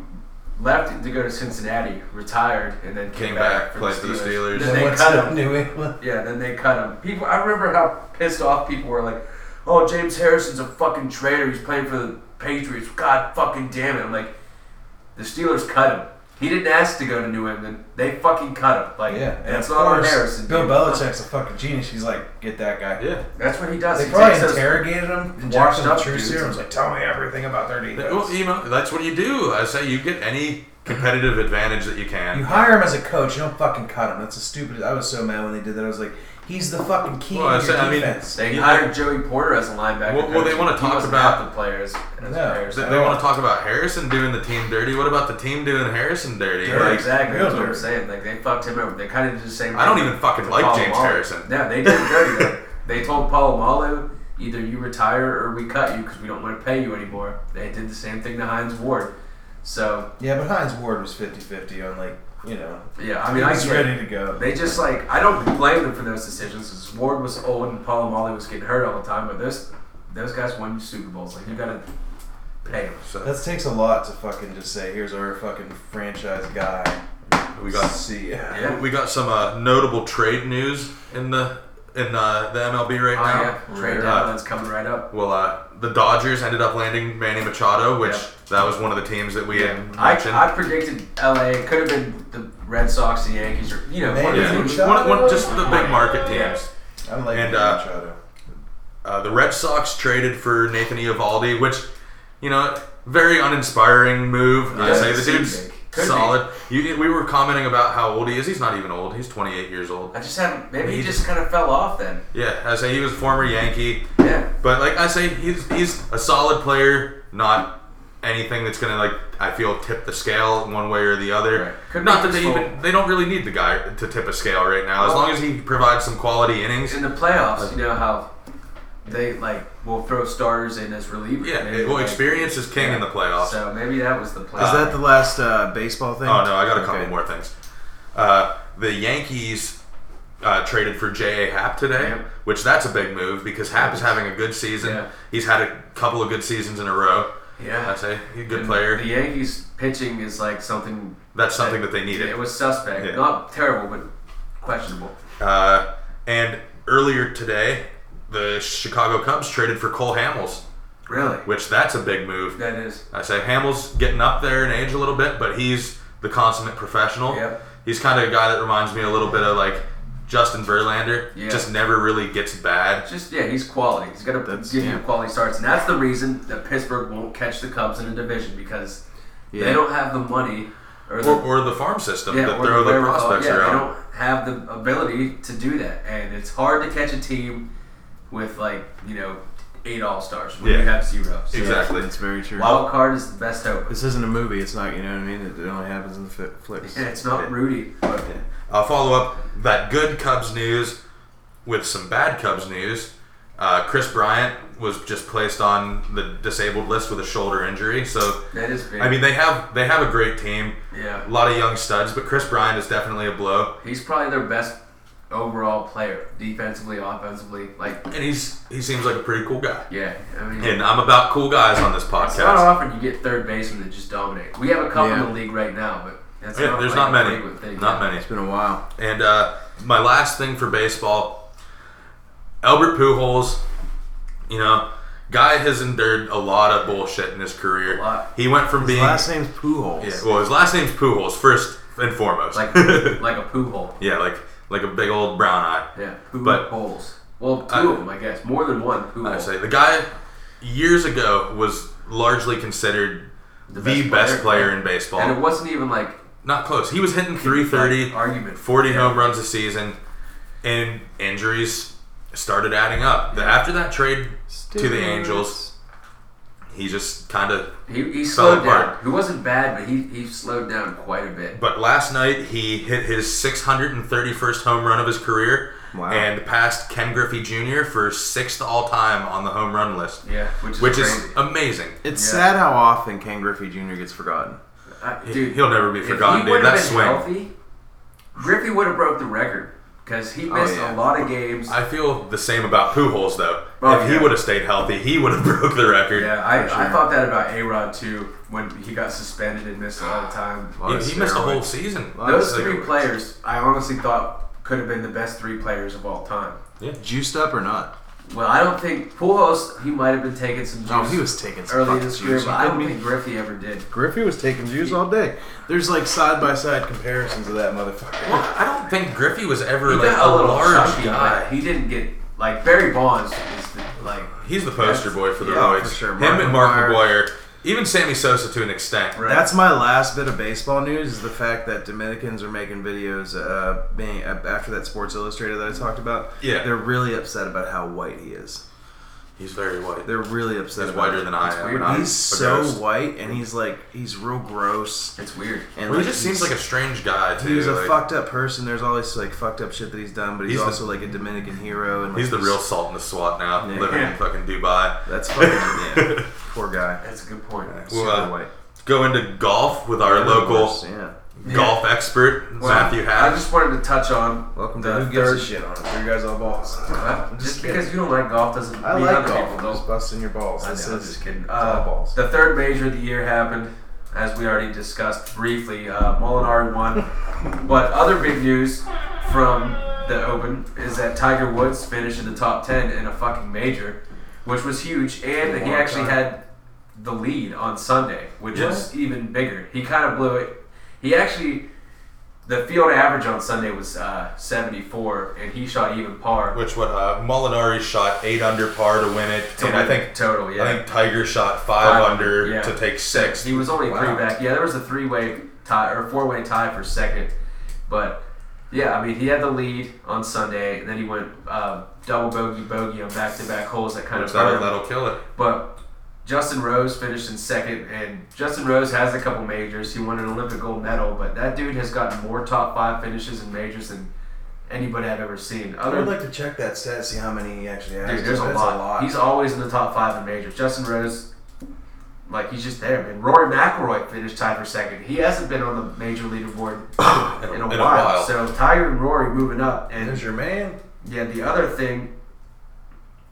[SPEAKER 2] left to go to Cincinnati, retired, and then came,
[SPEAKER 1] Came
[SPEAKER 2] back,
[SPEAKER 1] back,
[SPEAKER 2] for
[SPEAKER 1] played for the Steelers.
[SPEAKER 2] Then
[SPEAKER 1] Then
[SPEAKER 2] they
[SPEAKER 4] went
[SPEAKER 2] cut
[SPEAKER 4] to
[SPEAKER 2] him.
[SPEAKER 4] New England.
[SPEAKER 2] Yeah, then they cut him. People, I remember how pissed off people were like, "Oh, James Harrison's a fucking traitor. He's playing for the Patriots. God fucking damn it!" I'm like, the Steelers cut him. He didn't ask to go to New England. They fucking cut him. Like,
[SPEAKER 4] Yeah, and
[SPEAKER 2] that's
[SPEAKER 4] of
[SPEAKER 2] not on
[SPEAKER 4] course,
[SPEAKER 2] Harrison.
[SPEAKER 4] Bill
[SPEAKER 2] dude.
[SPEAKER 4] Belichick's a fucking genius. He's like, get that guy.
[SPEAKER 1] Yeah.
[SPEAKER 2] That's what he does.
[SPEAKER 4] They
[SPEAKER 2] he
[SPEAKER 4] probably
[SPEAKER 2] takes those-
[SPEAKER 4] interrogated him,
[SPEAKER 2] washed
[SPEAKER 4] injected him
[SPEAKER 2] up
[SPEAKER 4] with true
[SPEAKER 2] dudes.
[SPEAKER 4] serum. Was like, tell me everything about their defense.
[SPEAKER 1] Well, you know, that's what you do. I say you get any competitive advantage that you
[SPEAKER 4] You
[SPEAKER 1] can.
[SPEAKER 4] hire him as a coach. You don't fucking cut him. That's a stupid. I was so mad when they did that. I was like, he's the fucking key
[SPEAKER 1] Well, I
[SPEAKER 4] to your
[SPEAKER 1] said- I mean,
[SPEAKER 4] defense.
[SPEAKER 2] They
[SPEAKER 1] You
[SPEAKER 2] hired Joey Porter as a linebacker.
[SPEAKER 1] Well- well, they
[SPEAKER 2] coach.
[SPEAKER 1] wanna
[SPEAKER 2] He
[SPEAKER 1] talk
[SPEAKER 2] wasn't
[SPEAKER 1] about-
[SPEAKER 2] half the players.
[SPEAKER 4] No.
[SPEAKER 2] As players.
[SPEAKER 1] They, they want to talk about Harrison doing the team dirty. What about the team doing Harrison dirty?
[SPEAKER 4] Dirty.
[SPEAKER 2] Yeah,
[SPEAKER 1] Like,
[SPEAKER 2] exactly. That's
[SPEAKER 4] Real
[SPEAKER 2] what I'm
[SPEAKER 4] dirty.
[SPEAKER 2] saying. Like they fucked him over. They kind of did the same.
[SPEAKER 1] I don't
[SPEAKER 2] thing
[SPEAKER 1] even fucking
[SPEAKER 2] to
[SPEAKER 1] like
[SPEAKER 2] Paul
[SPEAKER 1] James
[SPEAKER 2] Amalu.
[SPEAKER 1] Harrison.
[SPEAKER 2] Yeah, they did it dirty. though. They told Paul Malu, either you retire or we cut you because we don't want to pay you anymore. They did the same thing to Heinz Ward. So
[SPEAKER 4] Yeah, but Heinz Ward was 50-50 on like, you know,
[SPEAKER 2] yeah, I
[SPEAKER 4] he
[SPEAKER 2] mean, I
[SPEAKER 4] was
[SPEAKER 2] get
[SPEAKER 4] ready
[SPEAKER 2] it.
[SPEAKER 4] to go.
[SPEAKER 2] They just like I don't blame them for those decisions because Ward was old and Paul Malu was getting hurt all the time. But those those guys won Super Bowls. Like you gotta pay them.
[SPEAKER 1] So
[SPEAKER 4] That takes a lot to fucking just say, here's our fucking franchise guy.
[SPEAKER 1] we got
[SPEAKER 4] see ya.
[SPEAKER 2] Yeah.
[SPEAKER 1] we got some uh, notable trade news in the in uh, the MLB right
[SPEAKER 2] Oh
[SPEAKER 1] now.
[SPEAKER 2] yeah, trade
[SPEAKER 1] Uh,
[SPEAKER 2] deadline's coming right up.
[SPEAKER 1] Well, uh, the Dodgers ended up landing Manny Machado, which
[SPEAKER 2] Yeah.
[SPEAKER 1] that was one of the teams that we had
[SPEAKER 2] I,
[SPEAKER 1] mentioned.
[SPEAKER 2] I predicted LA could have been the Red Sox, the Yankees, or you know,
[SPEAKER 4] Maybe.
[SPEAKER 2] one of
[SPEAKER 1] yeah,
[SPEAKER 2] the-
[SPEAKER 4] Manny
[SPEAKER 1] one,
[SPEAKER 4] Machado?
[SPEAKER 1] one, just the big market teams.
[SPEAKER 2] Yeah.
[SPEAKER 4] I like
[SPEAKER 1] And,
[SPEAKER 4] and,
[SPEAKER 1] uh,
[SPEAKER 4] Machado.
[SPEAKER 1] Uh, the Red Sox traded for Nathan Eovaldi, which, you know, very uninspiring move. I
[SPEAKER 2] Yeah,
[SPEAKER 1] say the
[SPEAKER 2] seems
[SPEAKER 1] dude's
[SPEAKER 2] big. Could be.
[SPEAKER 1] solid. You, we were commenting about how old he is. He's not even old. He's 28 years old.
[SPEAKER 2] I just haven't. Maybe he
[SPEAKER 1] He
[SPEAKER 2] just kind of fell off then.
[SPEAKER 1] Yeah, I say he was a former Yankee,
[SPEAKER 2] Yeah,
[SPEAKER 1] but like I say, he's he's a solid player. Not anything that's gonna like I feel tip the scale one way or the other.
[SPEAKER 2] Right. Could
[SPEAKER 1] not
[SPEAKER 2] be
[SPEAKER 1] that they
[SPEAKER 2] useful.
[SPEAKER 1] even they don't really need the guy to tip a scale right now. As
[SPEAKER 2] Well-
[SPEAKER 1] long as he provides some quality innings.
[SPEAKER 2] in the playoffs, you know how they like will throw starters in as relievers.
[SPEAKER 1] Yeah,
[SPEAKER 2] maybe,
[SPEAKER 1] it, well,
[SPEAKER 2] like-
[SPEAKER 1] experience is king in the playoffs.
[SPEAKER 2] So maybe that was the play.
[SPEAKER 3] Is that the last uh, baseball thing?
[SPEAKER 1] Oh no, I got a couple
[SPEAKER 3] Okay.
[SPEAKER 1] more things. Uh, the Yankees uh, traded for J.A. Happ today,
[SPEAKER 2] Yep.
[SPEAKER 1] which that's a big move because Happ is having a good season.
[SPEAKER 2] Yeah.
[SPEAKER 1] He's had a couple of good seasons in a row.
[SPEAKER 2] yeah,
[SPEAKER 1] I say he's a good
[SPEAKER 2] And The
[SPEAKER 1] player.
[SPEAKER 2] Yankees pitching is like something.
[SPEAKER 1] That's something that they
[SPEAKER 2] It
[SPEAKER 1] needed.
[SPEAKER 2] was suspect,
[SPEAKER 1] Yeah.
[SPEAKER 2] not terrible, but questionable.
[SPEAKER 1] Uh, and earlier today, the Chicago Cubs traded for Cole Hamels,
[SPEAKER 2] Really,
[SPEAKER 1] which that's a big move.
[SPEAKER 2] that is.
[SPEAKER 1] I say Hamels getting up there in age a little bit, but he's the consummate professional.
[SPEAKER 2] Yep.
[SPEAKER 1] He's kind of a guy that reminds me a little bit of like Justin Verlander.
[SPEAKER 2] Yeah.
[SPEAKER 1] Just never really gets bad.
[SPEAKER 2] Just yeah, he's quality. He's gonna
[SPEAKER 3] That's-
[SPEAKER 2] give you
[SPEAKER 3] yeah.
[SPEAKER 2] quality starts, and that's the reason that Pittsburgh won't catch the Cubs in a division because they
[SPEAKER 3] Yeah.
[SPEAKER 2] don't have the money or the
[SPEAKER 1] Or, or the farm system
[SPEAKER 2] yeah,
[SPEAKER 1] that
[SPEAKER 2] or
[SPEAKER 1] throw the
[SPEAKER 2] wherewithal.
[SPEAKER 1] prospects
[SPEAKER 2] yeah, They
[SPEAKER 1] around.
[SPEAKER 2] don't have the ability to do that, and it's hard to catch a team with like you know eight all stars when you
[SPEAKER 1] Yeah.
[SPEAKER 2] have zero. So
[SPEAKER 1] Exactly.
[SPEAKER 3] That's very true.
[SPEAKER 2] Wild card is the best hope.
[SPEAKER 3] This isn't a movie. It's not. You know what I mean? It, it only happens in the fi- flicks.
[SPEAKER 2] And it's not Rudy. But
[SPEAKER 1] I'll follow up that good Cubs news with some bad Cubs news. Uh, Chris Bryant was just placed on the disabled list with a shoulder injury. So
[SPEAKER 2] that is big.
[SPEAKER 1] I mean, they have they have a great team, a
[SPEAKER 2] yeah,
[SPEAKER 1] lot of young studs, but Chris Bryant is definitely a blow.
[SPEAKER 2] he's probably their best overall player, defensively, offensively. Like
[SPEAKER 1] And he's he seems like a pretty cool guy.
[SPEAKER 2] yeah, I mean.
[SPEAKER 1] And I'm about cool guys on this podcast.
[SPEAKER 2] It's not often you get third basemen that just dominate. We have a couple
[SPEAKER 3] Yeah.
[SPEAKER 2] in the league right now, but that's
[SPEAKER 1] Yeah,
[SPEAKER 2] not
[SPEAKER 1] there's
[SPEAKER 2] like
[SPEAKER 1] not
[SPEAKER 2] a
[SPEAKER 1] many.
[SPEAKER 2] frequent thing.
[SPEAKER 1] Not
[SPEAKER 2] Yeah.
[SPEAKER 1] many.
[SPEAKER 3] It's been a while.
[SPEAKER 1] And uh, my last thing for baseball, Albert Pujols, you know, guy has endured a lot of bullshit in his career.
[SPEAKER 2] A lot.
[SPEAKER 1] He went from being
[SPEAKER 3] Last name's Pujols.
[SPEAKER 1] yeah, well, his last name's Pujols first and foremost.
[SPEAKER 2] Like like a poo hole.
[SPEAKER 1] yeah, like like a big old brown eye.
[SPEAKER 2] Yeah, poo
[SPEAKER 1] But-
[SPEAKER 2] holes. Well, two
[SPEAKER 1] I-
[SPEAKER 2] of them, I guess. More than one poo
[SPEAKER 1] I
[SPEAKER 2] hole.
[SPEAKER 1] say the guy years ago was largely considered the, best,
[SPEAKER 2] best
[SPEAKER 1] player,
[SPEAKER 2] player.
[SPEAKER 1] in baseball.
[SPEAKER 2] And it wasn't even like
[SPEAKER 1] Not close. He was hitting 330.
[SPEAKER 2] like, argument.
[SPEAKER 1] 40
[SPEAKER 2] Yeah.
[SPEAKER 1] home runs a season, and injuries started adding up. The- After that trade to the Angels, he just kind of.
[SPEAKER 2] He, he
[SPEAKER 1] Fell
[SPEAKER 2] slowed down.
[SPEAKER 1] apart.
[SPEAKER 2] He wasn't bad, but he, he slowed down quite a bit.
[SPEAKER 1] But last night he hit his 631st home run of his career
[SPEAKER 3] Wow.
[SPEAKER 1] and passed Ken Griffey Jr. for sixth all time on the home run list,
[SPEAKER 2] Yeah, which is
[SPEAKER 1] which
[SPEAKER 2] crazy.
[SPEAKER 1] is amazing.
[SPEAKER 3] It's
[SPEAKER 2] Yeah.
[SPEAKER 3] sad how often Ken Griffey Jr. gets forgotten.
[SPEAKER 2] I-
[SPEAKER 1] He-
[SPEAKER 2] dude,
[SPEAKER 1] He'll never be
[SPEAKER 2] if
[SPEAKER 1] forgotten,
[SPEAKER 2] he
[SPEAKER 1] dude.
[SPEAKER 2] would've
[SPEAKER 1] That
[SPEAKER 2] been
[SPEAKER 1] swing.
[SPEAKER 2] healthy, Griffey would have broke the record because he
[SPEAKER 3] Oh,
[SPEAKER 2] missed
[SPEAKER 3] yeah.
[SPEAKER 2] a lot of games.
[SPEAKER 1] I feel the same about Pujols though.
[SPEAKER 2] Oh,
[SPEAKER 1] if
[SPEAKER 2] yeah.
[SPEAKER 1] he would have stayed healthy, he would have broke the record.
[SPEAKER 2] yeah, I,
[SPEAKER 3] For
[SPEAKER 2] I
[SPEAKER 3] sure.
[SPEAKER 2] thought that about A Rod too when he got suspended and missed a lot of time.
[SPEAKER 1] He, he missed a whole season.
[SPEAKER 2] Those
[SPEAKER 1] Like,
[SPEAKER 2] three players, I honestly thought could have been the best three players of all time.
[SPEAKER 3] Juiced up or not?
[SPEAKER 2] Well, I don't think Pujols. He might have been taking some juice
[SPEAKER 3] No, he was taking some
[SPEAKER 2] early in
[SPEAKER 3] fucking
[SPEAKER 2] his career,
[SPEAKER 3] juice.
[SPEAKER 2] but
[SPEAKER 3] You
[SPEAKER 2] I
[SPEAKER 3] kidding
[SPEAKER 2] don't
[SPEAKER 3] me?
[SPEAKER 2] think Griffey ever did.
[SPEAKER 3] Griffey was taking views all day. There's like side by side comparisons of that motherfucker.
[SPEAKER 1] Well, I don't think Griffey was ever
[SPEAKER 2] He
[SPEAKER 1] like
[SPEAKER 2] got a little
[SPEAKER 1] large
[SPEAKER 2] chunky,
[SPEAKER 1] guy.
[SPEAKER 2] but he didn't get like Barry Bonds is the, like
[SPEAKER 1] He's the poster
[SPEAKER 2] Yes.
[SPEAKER 1] boy for the
[SPEAKER 3] Yeah,
[SPEAKER 1] Royals.
[SPEAKER 3] for sure.
[SPEAKER 1] Him
[SPEAKER 3] Mark
[SPEAKER 1] and Mark
[SPEAKER 3] McGwire.
[SPEAKER 1] McGuire, even Sammy Sosa to an extent.
[SPEAKER 2] Right.
[SPEAKER 3] That's my last bit of baseball news is the fact that Dominicans are making videos uh, being uh, after that Sports Illustrated that I talked about.
[SPEAKER 1] Yeah.
[SPEAKER 3] they're really upset about how white he is.
[SPEAKER 1] He's very white.
[SPEAKER 3] They're really upset.
[SPEAKER 1] He's
[SPEAKER 3] about
[SPEAKER 1] whiter
[SPEAKER 3] it.
[SPEAKER 1] than I
[SPEAKER 2] It's
[SPEAKER 1] am.
[SPEAKER 2] weird.
[SPEAKER 1] and I'm
[SPEAKER 3] He's
[SPEAKER 1] a
[SPEAKER 3] so
[SPEAKER 1] ghost.
[SPEAKER 3] white, and he's like he's real gross.
[SPEAKER 2] it's weird.
[SPEAKER 3] And
[SPEAKER 1] Well, he
[SPEAKER 3] like,
[SPEAKER 1] just seems
[SPEAKER 3] he's-
[SPEAKER 1] like a strange guy too.
[SPEAKER 3] He's a
[SPEAKER 1] like,
[SPEAKER 3] fucked up person. There's all this like fucked up shit that he's done, but he's,
[SPEAKER 1] He's the-
[SPEAKER 3] also like a Dominican hero. And like,
[SPEAKER 1] He's the real salt in the SWAT now,
[SPEAKER 3] Yeah.
[SPEAKER 1] living
[SPEAKER 2] Yeah.
[SPEAKER 1] in fucking Dubai.
[SPEAKER 3] That's fucking yeah. Poor guy.
[SPEAKER 2] That's a good point.
[SPEAKER 1] Well,
[SPEAKER 3] Super
[SPEAKER 1] uh,
[SPEAKER 3] white.
[SPEAKER 1] Go into golf with our local
[SPEAKER 3] Yeah.
[SPEAKER 1] golf expert
[SPEAKER 2] Well,
[SPEAKER 1] Matthew
[SPEAKER 2] I
[SPEAKER 1] Hatch.
[SPEAKER 2] just wanted to touch on
[SPEAKER 3] Welcome
[SPEAKER 2] the
[SPEAKER 3] to Who Gives
[SPEAKER 2] third-
[SPEAKER 3] a Shit on it. Three guys all balls.
[SPEAKER 2] Well,
[SPEAKER 3] I'm
[SPEAKER 2] just
[SPEAKER 3] just
[SPEAKER 2] because you don't like golf doesn't
[SPEAKER 3] I
[SPEAKER 2] mean
[SPEAKER 3] like
[SPEAKER 2] other
[SPEAKER 3] golf. I'm
[SPEAKER 2] people don't.
[SPEAKER 3] just busting your balls.
[SPEAKER 2] I know, I'm
[SPEAKER 3] This is-
[SPEAKER 2] just kidding.
[SPEAKER 3] it's all
[SPEAKER 2] Uh,
[SPEAKER 3] balls.
[SPEAKER 2] the third major of the year happened, as we already discussed briefly. Uh, Molinari won. but other big news from the Open is that Tiger Woods finished in the top 10 in a fucking major, which was huge. And he
[SPEAKER 3] Long
[SPEAKER 2] actually
[SPEAKER 3] time.
[SPEAKER 2] had the lead on Sunday, which
[SPEAKER 1] Yeah.
[SPEAKER 2] was even bigger. He kind of blew it. He actually. The field average on Sunday was uh, 74, and he shot even par.
[SPEAKER 1] Which what uh, Molinari shot eight under par to win it,
[SPEAKER 2] to
[SPEAKER 1] and I
[SPEAKER 2] win
[SPEAKER 1] think
[SPEAKER 2] total, yeah.
[SPEAKER 1] I think Tiger shot five,
[SPEAKER 2] Five
[SPEAKER 1] under
[SPEAKER 2] under, yeah.
[SPEAKER 1] to take six.
[SPEAKER 2] He was only three
[SPEAKER 3] Wow.
[SPEAKER 2] back. Yeah, there was a three way tie or four way tie for second. But yeah, I mean, he had the lead on Sunday, and then he went uh, double bogey, bogey on back to back holes that kind
[SPEAKER 1] Which
[SPEAKER 2] of hurt
[SPEAKER 1] that'll,
[SPEAKER 2] him.
[SPEAKER 1] that'll kill it.
[SPEAKER 2] But Justin Rose finished in second, and Justin Rose has a couple majors. He won an Olympic gold medal, but that dude has gotten more top five finishes in majors than anybody I've ever seen.
[SPEAKER 3] I
[SPEAKER 2] Other
[SPEAKER 3] would like to check that stat, see how many he actually has.
[SPEAKER 2] Dude, there's a
[SPEAKER 3] That's
[SPEAKER 2] lot. He's always in the top five in majors. Justin Rose, like he's just there, man. Rory McIlroy finished tied for second. He hasn't been on the major leaderboard in a,
[SPEAKER 1] In a
[SPEAKER 2] while.
[SPEAKER 1] while.
[SPEAKER 2] So Tiger and Rory moving up, and
[SPEAKER 3] There's your man.
[SPEAKER 2] yeah, the other thing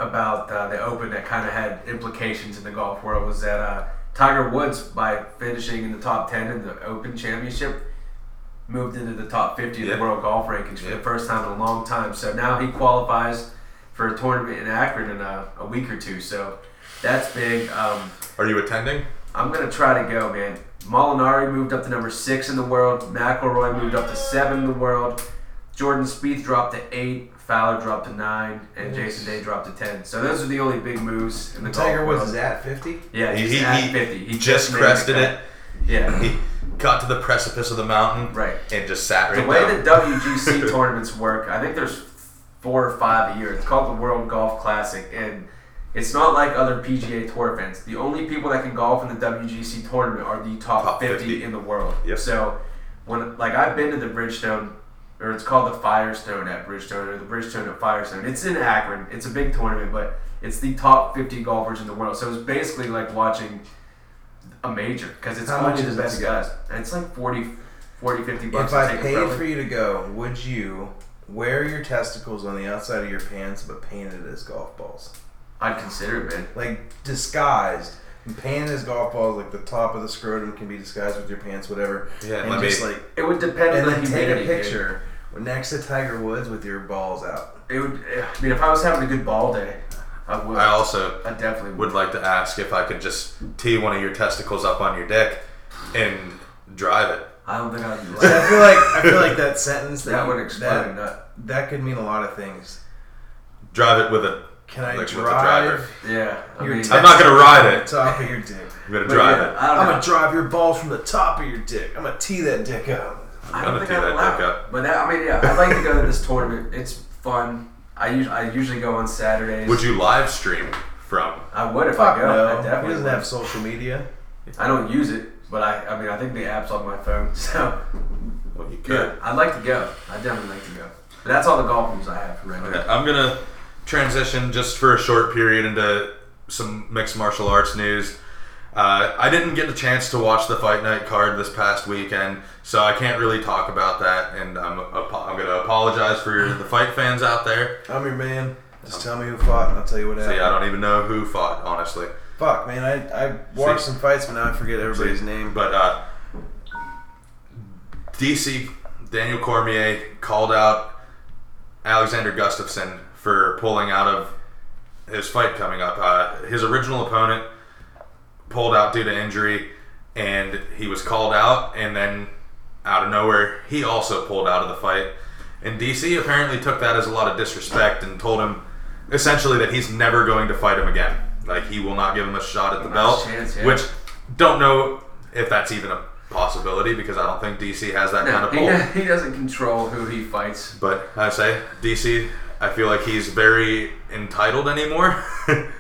[SPEAKER 2] about uh, the Open that kind of had implications in the golf world was that uh, Tiger Woods, by finishing in the top 10 in the Open Championship, moved into the top 50 of
[SPEAKER 1] Yeah.
[SPEAKER 2] the world golf rankings for
[SPEAKER 1] Yeah.
[SPEAKER 2] the first time in a long time. So now he qualifies for a tournament in Akron in a, a week or two. So that's big. Um,
[SPEAKER 1] Are you attending?
[SPEAKER 2] I'm gonna try to go, man. Molinari moved up to number six in the world. McElroy moved up to seven in the world. Jordan Spieth dropped to eight. Fowler dropped to nine, and Jason Day dropped to ten. So those are the only big moves in the golf
[SPEAKER 3] Tiger Woods
[SPEAKER 2] world.
[SPEAKER 3] is at 50.
[SPEAKER 2] Yeah, he's
[SPEAKER 1] He-
[SPEAKER 2] at
[SPEAKER 1] he-
[SPEAKER 2] fifty. He
[SPEAKER 1] He just
[SPEAKER 2] made
[SPEAKER 1] crested
[SPEAKER 2] the
[SPEAKER 1] it.
[SPEAKER 2] cut. Yeah.
[SPEAKER 1] He got to the precipice of the mountain,
[SPEAKER 2] Right.
[SPEAKER 1] and just sat right
[SPEAKER 2] the way
[SPEAKER 1] down.
[SPEAKER 2] the WGC tournaments work, I think there's four or five a year. It's called the World Golf Classic, and it's not like other PGA Tour events. The only people that can golf in the WGC tournament are the top,
[SPEAKER 1] Top
[SPEAKER 2] 50,
[SPEAKER 1] 50.
[SPEAKER 2] in the world.
[SPEAKER 1] Yep.
[SPEAKER 2] So when like I've been to the Bridgestone, or it's called the Firestone at Bridgestone, or the Bridgestone at Firestone. It's in Akron. It's a big tournament, but it's the top 50 golfers in the world. So it's basically like watching a major because it's
[SPEAKER 3] How much
[SPEAKER 2] only the
[SPEAKER 3] is it
[SPEAKER 2] best
[SPEAKER 3] to go?
[SPEAKER 2] guys. It's like 40, 40 50 bucks.
[SPEAKER 3] If
[SPEAKER 2] to
[SPEAKER 3] I
[SPEAKER 2] take a
[SPEAKER 3] paid
[SPEAKER 2] friendly.
[SPEAKER 3] for you to go, would you wear your testicles on the outside of your pants but painted as golf balls?
[SPEAKER 2] I'd consider it, man.
[SPEAKER 3] Like disguised. And painted as golf balls, like the top of the scrotum can be disguised with your pants, whatever.
[SPEAKER 1] Yeah,
[SPEAKER 3] and
[SPEAKER 1] let me-
[SPEAKER 3] just like
[SPEAKER 2] It would depend
[SPEAKER 3] and
[SPEAKER 2] on the
[SPEAKER 3] then take
[SPEAKER 2] humidity.
[SPEAKER 3] a picture next to Tiger Woods with your balls out.
[SPEAKER 2] dude. It would. I mean, if I was having a good ball day, I would.
[SPEAKER 1] I
[SPEAKER 2] I,
[SPEAKER 1] also
[SPEAKER 2] definitely would.
[SPEAKER 1] would like to ask if I could just tee one of your testicles up on your dick and drive it.
[SPEAKER 2] I don't think I'd be
[SPEAKER 3] So
[SPEAKER 2] like
[SPEAKER 3] I feel like I feel like that sentence that,
[SPEAKER 2] that
[SPEAKER 3] you-
[SPEAKER 2] would
[SPEAKER 3] that-
[SPEAKER 2] explode. That,
[SPEAKER 3] That could mean a lot of things.
[SPEAKER 1] Drive it with a.
[SPEAKER 3] Can I
[SPEAKER 1] Like with the
[SPEAKER 3] drive
[SPEAKER 1] driver.
[SPEAKER 2] yeah. I
[SPEAKER 3] Your
[SPEAKER 2] mean,
[SPEAKER 3] test-
[SPEAKER 1] I'm not gonna ride
[SPEAKER 3] the
[SPEAKER 1] it.
[SPEAKER 3] top of your dick?
[SPEAKER 1] I'm gonna
[SPEAKER 2] but
[SPEAKER 1] drive
[SPEAKER 2] yeah,
[SPEAKER 1] it.
[SPEAKER 2] I
[SPEAKER 3] I'm
[SPEAKER 2] don't know.
[SPEAKER 3] gonna drive your balls from the top of your dick. I'm gonna tee that dick up.
[SPEAKER 2] I
[SPEAKER 1] I'm
[SPEAKER 2] don't
[SPEAKER 1] gonna
[SPEAKER 2] think
[SPEAKER 1] tee
[SPEAKER 2] I'd
[SPEAKER 1] that
[SPEAKER 2] allow
[SPEAKER 1] dick
[SPEAKER 2] it.
[SPEAKER 1] up.
[SPEAKER 2] But that, I mean, yeah, I'd like to go to this tournament. It's fun. I usually, I usually go on Saturdays.
[SPEAKER 1] Would you live stream from?
[SPEAKER 2] I would if
[SPEAKER 3] Fuck
[SPEAKER 2] I go.
[SPEAKER 3] no.
[SPEAKER 2] I
[SPEAKER 3] He
[SPEAKER 2] definitely.
[SPEAKER 3] doesn't
[SPEAKER 2] would.
[SPEAKER 3] have social media.
[SPEAKER 2] I don't use it, but I. I mean, I think the app's on my phone, so
[SPEAKER 1] Well, you could.
[SPEAKER 2] yeah, I'd like to go. I definitely like to go. But that's all the golf moves I have for right now.
[SPEAKER 1] Okay, I'm gonna transition just for a short period into some mixed martial arts news. Uh, I didn't get the chance to watch the fight night card this past weekend, so I can't really talk about that. And I'm, apo- I'm going to apologize for the fight fans out there.
[SPEAKER 4] I'm your man. Just tell me who fought, and I'll tell you what happened.
[SPEAKER 1] See, I don't even know who fought, honestly.
[SPEAKER 4] Fuck, man. I, I watched some fights, but now I forget everybody's name.
[SPEAKER 1] But uh, DC Daniel Cormier called out Alexander Gustafson for pulling out of his fight coming up. Uh, his original opponent pulled out due to injury, and he was called out, and then out of nowhere, he also pulled out of the fight. And DC apparently took that as a lot of disrespect and told him essentially that he's never going to fight him again. Like, he will not give him a shot at the
[SPEAKER 2] Not a
[SPEAKER 1] belt,
[SPEAKER 2] chance, yeah.
[SPEAKER 1] which don't know if that's even a possibility because I don't think DC has that kind of
[SPEAKER 2] he,
[SPEAKER 1] pull.
[SPEAKER 2] he doesn't control who he fights.
[SPEAKER 1] But I say DC, I feel like he's very entitled anymore,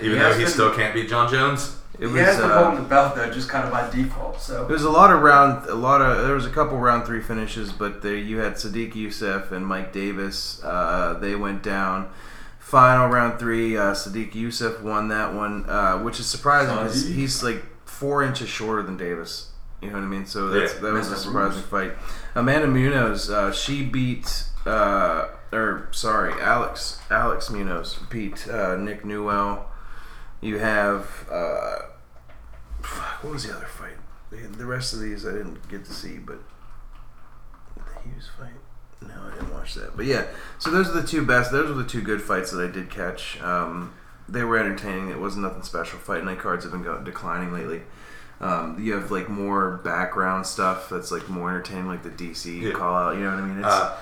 [SPEAKER 1] even though
[SPEAKER 3] has
[SPEAKER 1] he
[SPEAKER 3] been-
[SPEAKER 1] still can't beat John Jones.
[SPEAKER 3] It uh,
[SPEAKER 2] he has been holding the belt though, just kind of by default. So
[SPEAKER 3] There was a lot of round, a lot of there was a couple round three finishes, but there you had Sadiq Youssef and Mike Davis. Uh, they went down. Final round three, uh, Sadiq Youssef won that one, uh, which is surprising because
[SPEAKER 2] Sadiq.
[SPEAKER 3] he's like four inches shorter than Davis. You know what I mean? So that's,
[SPEAKER 1] Yeah.
[SPEAKER 3] that was a
[SPEAKER 2] Mr.
[SPEAKER 3] surprising fight. Amanda Munoz, uh, she beat, uh, or sorry, Alex Alex Munoz beat uh, Nick Newell. You have. Uh, Fuck, what was the other fight? The, the rest of these I didn't get to see, but the Hughes fight. No, I didn't watch that. But yeah, so those are the two best. Those were the two good fights that I did catch. Um, they were entertaining. It wasn't nothing special. Fight night cards have been go- declining lately. Um, you have like more background stuff that's like more entertaining, like the DC
[SPEAKER 1] Yeah.
[SPEAKER 3] call out. You know what I mean? It's,
[SPEAKER 1] Uh,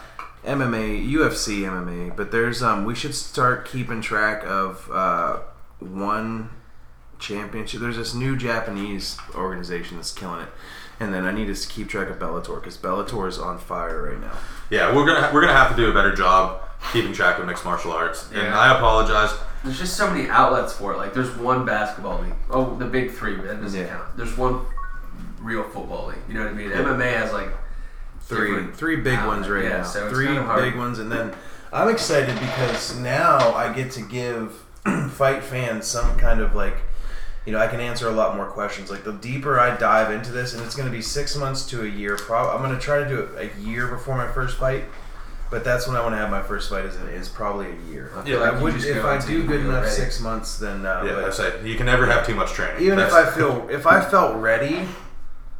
[SPEAKER 3] MMA, UFC, MMA, but there's um we should start keeping track of uh one championship. There's this new Japanese organization that's killing it, and then I need to keep track of Bellator because Bellator is on fire right now.
[SPEAKER 1] yeah, we're gonna we're gonna have to do a better job keeping track of mixed martial arts. And
[SPEAKER 2] Yeah.
[SPEAKER 1] I apologize.
[SPEAKER 2] there's just so many outlets for it. Like there's one basketball league. Oh, the big three, but that doesn't
[SPEAKER 3] Yeah.
[SPEAKER 2] count. There's one real football league. You know what I mean? MMA has like
[SPEAKER 3] Three
[SPEAKER 2] different-
[SPEAKER 3] three big ones right
[SPEAKER 2] Yeah,
[SPEAKER 3] now.
[SPEAKER 2] so it's
[SPEAKER 3] three
[SPEAKER 2] kind of hard.
[SPEAKER 3] big ones, and then
[SPEAKER 4] I'm excited because now I get to give fight fans some kind of like, you know, I can answer a lot more questions. Like the deeper I dive into this, and it's going to be six months to a year. Probably, I'm going to try to do it a year before my first fight. But that's when I want to have my first fight. Is is probably a year.
[SPEAKER 2] I
[SPEAKER 4] I
[SPEAKER 2] feel like
[SPEAKER 4] I
[SPEAKER 2] you
[SPEAKER 4] would
[SPEAKER 2] just
[SPEAKER 4] if
[SPEAKER 2] go
[SPEAKER 4] I
[SPEAKER 2] until
[SPEAKER 4] do
[SPEAKER 2] you
[SPEAKER 4] good
[SPEAKER 2] feel
[SPEAKER 4] enough
[SPEAKER 2] ready.
[SPEAKER 4] six monse, then uh,
[SPEAKER 1] Yeah,
[SPEAKER 4] but-
[SPEAKER 1] I say you can never have too much training.
[SPEAKER 4] even if
[SPEAKER 1] That's-
[SPEAKER 4] I feel if I felt ready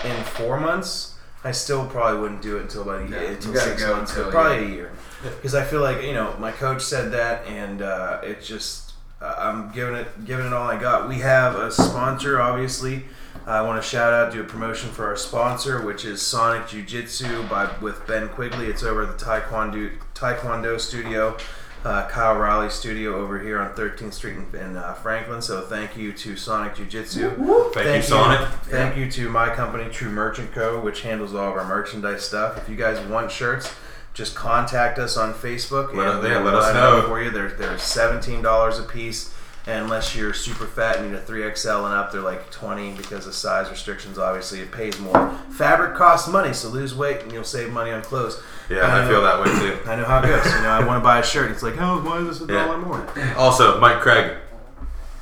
[SPEAKER 4] in four months, I still probably wouldn't do it until about a
[SPEAKER 2] No,
[SPEAKER 4] year,
[SPEAKER 2] you
[SPEAKER 4] until
[SPEAKER 2] gotta
[SPEAKER 4] six
[SPEAKER 2] go
[SPEAKER 4] months,
[SPEAKER 2] until,
[SPEAKER 4] but probably a year, because I feel like you know my coach said that, and uh, it just uh, I'm giving it giving it all I got. We have a sponsor, obviously. I want to shout out, do a promotion for our sponsor, which is Sonic Jiu Jitsu by with Ben Quigley. It's over at the Taekwondo Taekwondo Studio uh, Kyle Riley studio over here on 13th Street in, in uh, Franklin. So thank you to Sonic Jiu Jitsu.
[SPEAKER 1] thank, you, Sonic.
[SPEAKER 4] Thank you to my company, True Merchant Co., which handles all of our merchandise stuff. If you guys want shirts, just contact us on Facebook.
[SPEAKER 1] Let us- yeah,
[SPEAKER 4] we'll
[SPEAKER 1] let us
[SPEAKER 4] line up
[SPEAKER 1] know.
[SPEAKER 4] for you. They're, they're $17 a piece. And unless you're super fat and need a 3XL and up, they're like 20 because of size restrictions. Obviously, it pays more. Fabric costs money, so lose weight and you'll save money on clothes.
[SPEAKER 1] Yeah, I
[SPEAKER 4] know-
[SPEAKER 1] feel that way too.
[SPEAKER 4] I know how it goes. You know, I want to buy a shirt. and It's like, oh, why is this a
[SPEAKER 1] Yeah.
[SPEAKER 4] dollar more?
[SPEAKER 1] Also, Mike Craig,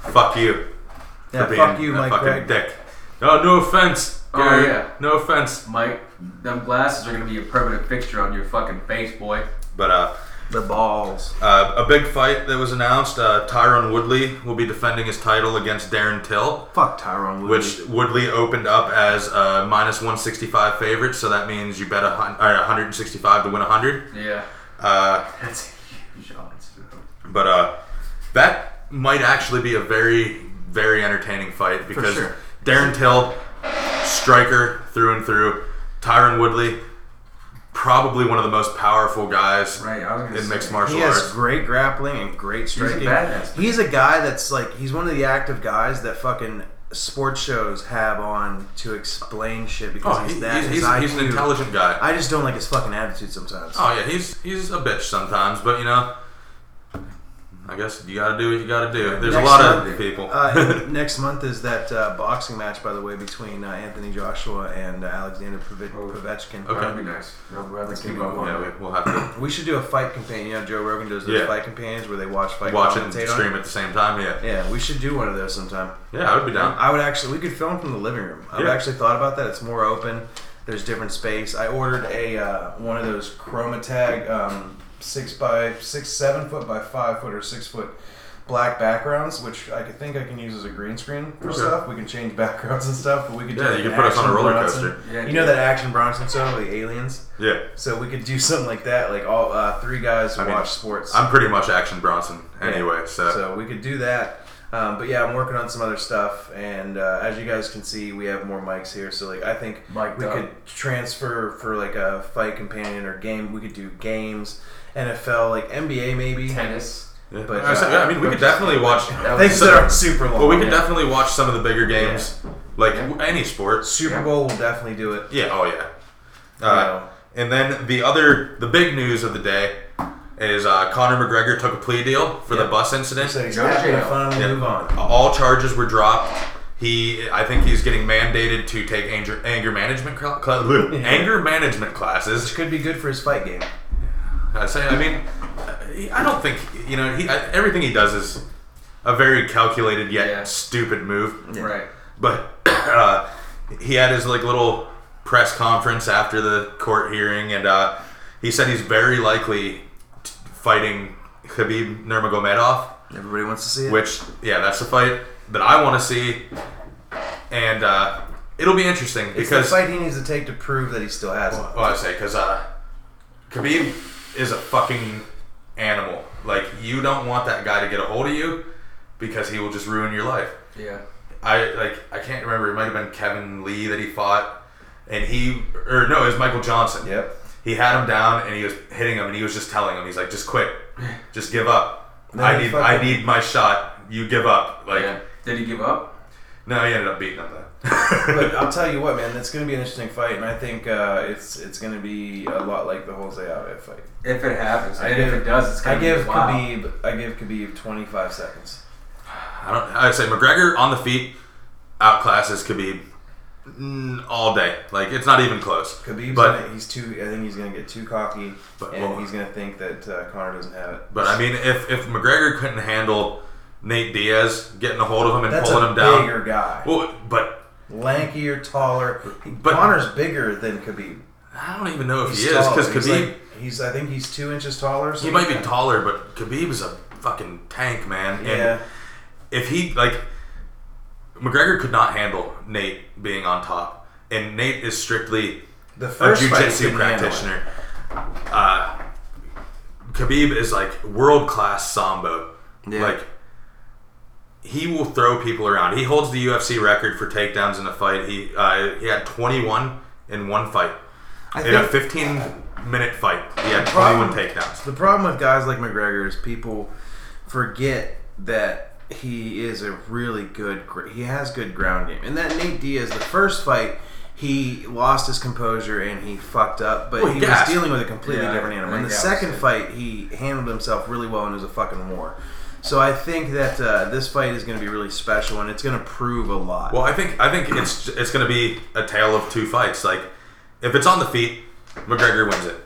[SPEAKER 1] fuck you.
[SPEAKER 4] Yeah,
[SPEAKER 1] for
[SPEAKER 4] fuck
[SPEAKER 1] being
[SPEAKER 4] you,
[SPEAKER 1] a
[SPEAKER 4] Mike
[SPEAKER 1] fucking
[SPEAKER 4] Craig.
[SPEAKER 1] Dick. No, no offense.
[SPEAKER 2] Oh,
[SPEAKER 1] Gary.
[SPEAKER 2] yeah.
[SPEAKER 1] No offense.
[SPEAKER 2] Mike. Them glasses are gonna be a permanent fixture on your fucking face, boy.
[SPEAKER 1] But uh,
[SPEAKER 4] The balls.
[SPEAKER 1] Uh, a big fight that was announced. Uh, Tyron Woodley will be defending his title against Darren Till,
[SPEAKER 3] fuck Tyrone Woodley.
[SPEAKER 1] which Woodley opened up as a minus 165 favorite. So that means you bet a hun- or 165 to win 100.
[SPEAKER 2] Yeah,
[SPEAKER 1] Uh,
[SPEAKER 2] that's a huge odds.
[SPEAKER 1] but uh, that might actually be a very, very entertaining fight because
[SPEAKER 3] sure.
[SPEAKER 1] Darren Till, striker through and through. Tyron Woodley, probably one of the most powerful guys
[SPEAKER 2] Right, I was gonna
[SPEAKER 1] in
[SPEAKER 2] say.
[SPEAKER 1] mixed martial
[SPEAKER 4] He has
[SPEAKER 1] arts.
[SPEAKER 4] great grappling and great
[SPEAKER 2] He's a
[SPEAKER 4] striking.
[SPEAKER 2] badass.
[SPEAKER 4] He's a guy that's like he's one of the active guys that fucking sports shows have on to explain shit because
[SPEAKER 1] Oh,
[SPEAKER 4] he's
[SPEAKER 1] he-
[SPEAKER 4] that.
[SPEAKER 1] he's,
[SPEAKER 4] his
[SPEAKER 1] he's, he's an
[SPEAKER 4] IQ.
[SPEAKER 1] intelligent guy.
[SPEAKER 4] I just don't like his fucking attitude sometimes.
[SPEAKER 1] Oh yeah, he's he's a bitch sometimes, but you know, I guess you got to do what you got to do. There's a
[SPEAKER 5] Next
[SPEAKER 1] lot of
[SPEAKER 5] Monday.
[SPEAKER 1] people.
[SPEAKER 3] Uh, and next month is that uh, boxing match, by the way, between uh, Anthony Joshua and uh, Alexander Prove-
[SPEAKER 2] Oh.
[SPEAKER 3] Ovechkin.
[SPEAKER 1] Okay.
[SPEAKER 2] That'd be nice. No, we'll have
[SPEAKER 3] That's
[SPEAKER 2] to keep
[SPEAKER 3] gonna
[SPEAKER 2] up
[SPEAKER 3] be
[SPEAKER 2] on
[SPEAKER 1] yeah, we,
[SPEAKER 2] it.
[SPEAKER 1] we'll have to
[SPEAKER 3] We should do a fight companion. You know, Joe Rogan does those
[SPEAKER 1] Yeah.
[SPEAKER 3] fight companions where they watch fight.
[SPEAKER 1] watch it and
[SPEAKER 3] commentate on
[SPEAKER 1] stream at the same time. Yeah,
[SPEAKER 3] Yeah, we should do one of those sometime.
[SPEAKER 1] yeah, I would be down.
[SPEAKER 3] I would actually. We could film from the living room. I've
[SPEAKER 1] Yeah.
[SPEAKER 3] actually thought about that. It's more open. There's different space. I ordered a uh, one of those Chromatag um, six by six, seven foot by five foot or six foot black backgrounds, which I could think I can use as a green screen for
[SPEAKER 1] Okay.
[SPEAKER 3] stuff. We can change backgrounds and stuff, but we could do
[SPEAKER 1] Yeah,
[SPEAKER 3] like
[SPEAKER 1] you can
[SPEAKER 3] an
[SPEAKER 1] put us on a
[SPEAKER 3] Action
[SPEAKER 1] roller
[SPEAKER 3] Bronson.
[SPEAKER 1] coaster.
[SPEAKER 2] Yeah,
[SPEAKER 3] You know that Action Bronson song, like Aliens.
[SPEAKER 1] Yeah,
[SPEAKER 3] So we could do something like that, like all uh, three guys
[SPEAKER 1] I
[SPEAKER 3] watch
[SPEAKER 1] mean,
[SPEAKER 3] sports.
[SPEAKER 1] I'm pretty much Action Bronson
[SPEAKER 3] Yeah.
[SPEAKER 1] anyway. So,
[SPEAKER 3] So we could do that. Um, but yeah, I'm working on some other stuff, and uh, as you guys can see, we have more mics here. So like, I think
[SPEAKER 2] Mike
[SPEAKER 3] we
[SPEAKER 2] Dunn.
[SPEAKER 3] could transfer for like a fight companion or game. We could do games, NFL, like NBA maybe.
[SPEAKER 1] yeah.
[SPEAKER 2] tennis.
[SPEAKER 3] But,
[SPEAKER 1] I, said-
[SPEAKER 3] uh,
[SPEAKER 1] I mean, we could definitely watch.
[SPEAKER 2] That would
[SPEAKER 3] Things
[SPEAKER 2] be-
[SPEAKER 3] that aren't super long.
[SPEAKER 1] Well, we could
[SPEAKER 3] yeah.
[SPEAKER 1] definitely watch some of the bigger games, like
[SPEAKER 2] Yeah.
[SPEAKER 1] w any sports.
[SPEAKER 3] Super
[SPEAKER 2] Yeah.
[SPEAKER 3] Bowl will definitely do it.
[SPEAKER 1] Yeah. Oh yeah.
[SPEAKER 3] you
[SPEAKER 1] Uh,
[SPEAKER 3] know.
[SPEAKER 1] And then the other, the big news of the day is uh, Conor McGregor took a plea deal for the
[SPEAKER 3] Yeah.
[SPEAKER 1] bus incident.
[SPEAKER 3] So he's
[SPEAKER 2] Go to
[SPEAKER 3] happy to
[SPEAKER 2] jail.
[SPEAKER 3] finally
[SPEAKER 1] Yeah.
[SPEAKER 3] move on.
[SPEAKER 1] All charges were dropped. He, I think he's getting mandated to take anger, anger management cla- cla- anger management
[SPEAKER 3] Which
[SPEAKER 1] classes.
[SPEAKER 3] could be good for his fight game.
[SPEAKER 1] I say, I mean, he- I don't think you know he, I, everything he does is a very calculated yet
[SPEAKER 2] Yeah.
[SPEAKER 1] stupid move.
[SPEAKER 2] Right.
[SPEAKER 1] But uh, he had his like little press conference after the court hearing, and uh, he said he's very likely t- fighting Khabib Nurmagomedov,
[SPEAKER 3] Everybody wants to see it.
[SPEAKER 1] which yeah, that's the fight that I want to see, and uh, it'll be interesting
[SPEAKER 3] it's
[SPEAKER 1] because
[SPEAKER 3] the fight he needs to take to prove that he still has it.
[SPEAKER 1] well, I say because uh, Khabib is a fucking animal. Like you don't want that guy to get a hold of you because he will just ruin your life.
[SPEAKER 2] Yeah.
[SPEAKER 1] I like I can't remember. It might have been Kevin Lee that he fought, and he or no, it was Michael Johnson.
[SPEAKER 3] Yep.
[SPEAKER 1] He had him down and he was hitting him, and he was just telling him, he's like, just quit, just give up.
[SPEAKER 3] Then
[SPEAKER 1] I
[SPEAKER 3] he
[SPEAKER 1] need I
[SPEAKER 3] fucking-
[SPEAKER 1] need my shot. You give up. Like
[SPEAKER 2] yeah. Did he give up?
[SPEAKER 1] no, he ended up beating him though.
[SPEAKER 3] but um, I'll tell you what, man, it's going to be an interesting fight, and I think uh, it's it's going to be a lot like the Jose Alves fight.
[SPEAKER 2] If it happens,
[SPEAKER 3] I
[SPEAKER 2] and if
[SPEAKER 3] give-
[SPEAKER 2] it does, it's gonna
[SPEAKER 3] I give
[SPEAKER 2] be wild.
[SPEAKER 3] Khabib, I give Khabib 25 seconds.
[SPEAKER 1] I don't. I say McGregor on the feet outclasses Khabib mm, all day. Like it's not even close.
[SPEAKER 3] Khabib's
[SPEAKER 1] But-
[SPEAKER 3] gonna, he's too. I think he's going to get too cocky,
[SPEAKER 1] But-
[SPEAKER 3] and
[SPEAKER 1] well-
[SPEAKER 3] he's going to think that uh, Connor doesn't have it.
[SPEAKER 1] But I mean, if if McGregor couldn't handle Nate Diaz getting a hold of him and
[SPEAKER 3] that's
[SPEAKER 1] pulling
[SPEAKER 3] a
[SPEAKER 1] him down,
[SPEAKER 3] bigger guy,
[SPEAKER 1] well, but
[SPEAKER 3] lankier, taller.
[SPEAKER 1] But-
[SPEAKER 3] Connor's bigger than Khabib.
[SPEAKER 1] I don't even know if
[SPEAKER 3] He's
[SPEAKER 1] he is because
[SPEAKER 3] taller. he's,
[SPEAKER 1] Khabib
[SPEAKER 3] like- he's I think he's two inches taller. So
[SPEAKER 1] he might be taller, but Khabib is a fucking tank, man.
[SPEAKER 3] Yeah.
[SPEAKER 1] And if he like McGregor could not handle Nate being on top, and Nate is strictly
[SPEAKER 3] the
[SPEAKER 1] a
[SPEAKER 3] first fight he
[SPEAKER 1] jiu-jitsu
[SPEAKER 3] couldn't handle it.
[SPEAKER 1] practitioner. Uh, Khabib is like world-class sambo.
[SPEAKER 3] Yeah.
[SPEAKER 1] Like he will throw people around. He holds the UFC record for takedowns in a fight. He uh, he had 21 in one fight.
[SPEAKER 3] I
[SPEAKER 1] in a
[SPEAKER 3] think-
[SPEAKER 1] 15-minute fight, he had 21
[SPEAKER 3] Problem-
[SPEAKER 1] takedowns.
[SPEAKER 3] The problem with guys like McGregor is people forget that he is a really good. gr- He has good ground game, and that Nate Diaz, the first fight, he lost his composure and he fucked up, but
[SPEAKER 1] Well,
[SPEAKER 3] he
[SPEAKER 1] he gassed.
[SPEAKER 3] was dealing with a completely
[SPEAKER 2] Yeah,
[SPEAKER 3] different animal.
[SPEAKER 2] I
[SPEAKER 3] In the
[SPEAKER 2] think that was
[SPEAKER 3] second
[SPEAKER 2] it.
[SPEAKER 3] fight, he handled himself really well and it was a fucking war. So I think that uh, this fight is going to be really special and it's going to prove a lot.
[SPEAKER 1] Well, I think I think it's it's going to be a tale of two fights. Like if it's on the feet, McGregor wins it.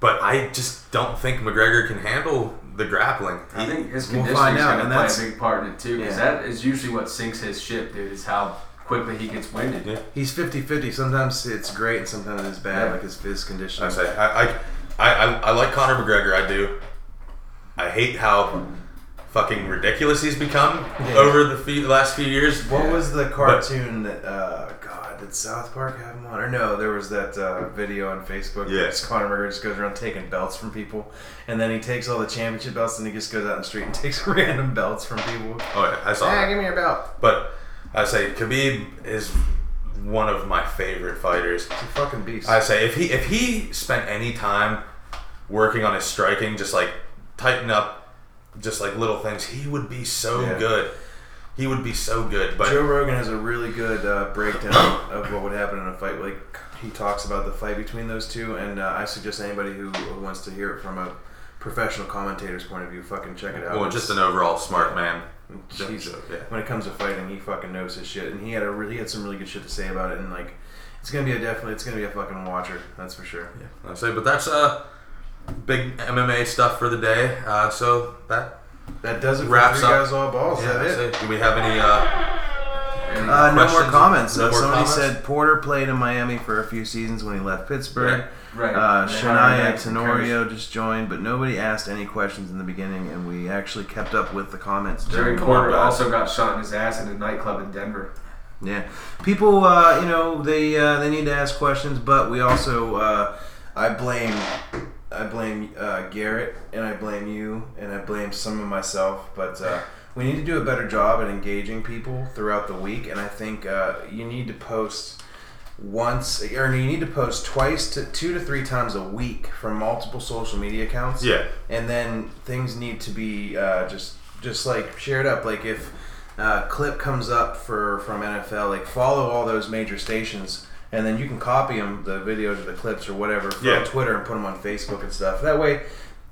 [SPEAKER 1] But I just don't think McGregor can handle the grappling.
[SPEAKER 2] I think his
[SPEAKER 3] We'll
[SPEAKER 2] conditioning's
[SPEAKER 3] find out,
[SPEAKER 2] gonna
[SPEAKER 3] and
[SPEAKER 2] play
[SPEAKER 3] that's-
[SPEAKER 2] a big part in it too, because
[SPEAKER 3] Yeah.
[SPEAKER 2] that is usually what sinks his ship, dude. Is how quickly he gets winded.
[SPEAKER 1] Yeah.
[SPEAKER 3] He's 50-50. Sometimes it's great and sometimes it's bad,
[SPEAKER 2] Yeah.
[SPEAKER 3] like his, his condition.
[SPEAKER 1] I say I, I I I I like Conor McGregor. I do. I hate how fucking ridiculous he's become
[SPEAKER 3] Yeah.
[SPEAKER 1] over the few, last few years.
[SPEAKER 3] What was the cartoon that? Uh, God, did South Park have him on? Or no, there was that uh, video on Facebook.
[SPEAKER 1] Yeah.
[SPEAKER 3] where it's Conor McGregor just goes around taking belts from people, and then he takes all the championship belts, and he just goes out in the street and takes random belts from people.
[SPEAKER 1] Oh yeah, I saw
[SPEAKER 3] Ah,
[SPEAKER 1] that.
[SPEAKER 3] give me your belt.
[SPEAKER 1] But I say Khabib is one of my favorite fighters.
[SPEAKER 3] He's a fucking beast.
[SPEAKER 1] I say if he if he spent any time working on his striking, just like tighten up, just like little things, he would be so
[SPEAKER 3] Yeah.
[SPEAKER 1] good. He would be so good. But
[SPEAKER 3] Joe Rogan has a really good uh, breakdown of what would happen in a fight. Like he talks about the fight between those two, and uh, I suggest anybody who wants to hear it from a professional commentator's point of view, fucking check it out.
[SPEAKER 1] Well, just an overall smart man.
[SPEAKER 3] Jesus.
[SPEAKER 1] Yeah.
[SPEAKER 3] When it comes to fighting, he fucking knows his shit, and he had a really he had some really good shit to say about it, and like, it's gonna be a definitely it's gonna be a fucking watcher, that's for sure.
[SPEAKER 1] I say, but that's uh big MMA stuff for the day. Uh, so that
[SPEAKER 3] That does it. For
[SPEAKER 1] Wraps
[SPEAKER 3] three
[SPEAKER 1] up.
[SPEAKER 3] guys all balls.
[SPEAKER 1] yeah,
[SPEAKER 3] Oh, that
[SPEAKER 1] I
[SPEAKER 3] it.
[SPEAKER 1] say, do we have any? Uh,
[SPEAKER 3] Uh, no more
[SPEAKER 1] Questions?
[SPEAKER 3] comments.
[SPEAKER 1] No
[SPEAKER 3] uh,
[SPEAKER 1] more
[SPEAKER 3] somebody
[SPEAKER 1] comments?
[SPEAKER 3] said Porter played in Miami for a few seasons when he left Pittsburgh.
[SPEAKER 2] Right.
[SPEAKER 3] Uh,
[SPEAKER 2] They hired
[SPEAKER 3] Shania
[SPEAKER 2] back some coaches.
[SPEAKER 3] Tenorio just joined, but nobody asked any questions in the beginning, and we actually kept up with the comments.
[SPEAKER 2] Jerry
[SPEAKER 3] during
[SPEAKER 2] Porter
[SPEAKER 3] broadcast.
[SPEAKER 2] also got shot in his ass in a nightclub in Denver.
[SPEAKER 3] Yeah, people, uh, you know, they uh, they need to ask questions, but we also, uh, I blame, I blame uh, Garrett, and I blame you, and I blame some of myself, but uh, we need to do a better job at engaging people throughout the week, and I think uh, you need to post once, or you need to post twice to two to three times a week from multiple social media accounts
[SPEAKER 1] yeah,
[SPEAKER 3] and then things need to be uh, just just like shared up like if uh, clip comes up for from NFL like follow all those major stations and then you can copy them the videos or the clips or whatever from
[SPEAKER 1] Yeah.
[SPEAKER 3] Twitter and put them on Facebook and stuff that way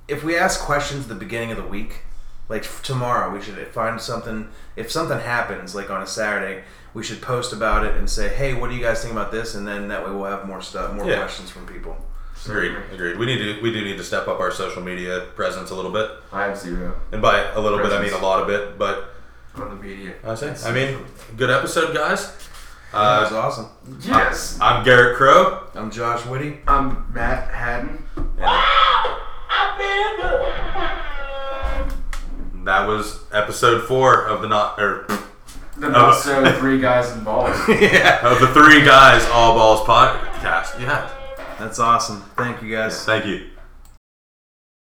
[SPEAKER 3] if we ask questions at the beginning of the week like f- tomorrow we should find something if something happens like on a Saturday we should post about it and say hey what do you guys think about this and then that way we'll have more stuff more
[SPEAKER 1] Yeah.
[SPEAKER 3] questions from people
[SPEAKER 1] agreed, agreed. We need to we do need to step up our social media presence a little bit,
[SPEAKER 2] I have zero
[SPEAKER 1] and by a little bit I mean
[SPEAKER 2] Presence.
[SPEAKER 1] a lot of it. But
[SPEAKER 2] on the media.
[SPEAKER 1] I say, I mean, good episode, guys.
[SPEAKER 3] that was
[SPEAKER 1] Uh,
[SPEAKER 3] awesome
[SPEAKER 2] Yes.
[SPEAKER 1] I'm Garrett Crow.
[SPEAKER 3] I'm Josh Whitty
[SPEAKER 2] I'm Matt Haddon.
[SPEAKER 1] That was episode four of the not or
[SPEAKER 2] And
[SPEAKER 3] Oh.
[SPEAKER 2] also three guys in balls.
[SPEAKER 1] of the three guys all balls podcast. Yeah,
[SPEAKER 3] That's awesome. Thank you guys.
[SPEAKER 1] thank you.